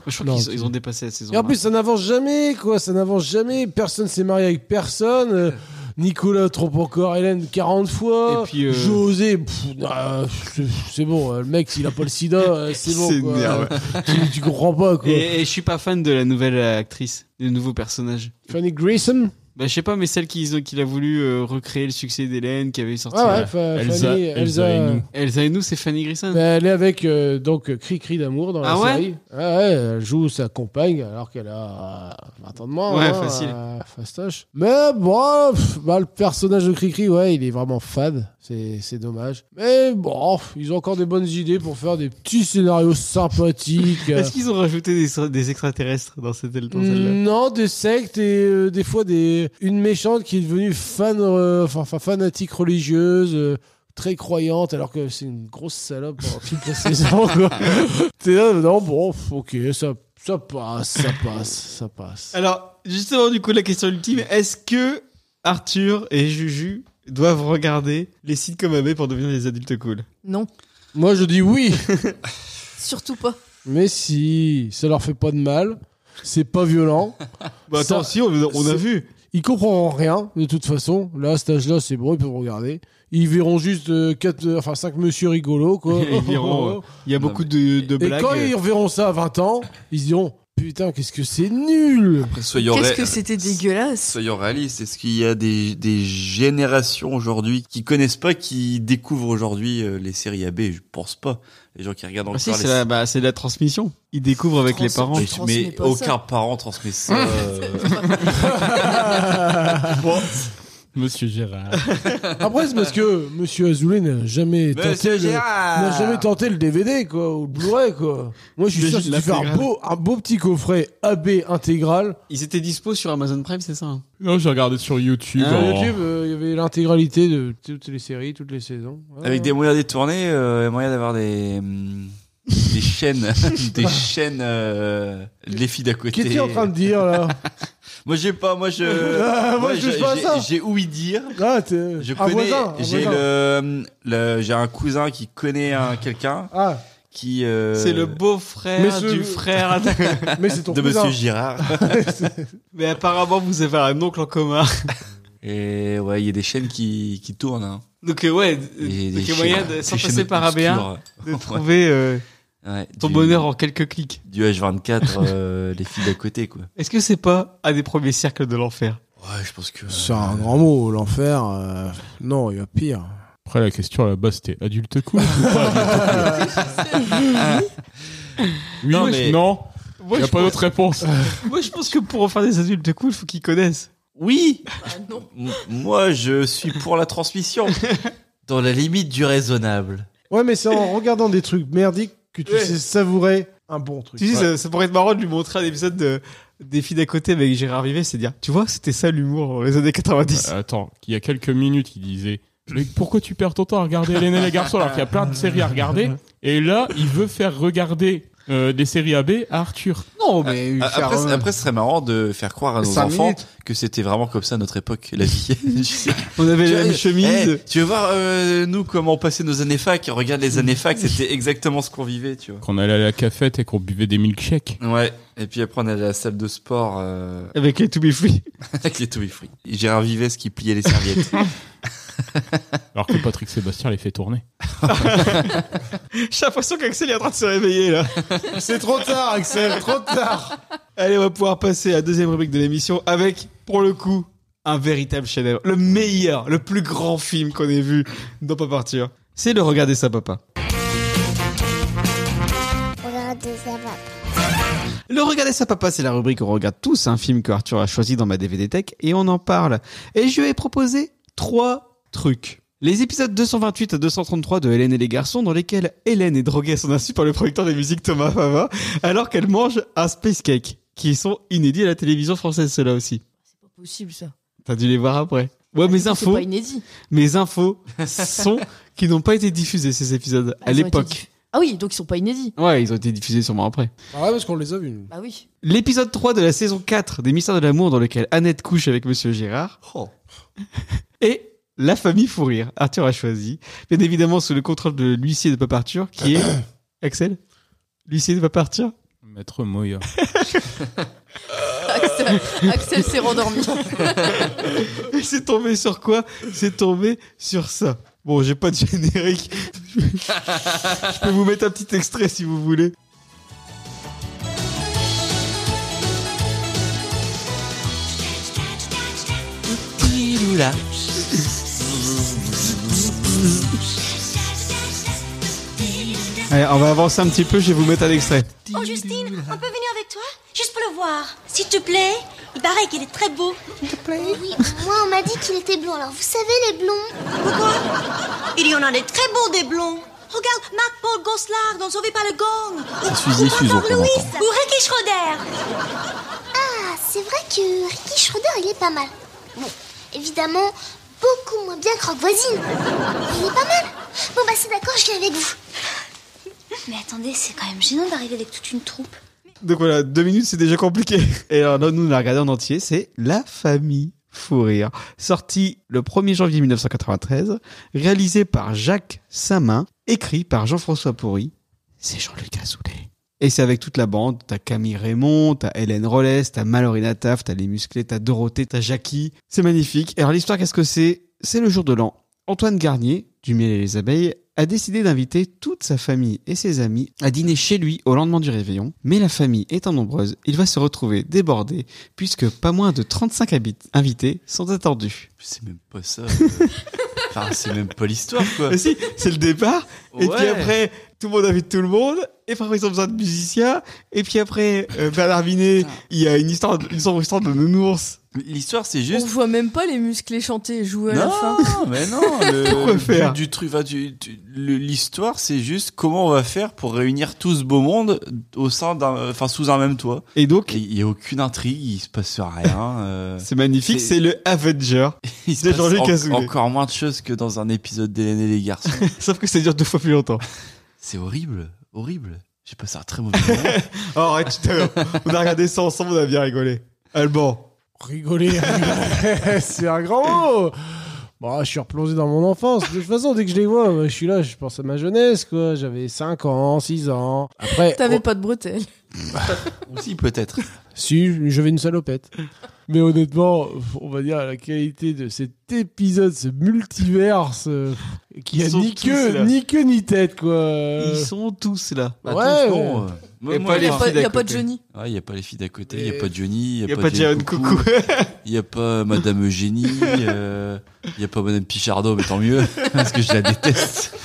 B: Je crois
E: Non,
B: qu'ils
E: tu-
B: ils ont dépassé la saison.
E: Et en plus, ça n'avance jamais, quoi, ça n'avance jamais, personne s'est marié avec personne. euh, Nicolas trompe encore Hélène 40 fois.
B: Et puis, euh,
E: José, pff, ah, c'est- c'est bon, euh, le mec, s'il a pas le sida, euh, c'est bon. quoi.
B: S'énerve.
E: Tu, tu comprends pas, quoi.
B: Et, et je suis pas fan de la nouvelle actrice, du nouveau personnage.
E: Fanny Grayson
B: Bah, je sais pas, mais celle qui, qui a voulu euh, recréer le succès d'Hélène, qui avait sorti.
E: Ah ouais,
B: euh,
E: fa-
G: Elsa-
E: Fanny,
G: Elsa
E: Elsa,
G: et nous.
B: Elsa et nous, c'est Fanny Grissom.
E: Bah, elle est avec euh, donc Cri Cri d'amour dans la
B: Ah ouais
E: série. Ah ouais, elle joue sa compagne alors qu'elle a euh, 20 ans de moins.
B: Ouais,
E: hein,
B: facile.
E: euh, fastoche. Mais bon, pff, bah, le personnage de Cri Cri, ouais, il est vraiment fade. C'est c'est dommage. Mais bon, pff, ils ont encore des bonnes idées pour faire des petits scénarios sympathiques. euh,
B: Est-ce qu'ils ont rajouté des, des extraterrestres dans cette dans
E: Mm.
B: celle-là
E: Non, des sectes et euh, des fois des une méchante qui est devenue fan, euh, enfin enfin, fanatique religieuse. euh, très croyante alors que c'est une grosse salope pendant toute la saison quoi. t'es là non bon pff, ok ça ça passe ça passe ça passe
B: Alors, justement, du coup, la question ultime est-ce que Arthur et Juju doivent regarder les sites comme AB pour devenir des adultes cool
D: Non,
E: moi je dis oui
D: surtout pas.
E: mais si ça leur fait pas de mal c'est pas violent
B: Bah,
E: Ça-
B: attends, si, on, on a
E: c'est-
B: vu.
E: ils comprendront rien de toute façon là à cet âge là c'est bon ils peuvent regarder ils verront juste euh, quatre euh, enfin cinq monsieur rigolos quoi
B: Ils verront, Il y a
C: Non,
B: beaucoup de, de
E: Et
B: blagues.
E: quand ils verront ça à 20 ans, ils se diront Putain, qu'est-ce que c'est nul
C: Après, soyons,
D: Qu'est-ce
C: ré-
D: que c'était dégueulasse.
C: soyons réalistes. Est-ce qu'il y a des, des générations aujourd'hui qui connaissent pas, qui découvrent aujourd'hui euh, les séries AB Je pense pas. Les gens qui regardent encore
B: Ah, si,
C: les
B: c'est la, bah, c'est la transmission. Ils découvrent avec les
D: Transmission.
B: parents.
C: Mais-
D: Tu transmets
C: Mais
D: pas
C: aucun
D: ça.
C: parent transmet ça. euh,
G: Monsieur Gérard.
E: Après, c'est parce que Monsieur Azoulay n'a jamais,
B: euh,
E: tenté le- n'a jamais tenté le DVD, quoi, ou le Blu-ray, quoi. Moi, je suis sûr que si tu fais un
B: L'intégrale.
E: beau, un beau petit coffret AB intégral,
B: Ils étaient dispo sur Amazon Prime, c'est ça
G: Non, j'ai regardé sur YouTube. Oh.
E: sur
G: en-
E: YouTube, euh, il y avait l'intégralité de toutes les séries, toutes les saisons. Ouais.
C: Avec des moyens détournés, euh, moyen d'avoir des hum, des chaînes, des chaînes, euh, les filles d'à côté.
E: Qu'est-ce que tu es en train de dire, là
C: Moi j'ai pas, moi je,
E: Ah, moi, je touche
C: j'ai-
E: pas à
C: j'ai-
E: ça.
C: J'ai ouï dire.
E: Ah, t'es-
C: Je
E: un
C: connais,
E: voisin, un
C: j'ai
E: voisin.
C: le, le- j'ai un cousin qui connaît un quelqu'un
E: Ah,
C: qui. euh,
B: C'est le
E: mais
B: beau-frère
E: ce-
B: du frère.
E: mais c'est ton
C: de
E: cousin.
C: Monsieur Girard.
B: mais apparemment, vous avez un oncle en commun.
C: Et ouais, il y a des chaînes qui qui tournent. Hein.
B: Donc euh, ouais, euh,
C: Il y a
B: donc
C: des
B: il y a moyen
C: chaînes-
B: de, sans
C: des chaînes
B: passer par AB1,
C: obscures.
B: de trouver euh,
C: Ouais,
I: Ton
C: du-
I: bonheur en quelques clics.
C: Du H24, euh, les filles d'à côté, quoi.
I: Est-ce que c'est pas un des premiers cercles de l'enfer
C: Ouais, je pense que.
E: C'est un grand mot, l'enfer. euh, Non, il y a pire.
G: Après, la question à la base, c'était adulte cool ou pas adulte cool Oui,
C: Non, mais-
G: non. Il
I: Moi,
G: n'y a
I: je
G: pas
I: pense,
G: d'autre réponse.
I: moi, je pense que pour en faire des adultes cool, il faut qu'ils connaissent.
C: Oui
D: Ah non.
C: M- Moi, je suis pour la transmission. Dans la limite du raisonnable.
E: Ouais, mais c'est en regardant des trucs merdiques que tu
I: Ouais.
E: sais savourer un bon truc.
I: Tu sais,
E: Ouais.
I: ça, ça pourrait être marrant de lui montrer un épisode de, des filles d'à côté avec Gérard Vivet, c'est dire, tu vois, c'était ça l'humour dans les années 90.
G: Attends, il y a quelques minutes, il disait Mais pourquoi tu perds ton temps à regarder Hélène et les garçons alors qu'il y a plein de séries à regarder Et là, il veut faire regarder euh, des séries AB à Arthur.
E: Non, mais lui
C: Ah,
E: faire
C: Après,
E: un-
C: c'est- après, ce serait marrant de faire croire à nos
J: Cinq
C: enfants
J: minutes.
C: que c'était vraiment comme ça à notre époque, la vie. Je sais
I: On avait
C: Tu
I: la
C: vois,
I: même chemise.
C: eh, tu veux voir, euh, nous, comment on passait nos années fac Regarde les années fac, c'était exactement ce qu'on vivait, tu vois.
G: Qu'on allait à la cafette et qu'on buvait des milkshakes.
C: Ouais, et puis après, on allait à la salle de sport euh,
I: Avec les To Be Free.
C: avec les touilles fruits. Gérard Vives qui pliait les serviettes.
G: Alors que Patrick Sébastien les fait tourner.
I: J'ai l'impression qu'Axel est en train de se réveiller là.
J: C'est trop tard, Axel, trop tard.
I: Allez, on va pouvoir passer à la deuxième rubrique de l'émission avec, pour le coup, un véritable chef-d'œuvre. Le meilleur, le plus grand film qu'on ait vu dans Pas Partir. C'est le Regarder ça, papa. Le Regarder ça, papa, c'est la rubrique où on regarde tous un film que Arthur a choisi dans ma DVD Tech et on en parle. Et je lui ai proposé trois trucs. Les épisodes 228 à 233 de Hélène et les garçons, dans lesquels Hélène est droguée à son insu par le producteur des musiques Thomas Fava, alors qu'elle mange un space cake, qui sont inédits à la télévision française, ceux-là aussi.
D: C'est pas possible ça.
I: T'as dû les voir après. Ouais, mes
D: Ah, C'est
I: infos,
D: pas inédit.
I: mes infos sont qui n'ont pas été diffusés ces épisodes à
D: Ils ont été
I: l'époque.
D: diff- Ah oui, donc ils sont pas inédits.
I: Ouais, ils ont été diffusés sûrement après.
E: Ah ouais, parce qu'on les a vus. nous.
D: Bah oui.
I: L'épisode 3 de la saison 4 des Mystères de l'amour dans lequel Annette couche avec Monsieur Gérard. Et La famille fou rire. Arthur a choisi. Bien évidemment sous le contrôle de l'huissier de Papa Arthur qui est... Axel L'huissier de Papa Arthur
G: Maître Moya.
D: Axel, Axel s'est rendormi.
I: Et c'est tombé sur quoi C'est tombé sur ça. Bon, j'ai pas de générique. Je peux vous mettre un petit extrait si vous voulez. Allez, on va avancer un petit peu, je vais vous mettre un extrait.
K: Oh Justine, on peut venir avec toi Juste pour le voir. S'il te plaît, il paraît qu'il est très beau.
A: Oui, moi on m'a dit qu'il était blond, alors vous savez les blonds
K: Il y en a des très beaux des blonds. Regarde Marc-Paul Goslard dans Sauvé par le gang.
C: On suit des fuseaux,
K: Encore
C: qu'on
K: Louis
C: entend.
K: ou Ricky Schroeder.
A: Ah, c'est vrai que Ricky Schroeder il est pas mal. Bon, évidemment, beaucoup moins bien que Rock Voisine. Mais il est pas mal Bon bah c'est d'accord, je viens avec vous.
K: Mais attendez, c'est quand même gênant d'arriver avec toute une troupe.
I: Donc voilà, deux minutes, c'est déjà compliqué. Et alors, là, nous, on l'a regardé en entier, c'est La Famille Fou Rire. Sorti le 1er janvier 1993, réalisé par Jacques Samin, écrit par Jean-François Pourry. C'est Jean-Luc Azoulay. Et c'est avec toute la bande. T'as Camille Raymond, t'as Hélène Rollès, t'as Malorina Taff, t'as Les Musclés, t'as Dorothée, t'as Jackie. C'est magnifique. Et alors, l'histoire, qu'est-ce que c'est C'est le jour de l'an. Antoine Garnier, du Miel et les Abeilles, a décidé d'inviter toute sa famille et ses amis à dîner chez lui au lendemain du réveillon. Mais la famille étant nombreuse, il va se retrouver débordé puisque pas moins de 35 habit- invités sont attendus.
C: C'est même pas ça. euh. Enfin, c'est même pas l'histoire, quoi.
I: Ah si, c'est le départ. Et puis
C: Ouais.
I: après, tout le monde invite tout le monde. Et parfois, ils ont besoin de musiciens. Et puis après, euh, Bernard Vinet, il y a une histoire, une sombre histoire de nounours.
C: L'histoire, c'est
D: On
C: juste.
D: voit même pas les musclés chanter et jouer à la fin.
C: Non, mais non. Le,
I: Pourquoi
C: le
I: faire
C: but du truc, enfin, du- du- le- l'histoire, c'est juste comment on va faire pour réunir tout ce beau monde au sein d'un, enfin, sous un même toit.
I: Et donc,
C: Et Il y a aucune intrigue, il se passe rien. euh,
I: c'est magnifique,
C: c'est-
I: c'est le Avenger.
C: il se
I: C'est
C: passe
I: Jean-Luc
C: en-
I: Azoulay.
C: encore moins de choses que dans un épisode d'Hélène et les garçons.
I: Sauf que ça dure deux fois plus longtemps.
C: c'est horrible, horrible. J'ai passé un très mauvais moment.
I: Oh, arrête, tu te- on a regardé ça ensemble, on a bien rigolé. Alban.
E: Rigoler. c'est un grand mot. Bon, je suis replongé dans mon enfance. De toute façon, dès que je les vois, bah, je suis là, je pense à ma jeunesse, quoi. J'avais 5 ans, 6 ans. Après, oh,
D: T'avais pas de bretelles.
C: Aussi, peut-être.
E: Si, j'avais une salopette. Mais honnêtement, on va dire la qualité de cet épisode, ce multiverse euh, qui Il y a
I: Ils sont
E: ni
I: tous
E: queue,
I: là.
E: ni queue, ni tête, quoi.
I: Ils sont tous là.
E: Ouais,
C: Attention,
E: ouais.
C: Bah, euh,
E: Et
C: moi,
E: pas
C: moi,
E: les
C: je-
E: filles d'à Y a pas de côté. Johnny.
C: Ouais, il n'y a pas les filles d'à côté, il n'y a pas de Johnny, il
I: Y
C: n'y
I: a
C: a,
I: pas
C: pas
I: Diane Coucou.
C: Il n'y a pas Madame Eugénie, euh, il n'y a pas Madame Pichardo, mais tant mieux, parce que je la déteste.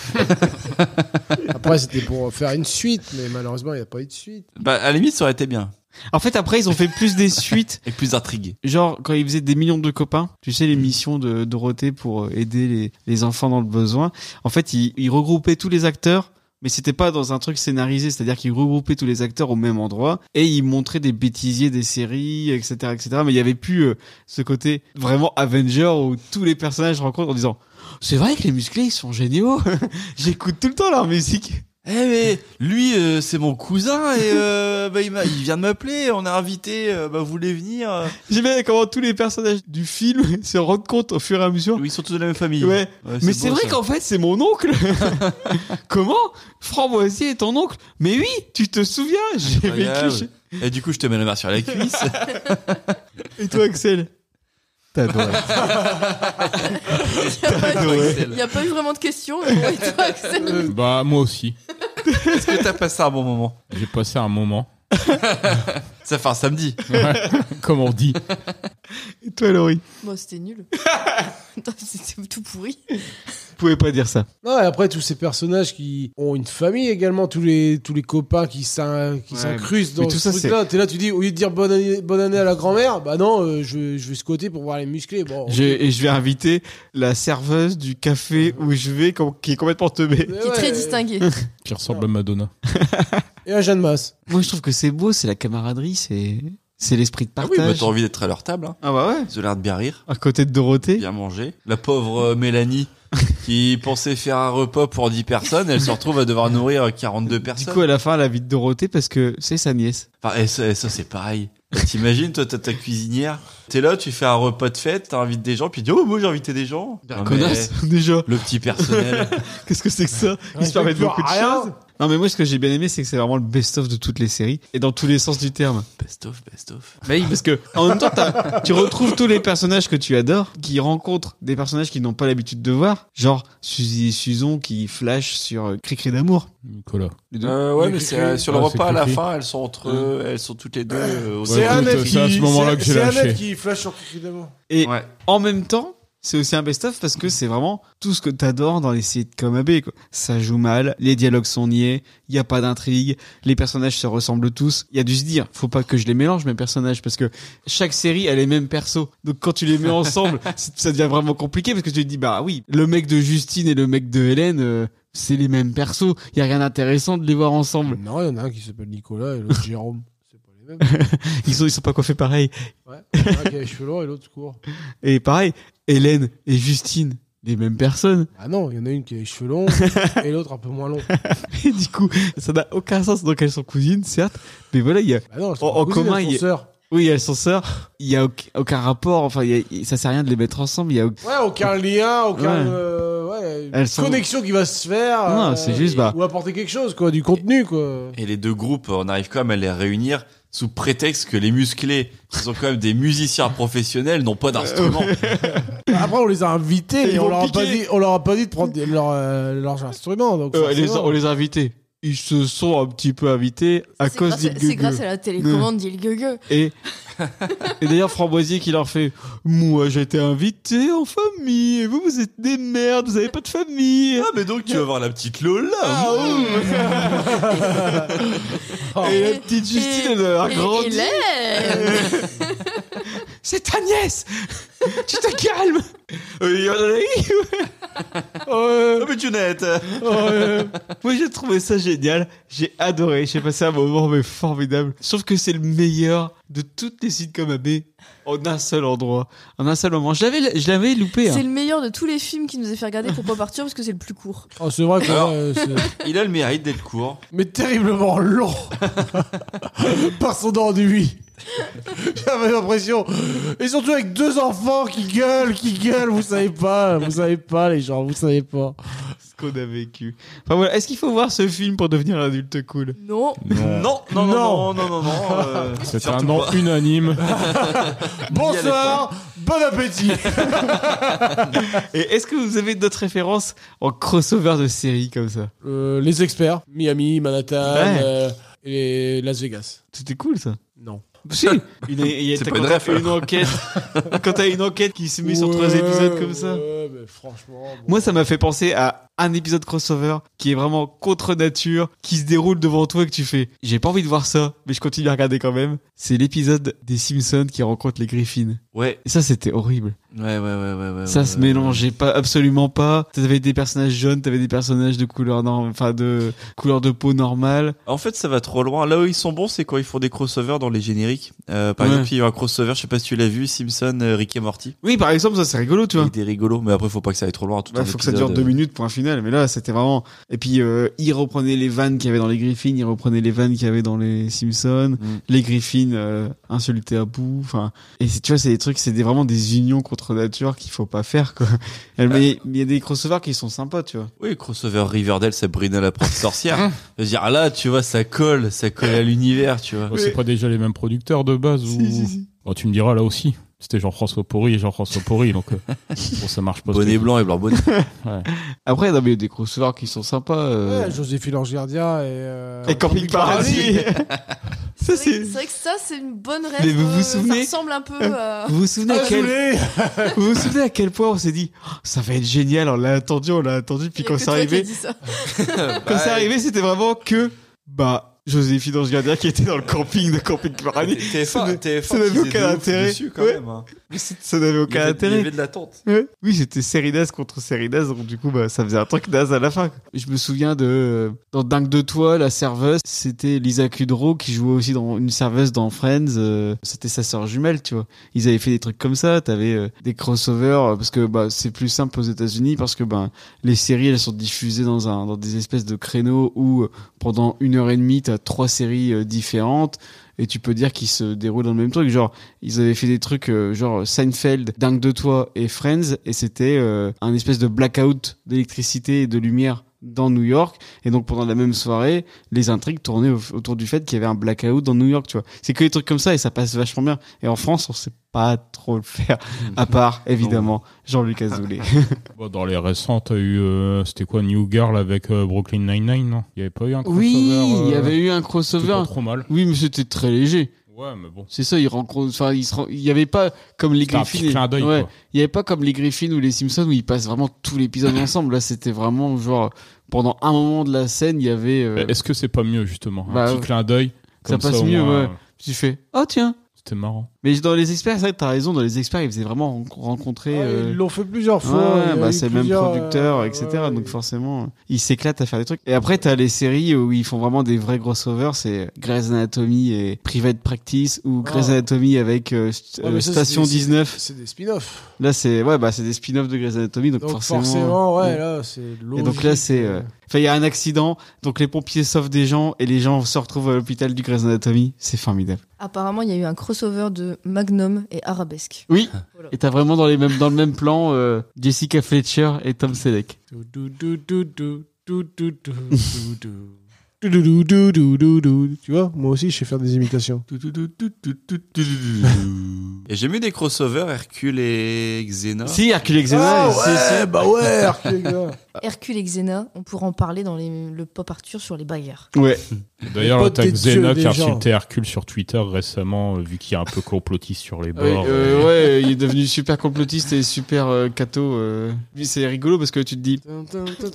E: Après, c'était pour faire une suite, mais malheureusement, il n'y a pas eu de suite.
C: Bah, à la limite, ça aurait été bien.
I: En fait, après, ils ont fait plus des suites.
C: Et plus intrigué.
I: Genre, quand ils faisaient des millions de copains, tu sais, les missions de Dorothée pour euh, aider les, les enfants dans le besoin, en fait, ils, ils regroupaient tous les acteurs, mais c'était pas dans un truc scénarisé, c'est-à-dire qu'ils regroupaient tous les acteurs au même endroit et ils montraient des bêtisiers des séries, etc., etc. Mais il y avait plus euh, ce côté vraiment Avenger où tous les personnages se rencontrent en disant C'est vrai que les musclés, ils sont géniaux, j'écoute tout le temps leur musique.
C: Eh mais lui euh, c'est mon cousin et euh, bah, il, m'a- il vient de m'appeler, on a invité, euh, bah, vous voulez venir euh.
I: J'aime bien comment tous les personnages du film se rendent compte au fur et à mesure.
C: Oui, ils sont tous de la même famille.
I: Ouais.
C: Ouais,
I: Mais
C: Ah, c'est
I: c'est
C: beau,
I: vrai
C: ça.
I: qu'en fait, c'est mon oncle. Comment Framboisier est ton oncle Mais oui, tu te souviens, j'ai vécu.
C: Incroyable.
I: chez-
C: Et du coup je te mets la main sur la cuisse.
I: Et toi, Axel
D: Il n'y a pas eu vraiment de questions. mais ouais, toi, Axel.
G: Bah, moi aussi.
C: Est-ce que t'as passé un bon moment
G: J'ai passé un moment.
C: Ça fait un samedi.
G: Ouais, comme on dit.
I: Et toi, Laurie
D: Bon, c'était nul. c'était tout pourri.
I: Vous pouvez pas dire ça.
E: Non, et après, tous ces personnages qui ont une famille également, tous les, tous les copains qui s'in- qui
I: Ouais,
E: s'incrustent
I: mais-
E: dans
I: mais tout
E: ce
I: ça,
E: truc-là. T'es là, tu dis, au lieu de dire bonne année, bonne année à la grand-mère, bah non, euh, je, je vais squatter pour voir les musclés. Bon,
I: Je- et je vais inviter la serveuse du café où je vais, com- qui est complètement teubée.
E: Mais
D: Qui est très
E: Eh ouais.
D: distingué.
G: Qui ressemble à Madonna.
E: Et un Jeanne Masse.
I: Moi, je trouve que c'est beau, c'est la camaraderie, c'est c'est l'esprit de
C: Ah oui, bah,
I: partage.
C: t'as envie d'être à leur table. Hein.
I: ah bah ouais.
C: Ils ont l'air de bien rire,
I: À côté de Dorothée.
C: bien manger. La pauvre euh, Mélanie qui pensait faire un repas pour 10 personnes, elle se retrouve à devoir nourrir 42
I: Du
C: personnes.
I: coup, à la fin, la vie de Dorothée parce que c'est sa nièce.
C: Enfin, et ça, et ça, c'est pareil. Bah, T'imagines, toi, t'as ta cuisinière, t'es là, tu fais un repas de fête, t'invites des gens, puis tu dis, oh, moi, j'ai invité des gens.
G: Bah,
C: Non, mais
I: Connasse, déjà.
C: Le petit personnel.
I: Qu'est-ce que c'est que ça Ils se permettent
E: plus
I: beaucoup de
E: rien.
I: choses. Non, mais moi, ce que j'ai bien aimé, c'est que c'est vraiment le best-of de toutes les séries et dans tous les sens du terme.
C: best of, best of.
I: Bah oui, parce que en même temps, t'as- tu retrouves tous les personnages que tu adores, qui rencontrent des personnages qu'ils n'ont pas l'habitude de voir, genre Suzy et Suzon qui flash sur euh, Cri-Cri d'amour.
G: Nicolas.
I: Les deux.
C: ouais,
E: mais
C: mais
E: c'est,
C: c'est,
E: euh,
C: sur le
G: Ah, c'est
C: repas, à la
G: creepy.
C: fin, elles sont entre eux, elles sont toutes les deux euh, au
G: Ouais, écoute,
E: œuf
G: c'est à ce moment-là que j'ai
E: c'est un
G: lâché.
E: œuf qui flash sur Kiki d'abord.
I: Et
C: Ouais.
I: en même temps, c'est aussi un best-of parce que c'est vraiment tout ce que t'adores dans les sitcoms AB. Quoi. Ça joue mal, les dialogues sont niais, il y a pas d'intrigue, les personnages se ressemblent tous. Il y a dû se dire, faut pas que je les mélange mes personnages parce que chaque série a les mêmes persos. Donc quand tu les mets ensemble, c'est- ça devient vraiment compliqué parce que tu te dis bah oui, le mec de Justine et le mec de Hélène, euh, c'est les mêmes persos. Il y a rien d'intéressant de les voir ensemble.
E: Non, il y en a un qui s'appelle Nicolas et l'autre Jérôme. C'est pas les mêmes.
I: Ils sont ils sont pas coiffés pareil.
E: Ouais. Il y en a Un qui a les cheveux longs et l'autre court.
I: Et pareil, Hélène et Justine, les mêmes personnes.
E: Ah non, il y en a une qui a les cheveux longs et l'autre un peu moins long.
I: Et du coup, ça n'a aucun sens. Donc elles sont cousines, certes, mais voilà, il y a,
E: Bah non, c'est
I: En-
E: pas
I: en
E: cousine,
I: commun,
E: elles sont
I: il y a-
E: sœurs.
I: oui, elles sont sœurs. Il y a auc- aucun rapport. Enfin, il y a- il- ça sert à rien de les mettre ensemble. Il y a, auc-
E: Ouais, aucun lien, aucun.
I: Ouais.
E: euh, ouais,
I: Elles sont-
E: connexion qui va se faire. euh,
I: Non, c'est juste, bah-
E: Ou apporter quelque chose, quoi, du contenu, quoi.
C: Et les deux groupes, on arrive quand même à les réunir sous prétexte que les musclés, qui sont quand même des musiciens professionnels, n'ont
G: Euh,
C: pas d'instrument.
E: Après, on les a invités
I: Ils
E: et on
I: vont
E: leur, a pas
I: piquer.
E: dit, on leur a pas dit de prendre des- leurs euh, leurs instruments. Donc
I: Euh, les-
E: forcément.
I: on les a invités. Ils se sont un petit peu invités à
D: C'est
I: cause
D: grâce à-
I: d'Il
D: C'est
I: Gugu.
D: grâce à la télécommande d'Il Gugu.
I: Et, et d'ailleurs, Framboisier qui leur fait Moi, j'étais invité en famille. Et vous, vous êtes des merdes. Vous avez pas de famille.
C: ah, mais donc, tu vas voir la petite Lola.
I: Ah,
C: Mmh.
I: et la petite Justine, elle a
D: Oh. Et
I: grandi.
D: Hélène
I: C'est ta nièce. tu te calmes. Euh, il y en a
C: Ah, mais Junette.
I: Euh. Moi j'ai trouvé ça génial, j'ai adoré, j'ai passé un moment mais formidable. Sauf que c'est le meilleur de toutes les sitcoms AB en un seul endroit, en un seul moment. Je l'avais, je l'avais loupé. hein.
D: C'est le meilleur de tous les films qui nous a fait regarder pour pas partir parce que c'est le plus court.
E: Oh, c'est vrai que
C: Alors-
E: euh, c'est-
C: Il a le mérite d'être court.
E: mais terriblement long. Par son enduit. J'avais l'impression. Et surtout avec deux enfants qui gueulent, qui gueulent, vous savez pas, vous savez pas les gens, vous savez pas.
I: Ce qu'on a vécu. Enfin voilà, est-ce qu'il faut voir ce film pour devenir un adulte cool
D: Non.
L: Non, non, non, non, non, non, non. euh,
G: C'est un
L: surtout
G: nom
L: pas.
G: unanime.
E: Bonsoir, bon appétit.
I: Et est-ce que vous avez d'autres références en crossover de séries comme ça
E: Euh, les experts, Miami, Manhattan
I: Ouais.
E: euh, et Las Vegas.
I: C'était cool ça.
E: Non.
I: Si, il est- il y a
C: C'est
I: t'as-
C: pas
I: quand
C: une
I: t'as
C: ref,
I: une enquête, quand t'as une enquête qui se met sur trois épisodes comme ça.
E: Ouais, mais franchement. bon.
I: Moi, ça m'a fait penser à un épisode crossover qui est vraiment contre nature, qui se déroule devant toi et que tu fais. J'ai pas envie de voir ça, mais je continue à regarder quand même. C'est l'épisode des Simpsons qui rencontrent les Griffins.
C: Ouais,
I: Et ça, c'était horrible.
C: ouais, ouais, ouais, ouais. ouais,
I: ça
C: ouais,
I: se
C: ouais.
I: mélangeait pas, absolument pas. T'avais des personnages jaunes, t'avais des personnages de couleur, norm- enfin de couleur de peau normale.
C: En fait, ça va trop loin. Là où ils sont bons, c'est quand ils font des crossovers dans les génériques. Euh, par
I: Ouais.
C: exemple, il y a eu un crossover, je sais pas si tu l'as vu, Simpson, euh, Rick et Morty.
I: Oui, par exemple, ça c'est rigolo, tu vois.
C: Il était rigolo, mais après, faut pas que ça aille trop loin. Tout
I: Bah,
C: un
I: faut que ça dure
C: épisode,
I: deux
C: euh.
I: minutes pour un final, mais là c'était vraiment. Et puis euh, il reprenait les vannes qu'il y avait dans les Griffins, il reprenait les vannes qu'il y avait dans les Simpsons,
C: Mm.
I: les Griffins euh, insultés à bout. Enfin, et c'est- tu vois, c'est des trucs, c'est des, vraiment des unions contre nature qu'il faut pas faire quoi. Mais mais il y a des crossovers qui sont sympas, tu vois.
C: euh, Oui, crossover Riverdale, Sabrina la prof
I: Hein.
C: sorcière. Je veux dire, ah là, tu vois, ça colle, ça colle à l'univers, tu vois.
G: Oh, C'est pas déjà les mêmes producteurs de base ou... Bon, tu me diras là aussi. C'était Jean-François Porry et Jean-François Porry, donc euh, bon, ça marche pas.
C: Bonnet blanc et blanc bonnet.
I: Après, non, mais il y a des crossovers qui sont sympas. euh,
E: Ouais, Joséphine Ange Gardien et. euh,
I: Et Camping Paradis.
D: C'est
I: ça c'est.
D: vrai, c'est vrai que ça, c'est une bonne rêve.
I: Mais vous vous
D: euh,
I: souvenez
D: Ça ressemble un peu euh, à.
I: Vous vous souvenez à quel
E: Désolé.
I: vous vous souvenez à quel point on s'est dit Oh, ça va être génial, on l'a attendu, on l'a attendu,
D: Il
I: puis
D: y a
I: quand
D: que
I: c'est
D: toi qui
I: arrivé,
D: as dit ça.
I: Quand c'est arrivé, c'était vraiment que bah Joséphine Ange Gardien qui était dans le camping de Camping
C: Ah,
I: Paradis.
C: TF1, TF1,
I: ça n'avait
C: ils
I: aucun
C: étaient ouf
I: intérêt.
C: dessus, quand
I: Ouais.
C: même, hein.
I: Mais c'est- Ça n'avait
C: Il y
I: aucun
C: avait- Il y
I: intérêt.
C: avait de l'attente.
I: Ouais. Oui, c'était série naze contre série naze, donc du coup, bah, ça faisait un truc naze à la fin. quoi. Je me souviens de euh, dans Dingue de toi, la serveuse, c'était Lisa Kudrow qui jouait aussi dans une serveuse dans Friends. euh, c'était sa sœur jumelle, tu vois. Ils avaient fait des trucs comme ça. T'avais euh, des crossovers euh, parce que bah c'est plus simple aux États-Unis parce que ben les séries elles sont diffusées dans un dans des espèces de créneaux où euh, pendant une heure et demie t'as trois séries euh, différentes. Et tu peux dire qu'ils se déroulent dans le même truc. Genre, ils avaient fait des trucs euh, genre Seinfeld, Dingue de toi et Friends, et c'était euh, un espèce de blackout d'électricité et de lumière dans New York. Et donc pendant la même soirée, les intrigues tournaient au- autour du fait qu'il y avait un blackout dans New York, tu vois. C'est que des trucs comme ça et ça passe vachement bien. Et en France, on sait pas trop le faire, à part évidemment Jean-Luc Azoulay.
G: Bon, Bah, dans les récentes, t'as eu. euh, C'était quoi New Girl avec euh, Brooklyn Nine-Nine, non Il y avait pas eu un crossover
I: oui, il y
G: euh,
I: avait eu un
G: c'était
I: crossover.
G: pas trop mal.
I: Oui, mais c'était très léger.
G: Ouais, mais bon.
I: C'est ça, il rencontre, enfin, il se ren- il y avait pas comme les
G: C'était un
I: Griffins.
G: petit clin d'œil,
I: Ouais.
G: quoi.
I: Il n'y avait pas comme les Griffins ou les Simpsons où ils passent vraiment tout l'épisode ensemble. Là, c'était vraiment genre pendant un moment de la scène, il y avait. euh,
G: Est-ce que c'est pas mieux, justement Un
I: Bah,
G: petit
I: ouais.
G: clin d'œil.
I: Ça
G: comme
I: passe
G: au
I: mieux,
G: moins,
I: ouais.
G: euh,
I: tu fais oh tiens.
G: C'était marrant.
I: Mais dans les experts, c'est vrai que t'as raison. Dans les experts, ils faisaient vraiment ren- rencontrer.
E: Ouais,
I: euh,
E: Ils l'ont fait plusieurs
I: Ouais,
E: fois. il y a
I: bah
E: eu
I: c'est le même
E: plusieurs,
I: producteur,
E: euh,
I: etc.
E: ouais,
I: donc
E: et-
I: forcément, ils s'éclatent à faire des trucs. Et après, t'as les séries où ils font vraiment des vrais crossovers, c'est Grey's Anatomy et Private Practice, ou Grey's
E: Ah.
I: Anatomy avec euh, st-
E: Ouais,
I: euh,
E: mais ça, c'est
I: Station
E: des- c'est-
I: 19.
E: C'est des spin-offs.
I: Là, c'est ouais, bah c'est des spin-offs de Grey's Anatomy, donc,
E: Donc forcément, ouais, là, c'est
I: Et donc là,
E: logique.
I: c'est. euh, Enfin, il y a un accident, donc les pompiers sauvent des gens et les gens se retrouvent à l'hôpital du Grey's Anatomy. C'est formidable.
D: Apparemment, il y a eu un crossover de Magnum et Arabesque.
I: Oui.
D: Voilà.
I: Et t'as vraiment dans les mêmes dans le même plan euh, Jessica Fletcher et Tom Selleck.
E: Dou, dou, dou, dou, dou, dou, dou, dou, dou, dou. Dou, dou, dou, dou, dou, dou, dou. Tu vois, moi aussi, je sais faire des imitations.
C: Et j'ai mis des crossovers, Hercule et Xena.
I: Si Hercule et Xena,
E: Ah
I: c'est- c'est-
E: ouais, bah ouais, Hercule, gars.
D: Hercule et Xena, on pourra en parler dans les- le pop Arthur sur les bagarres.
I: Ouais.
G: D'ailleurs,
E: Les
G: là,
E: potes
G: t'as
E: des dieux,
G: Xena
E: des
G: qui a
E: gens.
G: insulté Hercule sur Twitter récemment, euh, vu qu'il est un peu complotiste sur les bords.
I: Ouais, euh, ouais, il est devenu super complotiste et super euh, catho. euh. Puis C'est rigolo parce que tu te dis,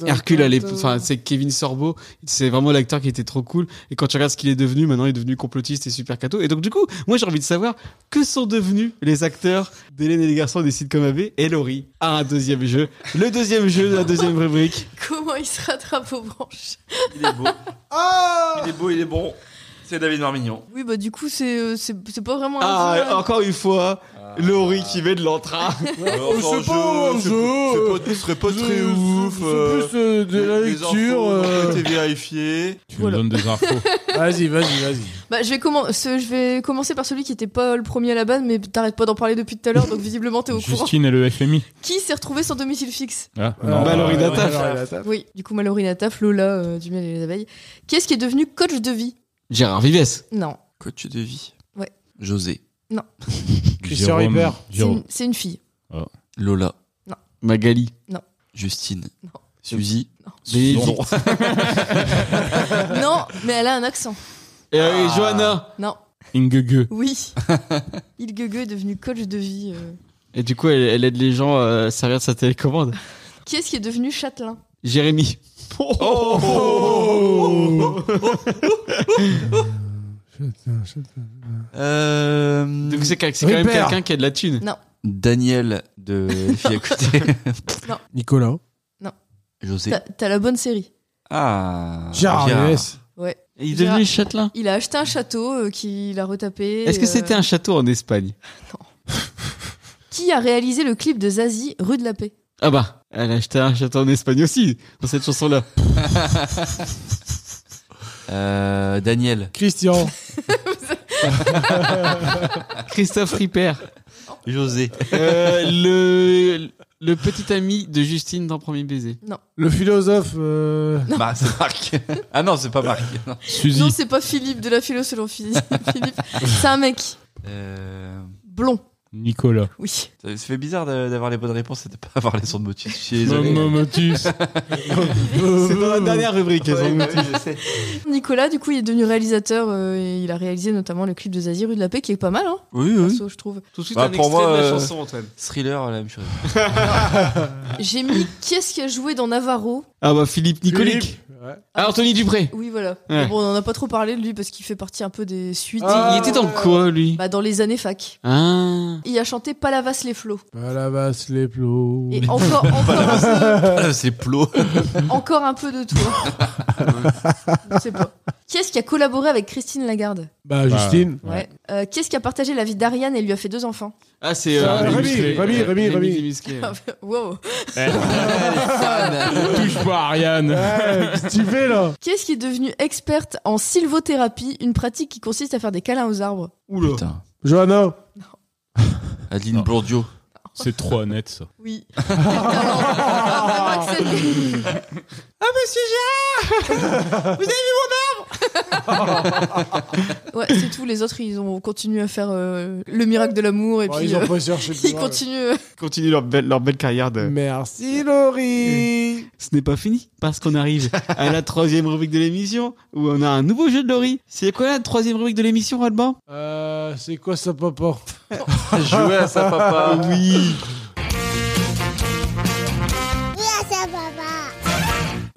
I: Hercule, à l'époque- enfin, c'est Kevin Sorbo, c'est vraiment l'acteur qui était trop cool. Et quand tu regardes ce qu'il est devenu, maintenant il est devenu complotiste et super catho. Et donc, du coup, moi j'ai envie de savoir que sont devenus les acteurs d'Hélène et les garçons des sites comme AB et Laurie à un deuxième jeu. Le deuxième jeu de la deuxième rubrique.
D: Comment il se rattrape aux branches
C: Il est beau.
E: Ah
C: il est beau, il est bon. C'est David Marmignon.
D: Oui, bah du coup, c'est euh, c'est c'est pas vraiment un jeu,
I: Ah,
D: hein.
I: encore une fois,
B: Ah.
I: Laurie qui met de l'entrain.
C: Alors,
E: c'est
C: en
E: pas un
C: jeu,
E: jeu,
C: c'est pas- Ce serait pas
E: C'est-
C: très ouf.
E: c'est
C: euh,
E: plus, euh, de, de la
C: Les infos
E: lecture.
C: n'ont pas
E: euh,
C: été vérifiées.
G: Tu me donnes des infos.
E: Vas-y, vas-y, vas-y.
D: Bah, je vais, commen- ce- je vais commencer par celui qui était pas le premier à la base, mais t'arrêtes pas d'en parler depuis tout à l'heure, donc visiblement t'es au courant.
G: Justine et le FMI.
D: Qui s'est retrouvé sans domicile fixe
G: Ah,
E: Euh, Mallory Nataf.
D: Oui, du coup, Mallory Nataf, Lola, euh, du miel et les abeilles. Qui est-ce qui est devenu coach de vie
B: Gérard Vives.
D: Non,
C: Coach de vie.
D: Ouais.
C: José.
D: Non.
E: Christian
G: Ah, Jérôme-
E: Ripper.
D: c'est
G: Jérôme.
D: une, c'est une fille.
C: Lola.
B: Magali.
C: Justine.
D: Non.
C: Suzy.
B: Bénédicte.
C: Sandro.
D: non, mais elle a un accent.
B: Et, euh, et Johanna.
D: Non,
G: Ingege.
D: oui. Il Gugu est devenu coach de vie. euh.
B: Et du coup, elle, elle aide les gens euh, à servir de sa télécommande.
D: Qui est-ce qui est devenu châtelain
B: Jérémy. Oh.
C: Euh,
B: Donc c'est, c'est quand même
E: Ripper.
B: quelqu'un qui a de la thune.
C: Daniel de Les filles à côté.
E: Nicolas.
C: José.
D: T'as t'as la bonne série.
C: Ah.
E: Gérard Vives.
D: Ouais.
B: Et il est
D: Gérard-
B: devenu châtelain.
D: Il a acheté un château euh, qu'il a retapé.
B: Est-ce que
D: euh,
B: c'était un château en Espagne
D: Qui a réalisé le clip de Zazie, Rue de la Paix
B: Ah bah, elle a acheté un château en Espagne aussi, dans cette chanson-là.
C: Euh, Daniel.
E: Christian.
B: Christophe Ripper.
C: José.
B: Euh, le, le petit ami de Justine dans Premier Baiser.
E: Le philosophe. euh,
C: Bah, c'est Marc. Ah non, c'est pas Marc. non.
G: Suzy.
D: Non, c'est pas Philippe de la philo selon Philippe. Philippe. C'est un mec
C: Euh,
D: blond,
G: Nicolas.
D: oui.
C: ça ça fait bizarre de- d'avoir les bonnes réponses et de pas avoir les sons de motus. Je suis désolé.
G: Momomotus.
B: C'est dans la dernière rubrique.
C: Ouais, bah oui, je sais.
D: Nicolas, du coup, il est devenu réalisateur euh, et il a réalisé notamment le clip de Zazie, Rue de la Paix, qui est pas mal,
B: Ah
D: hein,
C: Oui, oui.
D: perso, je trouve.
B: Tout de suite,
C: Bah,
B: un
C: pour
B: extrait
C: moi,
B: de la
C: euh,
B: chanson, Antoine.
C: Thriller, la même chose.
D: J'ai mis qui est-ce qui a joué dans Navarro
B: Ah bah, Philippe Nicolic.
E: Philippe. Ouais.
B: Ah, Anthony Dupré.
D: Oui, voilà.
B: Ouais.
D: Mais Bon, on en a pas trop parlé de lui parce qu'il fait partie un peu des suites.
E: Ah.
B: il était dans quoi, lui
D: Bah, dans les années fac.
B: Ah.
D: Il a chanté Palavas les flots.
E: Palavas les plots.
D: Et encore, encore, un peu-
C: Ah, c'est plot.
D: encore un peu de tout. hein. Je sais pas. Qui est-ce qui a collaboré avec Christine Lagarde
E: Bah, Justine.
G: Ouais.
D: Ouais. Euh, qui est-ce qui a partagé la vie d'Ariane et lui a fait deux enfants
B: Ah, c'est.
E: Ah,
B: les
E: Rémi,
B: musclés.
E: Rémi, Rémi, Rémi.
B: les musclés.
D: Wow.
G: Eh. Touche pas Ariane.
E: Ouais, qu'est-ce que tu fais là
D: Qui est-ce qui est devenu experte en sylvothérapie, une pratique qui consiste à faire des câlins aux arbres
B: Oula.
C: Putain.
E: Johanna.
C: Adeline
G: Non.
C: Bourdieu.
G: C'est trop honnête ça.
D: Oui. Ah, vraiment que c'était- ouais, c'est tout. Les autres, ils ont continué à faire euh, le miracle de l'amour et
E: Bon,
D: puis
E: ils ont
D: euh,
E: pas cherché plus
D: ils
E: loin,
D: continuent. euh,
B: Continue leur belle, leur belle carrière
E: là.
B: de.
E: Merci Laurie.
B: Ce n'est pas fini, parce qu'on arrive à la troisième rubrique de l'émission, où on a un nouveau jeu de Laurie. C'est quoi la troisième rubrique de l'émission, Alban
E: Euh, c'est quoi ça, papa
C: Jouer à sa papa. Oui.
M: Ah, ça va, va.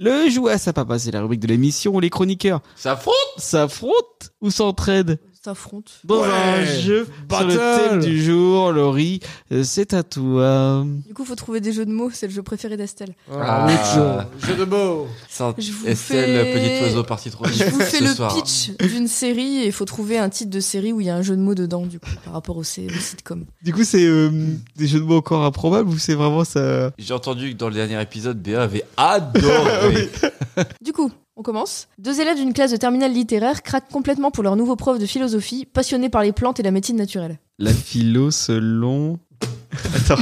B: Le ah, jouet à sa papa, c'est la rubrique de l'émission où les chroniqueurs
C: Ça fronte.
B: s'affrontent ou s'entraident
D: S'affrontent.
B: dans un
E: Ouais,
B: jeu sur le
E: battle.
B: thème du jour. Laurie, euh, c'est à toi.
D: Du coup, faut trouver des jeux de mots. C'est le jeu préféré d'Estelle.
E: Ah,
C: Ah.
E: oui, Joe. Jeu de mots.
C: Ça,
D: Je vous
C: Estelle,
D: fais-
C: petit oiseau parti trop vite.
D: Je vous fais
C: ce
D: le
C: soir.
D: pitch d'une série et il faut trouver un titre de série où il y a un jeu de mots dedans, du coup, par rapport au, sé- au sitcom.
B: Du coup, c'est euh, des jeux de mots encore improbables ou c'est vraiment ça
C: J'ai entendu que dans le dernier épisode, Béa avait adoré.
D: Du coup, on commence. Deux élèves d'une classe de terminale littéraire craquent complètement pour leur nouveau prof de philosophie, passionné par les plantes et la médecine naturelle.
B: La philo selon... Attends.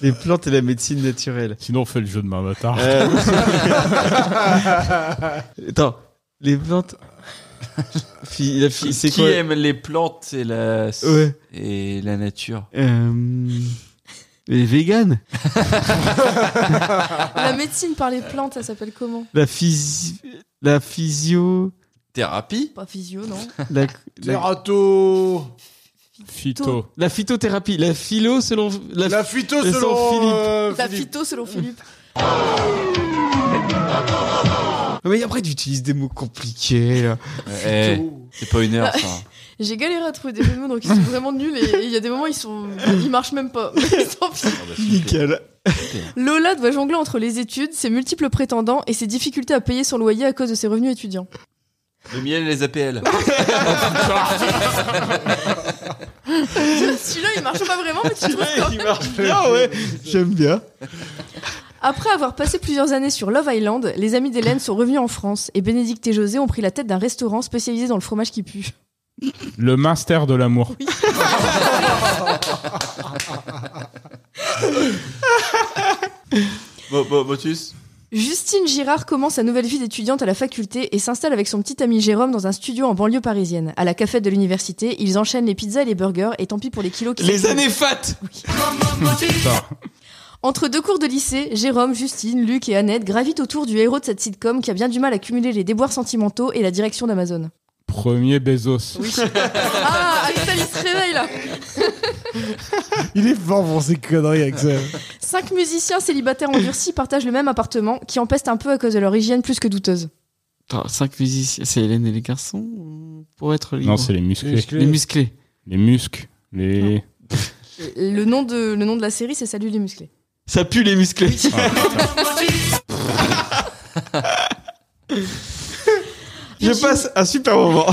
B: les plantes et la médecine naturelle.
G: Sinon on fait le jeu de main bâtard.
B: Euh, Attends, les plantes. Fi- la fi- c'est
C: Qui
B: quoi
C: aime les plantes et la,
B: Ouais.
C: et la nature
B: Euh, Les véganes
D: La médecine par les plantes, ça s'appelle comment
B: La physio. La physio.
C: Thérapie
D: Pas physio, non
B: La, la,
E: Terato.
G: Phyto.
B: la phytothérapie. La philo selon. La,
E: La phyto
B: Et sans
E: selon
B: Philippe.
E: euh,
D: La
E: Philippe.
D: phyto selon Philippe.
B: Mais après, tu utilises des mots compliqués, là.
C: Eh, C'est pas une heure, ça.
D: J'ai galéré à trouver des jeux de mots, donc ils sont vraiment nuls et il y a des moments ils sont, ils marchent même pas. Mais tant pis.
C: Ah bah,
B: Nickel.
D: Lola doit jongler entre les études, ses multiples prétendants et ses difficultés à payer son loyer à cause de ses revenus étudiants.
C: Le miel et les APL.
D: Celui-là, il marche pas vraiment, mais tu trouves
B: Il marche bien, ouais. J'aime bien.
D: Après avoir passé plusieurs années sur Love Island, les amis d'Hélène sont revenus en France et Bénédicte et José ont pris la tête d'un restaurant spécialisé dans le fromage qui pue.
G: Le master de l'amour.
C: Bon, bon, Motus
D: Justine Girard commence sa nouvelle vie d'étudiante à la faculté et s'installe avec son petit ami Jérôme dans un studio en banlieue parisienne. À la cafette de l'université, ils enchaînent les pizzas et les burgers et tant pis pour les kilos qui
B: Les
D: s'accumulent.
B: années fat
D: Entre deux cours de lycée, Jérôme, Justine, Luc et Annette gravitent autour du héros de cette sitcom qui a bien du mal à cumuler les déboires sentimentaux et la direction d'Amazon.
G: Premier Bezos.
D: Ah, Axel, il se réveille là
H: Il est fort pour ses conneries avec ça.
D: Cinq musiciens célibataires endurcis partagent le même appartement qui empeste un peu à cause de leur hygiène plus que douteuse.
B: Attends, 5 musiciens, c'est Hélène et les garçons euh, Pour être libre.
G: Non, c'est les musclés.
B: les musclés.
G: Les muscles. Les...
D: Euh, Le nom de, le nom de la série, c'est Salut les musclés.
B: Ça pue les musclés. Je passe un super moment.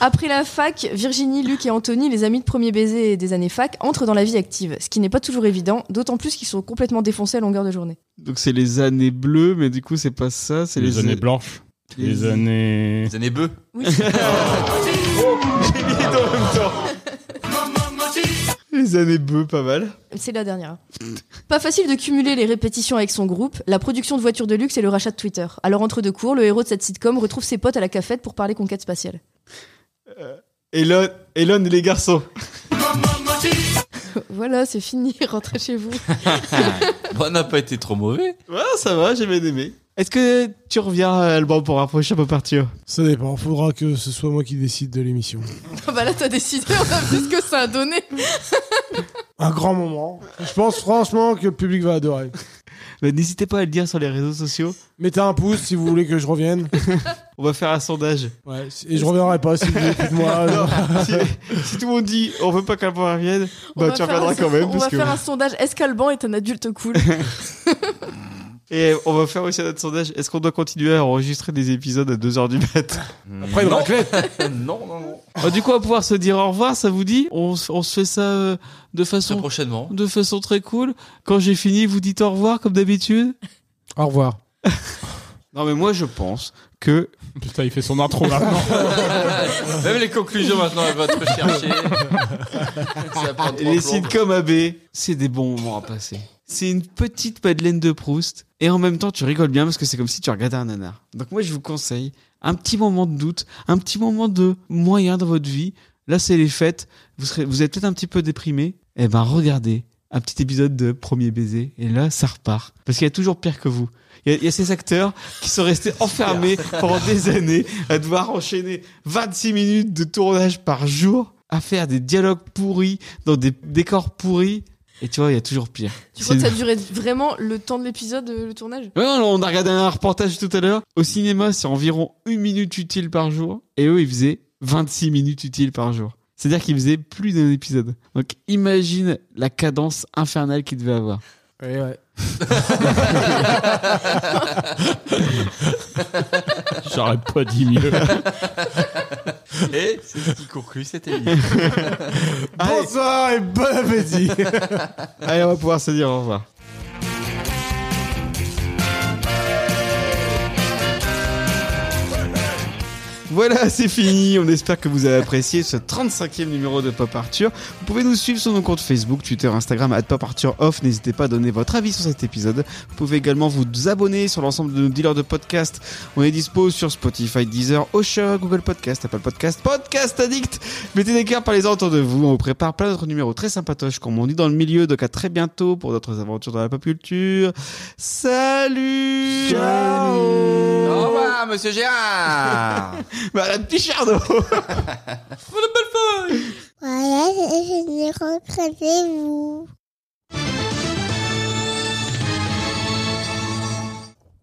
D: Après la fac, Virginie, Luc et Anthony, les amis de premier baiser et des années fac, entrent dans la vie active, ce qui n'est pas toujours évident, d'autant plus qu'ils sont complètement défoncés à longueur de journée.
B: Donc c'est les années bleues, mais du coup c'est pas ça, c'est
G: les,
B: les,
G: années blanches. Les,
B: les-
G: années...
C: Les années bœufs
B: Les années bleues, pas mal.
D: C'est la dernière. hein.
B: Mm.
D: Pas facile de cumuler les répétitions avec son groupe, la production de voitures de luxe et le rachat de Twitter. Alors entre deux cours, le héros de cette sitcom retrouve ses potes à la cafette pour parler conquête spatiale.
B: Elon, Elon et les garçons.
D: Voilà, c'est fini, rentrez chez vous.
C: Bon, on n'a pas été trop mauvais.
B: Ouais, ça va, j'ai bien aimé. Est-ce que tu reviens, euh, Alban, pour un prochain peu partir
H: Ça dépend, faudra que ce soit moi qui décide de l'émission.
D: Ah bah là, t'as décidé, on a vu ce que ça a donné.
H: Un grand moment. Je pense franchement que le public va adorer.
B: Bah, N'hésitez pas à le dire sur les réseaux sociaux.
H: Mettez un pouce si vous voulez que je revienne.
B: On va faire un sondage.
H: Ouais, et je reviendrai pas si vous voulez moi.
B: Ah si, si tout le monde dit on veut pas qu'Alban revienne,
D: On
B: bah
D: va
B: tu
D: faire
B: reviendras
D: un-
B: quand même.
D: On
B: parce
D: va
B: que-
D: faire un sondage, est-ce qu'Alban est un adulte cool
B: Et on va faire aussi un autre sondage. Est-ce qu'on doit continuer à enregistrer des épisodes à 2h du matin
H: Après une raclette.
C: Euh, non, non, non.
B: Bah, Du coup, on va pouvoir se dire au revoir, ça vous dit on, s- on se fait ça euh, de
C: Très
B: façon
C: prochainement.
B: de façon très cool. Quand j'ai fini, vous dites au revoir comme d'habitude.
H: Au revoir.
B: Non, mais moi je pense que
G: Putain, il fait son intro maintenant.
C: Même les conclusions maintenant, elles vont être recherchées. Ça va prendre trois
B: les
C: plombes.
B: sitcoms AB, c'est des bons moments à passer. C'est une petite Madeleine de Proust et en même temps tu rigoles bien parce que c'est comme si tu regardais un nanar. Donc moi je vous conseille un petit moment de doute, un petit moment de moyen dans votre vie. Là c'est les fêtes, vous serez, vous êtes peut-être un petit peu déprimé. Eh ben regardez un petit épisode de Premier baiser et là ça repart parce qu'il y a toujours pire que vous. Il y, a, il y a ces acteurs qui sont restés enfermés pendant des années à devoir enchaîner 26 minutes de tournage par jour, à faire des dialogues pourris dans des décors pourris. Et tu vois, il y a toujours pire.
D: Tu crois que
B: C'est-
D: ça durait vraiment le temps de l'épisode, euh, le tournage
B: Ouais, non, on a regardé un reportage tout à l'heure. Au cinéma, c'est environ une minute utile par jour. Et eux, ils faisaient 26 minutes utiles par jour. C'est-à-dire qu'ils faisaient plus d'un épisode. Donc imagine la cadence infernale qu'ils devaient avoir.
H: Ouais, ouais.
G: J'aurais pas dit mieux.
C: Et c'est ce qui conclut cette émission.
B: Allez,
H: Bonsoir et bon appétit.
B: allez, on va pouvoir se dire au revoir. Voilà, c'est fini. On espère que vous avez apprécié ce 35e numéro de Pop Arthur. Vous pouvez nous suivre sur nos comptes Facebook, Twitter, Instagram, at Pop Arthur Off. N'hésitez pas à donner votre avis sur cet épisode. Vous pouvez également vous abonner sur l'ensemble de nos dealers de podcasts. On est dispo sur Spotify, Deezer, Osha, Google Podcast, Apple Podcast, Podcast Addict. Mettez des cœurs par les autour de vous. On vous prépare plein d'autres numéros très sympatoches, comme on dit dans le milieu. Donc à très bientôt pour d'autres aventures dans la pop culture. Salut!
C: Au revoir, monsieur Gérard
B: Bah, la petite Chardot!
M: Voilà, je vais rencontrer vous.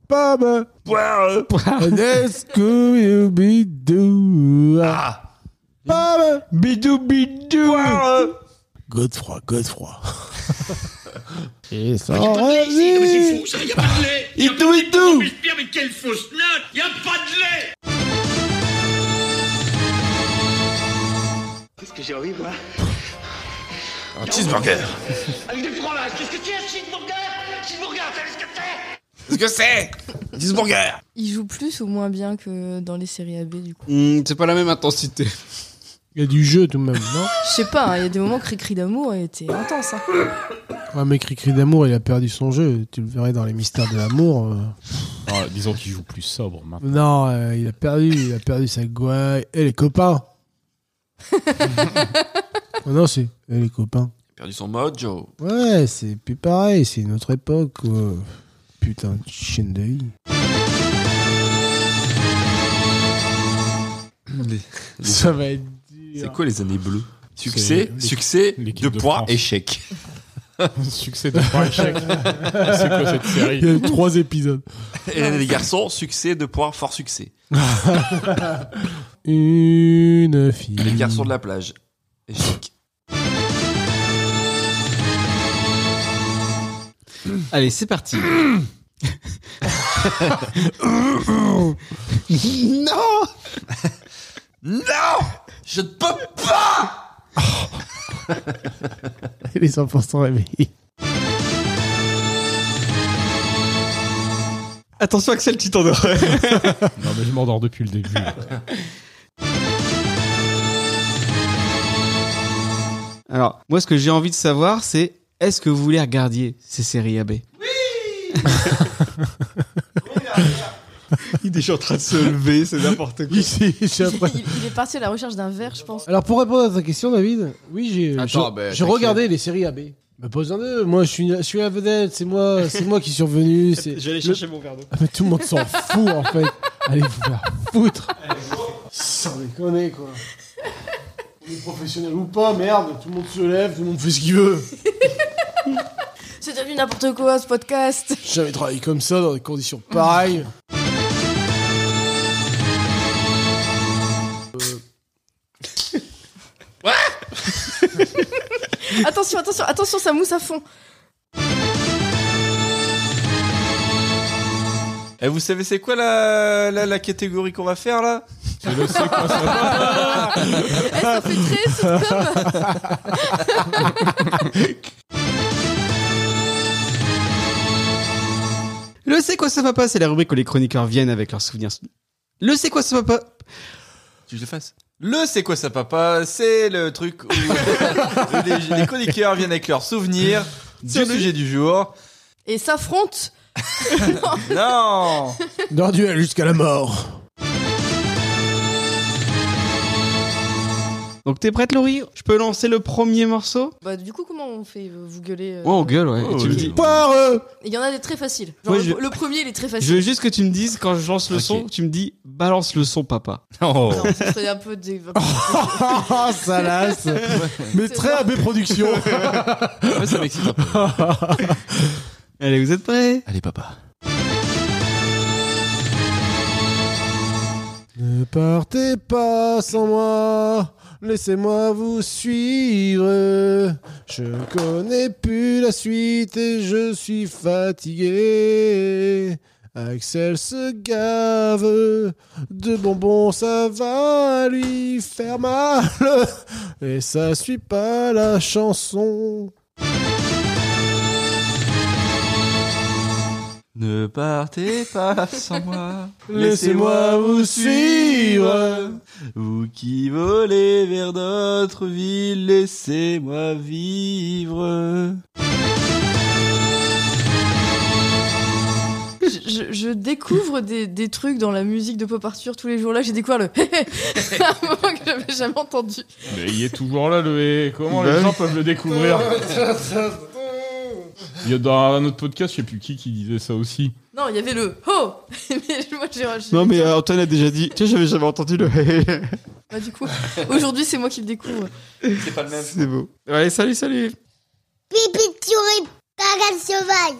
H: Pam. And Est-ce que you be do? Pam.
B: Bidou, bidou!
H: Godefroy, Godefroy.
I: Si, non, mais c'est fou, ça, y a pas de lait
B: Il tout, il tout!
I: Respire, mais quelle fausse note Y a pas de lait Qu'est-ce que j'ai envie, moi
C: Un cheeseburger
I: Avec du fromage, qu'est-ce que c'est un cheeseburger Cheeseburger, t'as vu ce que c'est
C: Qu'est-ce que c'est Cheeseburger
D: Il joue plus ou moins bien que dans les séries AB du coup.
B: Hmm, c'est pas la même intensité.
E: Il y a du jeu tout de même, non
D: Je sais pas, hein, il y a des moments Cri-Cri d'amour était intense. hein.
E: Ouais, mais Cricri d'amour, il a perdu son jeu. Tu le verrais dans les mystères de l'amour. euh.
G: Ah, disons qu'il joue plus sobre maintenant.
E: Non, euh, il a perdu, il a perdu sa gouaille. Et les copains Oh Non, c'est eh, les copains.
C: Perdu son mojo.
E: Ouais, c'est plus pareil, c'est une autre époque. quoi. Putain, de chaîne de vie. Ça va être dur.
C: C'est quoi les années bleues Succès,
G: C'est-
C: succès,
G: l'équipe
C: deux
G: de
C: points,
G: France.
C: échec.
G: Succès de trois échecs. C'est quoi cette série
E: Il y a eu trois épisodes.
C: Et l'année des garçons, succès, deux points, fort succès.
E: Une fille.
G: Mmh.
C: Les garçons de la plage, échec.
B: Allez, c'est parti. non
C: Non Je ne peux pas
E: Les enfants sont réveillés.
B: Attention Axel, tu t'endors.
G: Non, mais je m'endors depuis le début.
B: Alors, moi, ce que j'ai envie de savoir, c'est est-ce que vous les regardiez, ces séries AB Oui Il est déjà en train de se lever, c'est n'importe quoi.
D: Il, il est parti à la recherche d'un verre, je pense.
E: Alors pour répondre à ta question, David, oui, j'ai
C: Attends,
E: je-
C: bah,
E: j'ai
C: t'inquiète.
E: regardé les séries AB. Bah, pose un d'eux. Moi, je suis, je suis la vedette. C'est moi, c'est moi qui suis survenu. C'est
B: J'allais chercher mon verre d'eau.
E: Ah, mais tout le monde s'en fout en fait. Allez vous faire foutre. Sans déconner quoi. On est professionnel ou pas, merde. Tout le monde se lève, tout le monde fait ce qu'il veut.
D: C'est devenu n'importe quoi ce podcast.
E: J'ai jamais travaillé comme ça dans des conditions pareilles.
D: Attention, attention, attention, ça mousse à fond.
C: Et Eh, vous savez c'est quoi la, la, la catégorie qu'on va faire là
D: Eh, ça fait très sitcom.
B: Le C'est quoi ça va pas, c'est la rubrique où les chroniqueurs viennent avec leurs souvenirs. Le C'est quoi ça va pas
C: Tu le fasses le c'est quoi ça papa C'est le truc où où les, les chroniqueurs viennent avec leurs souvenirs du sujet du jour.
D: Et s'affrontent.
C: Non
E: Dans le duel jusqu'à la mort.
B: Donc t'es prête, Laurie Je peux lancer le premier morceau
D: Bah, du coup, comment on fait euh, Vous gueulez. euh,
B: Ouais, on gueule, ouais.
C: Oh,
B: Et tu me
C: oui.
B: dis...
E: Poireux.
D: Il y en a des très faciles. Genre,
B: Ouais,
D: le-
B: je-
D: le, premier, il est très
B: Je
D: facile.
B: veux juste que tu me dises, quand je lance le
C: Ok.
B: son, tu me dis « balance le son, papa
C: Non
D: Non, ça serait un peu dé-
B: Oh.
E: Ah, ça lasse. Mais
D: C'est
E: très AB production.
C: Ouais, ça m'excite un peu. ».
B: Allez, vous êtes prêts
C: Allez papa.
E: Ne partez pas sans moi, laissez-moi vous suivre. Je connais plus la suite et je suis fatigué. Axel se gave de bonbons, ça va lui faire mal. Et ça suit pas la chanson.
C: Ne partez pas sans moi.
E: Laissez-moi vous suivre.
C: Vous qui volez vers d'autres villes, laissez-moi vivre.
D: Je, je- je découvre des, des trucs dans la musique de Pop Arthur tous les jours. Là, j'ai découvert le à un moment que j'avais jamais entendu.
G: Mais il est toujours là, le hé. Comment
B: Ben
G: les gens peuvent le découvrir Il y a dans un autre podcast, je sais plus qui, qui disait ça aussi.
D: Non, il y avait le oh. mais moi, j'ai j'ai-
B: Non, mais euh, Antoine a déjà dit « Tiens, j'avais jamais entendu le «
D: Bah, du coup, aujourd'hui, c'est moi qui le découvre.
C: C'est pas le même.
B: C'est beau. Allez, salut, salut
M: Pipi, tu pas sauvage.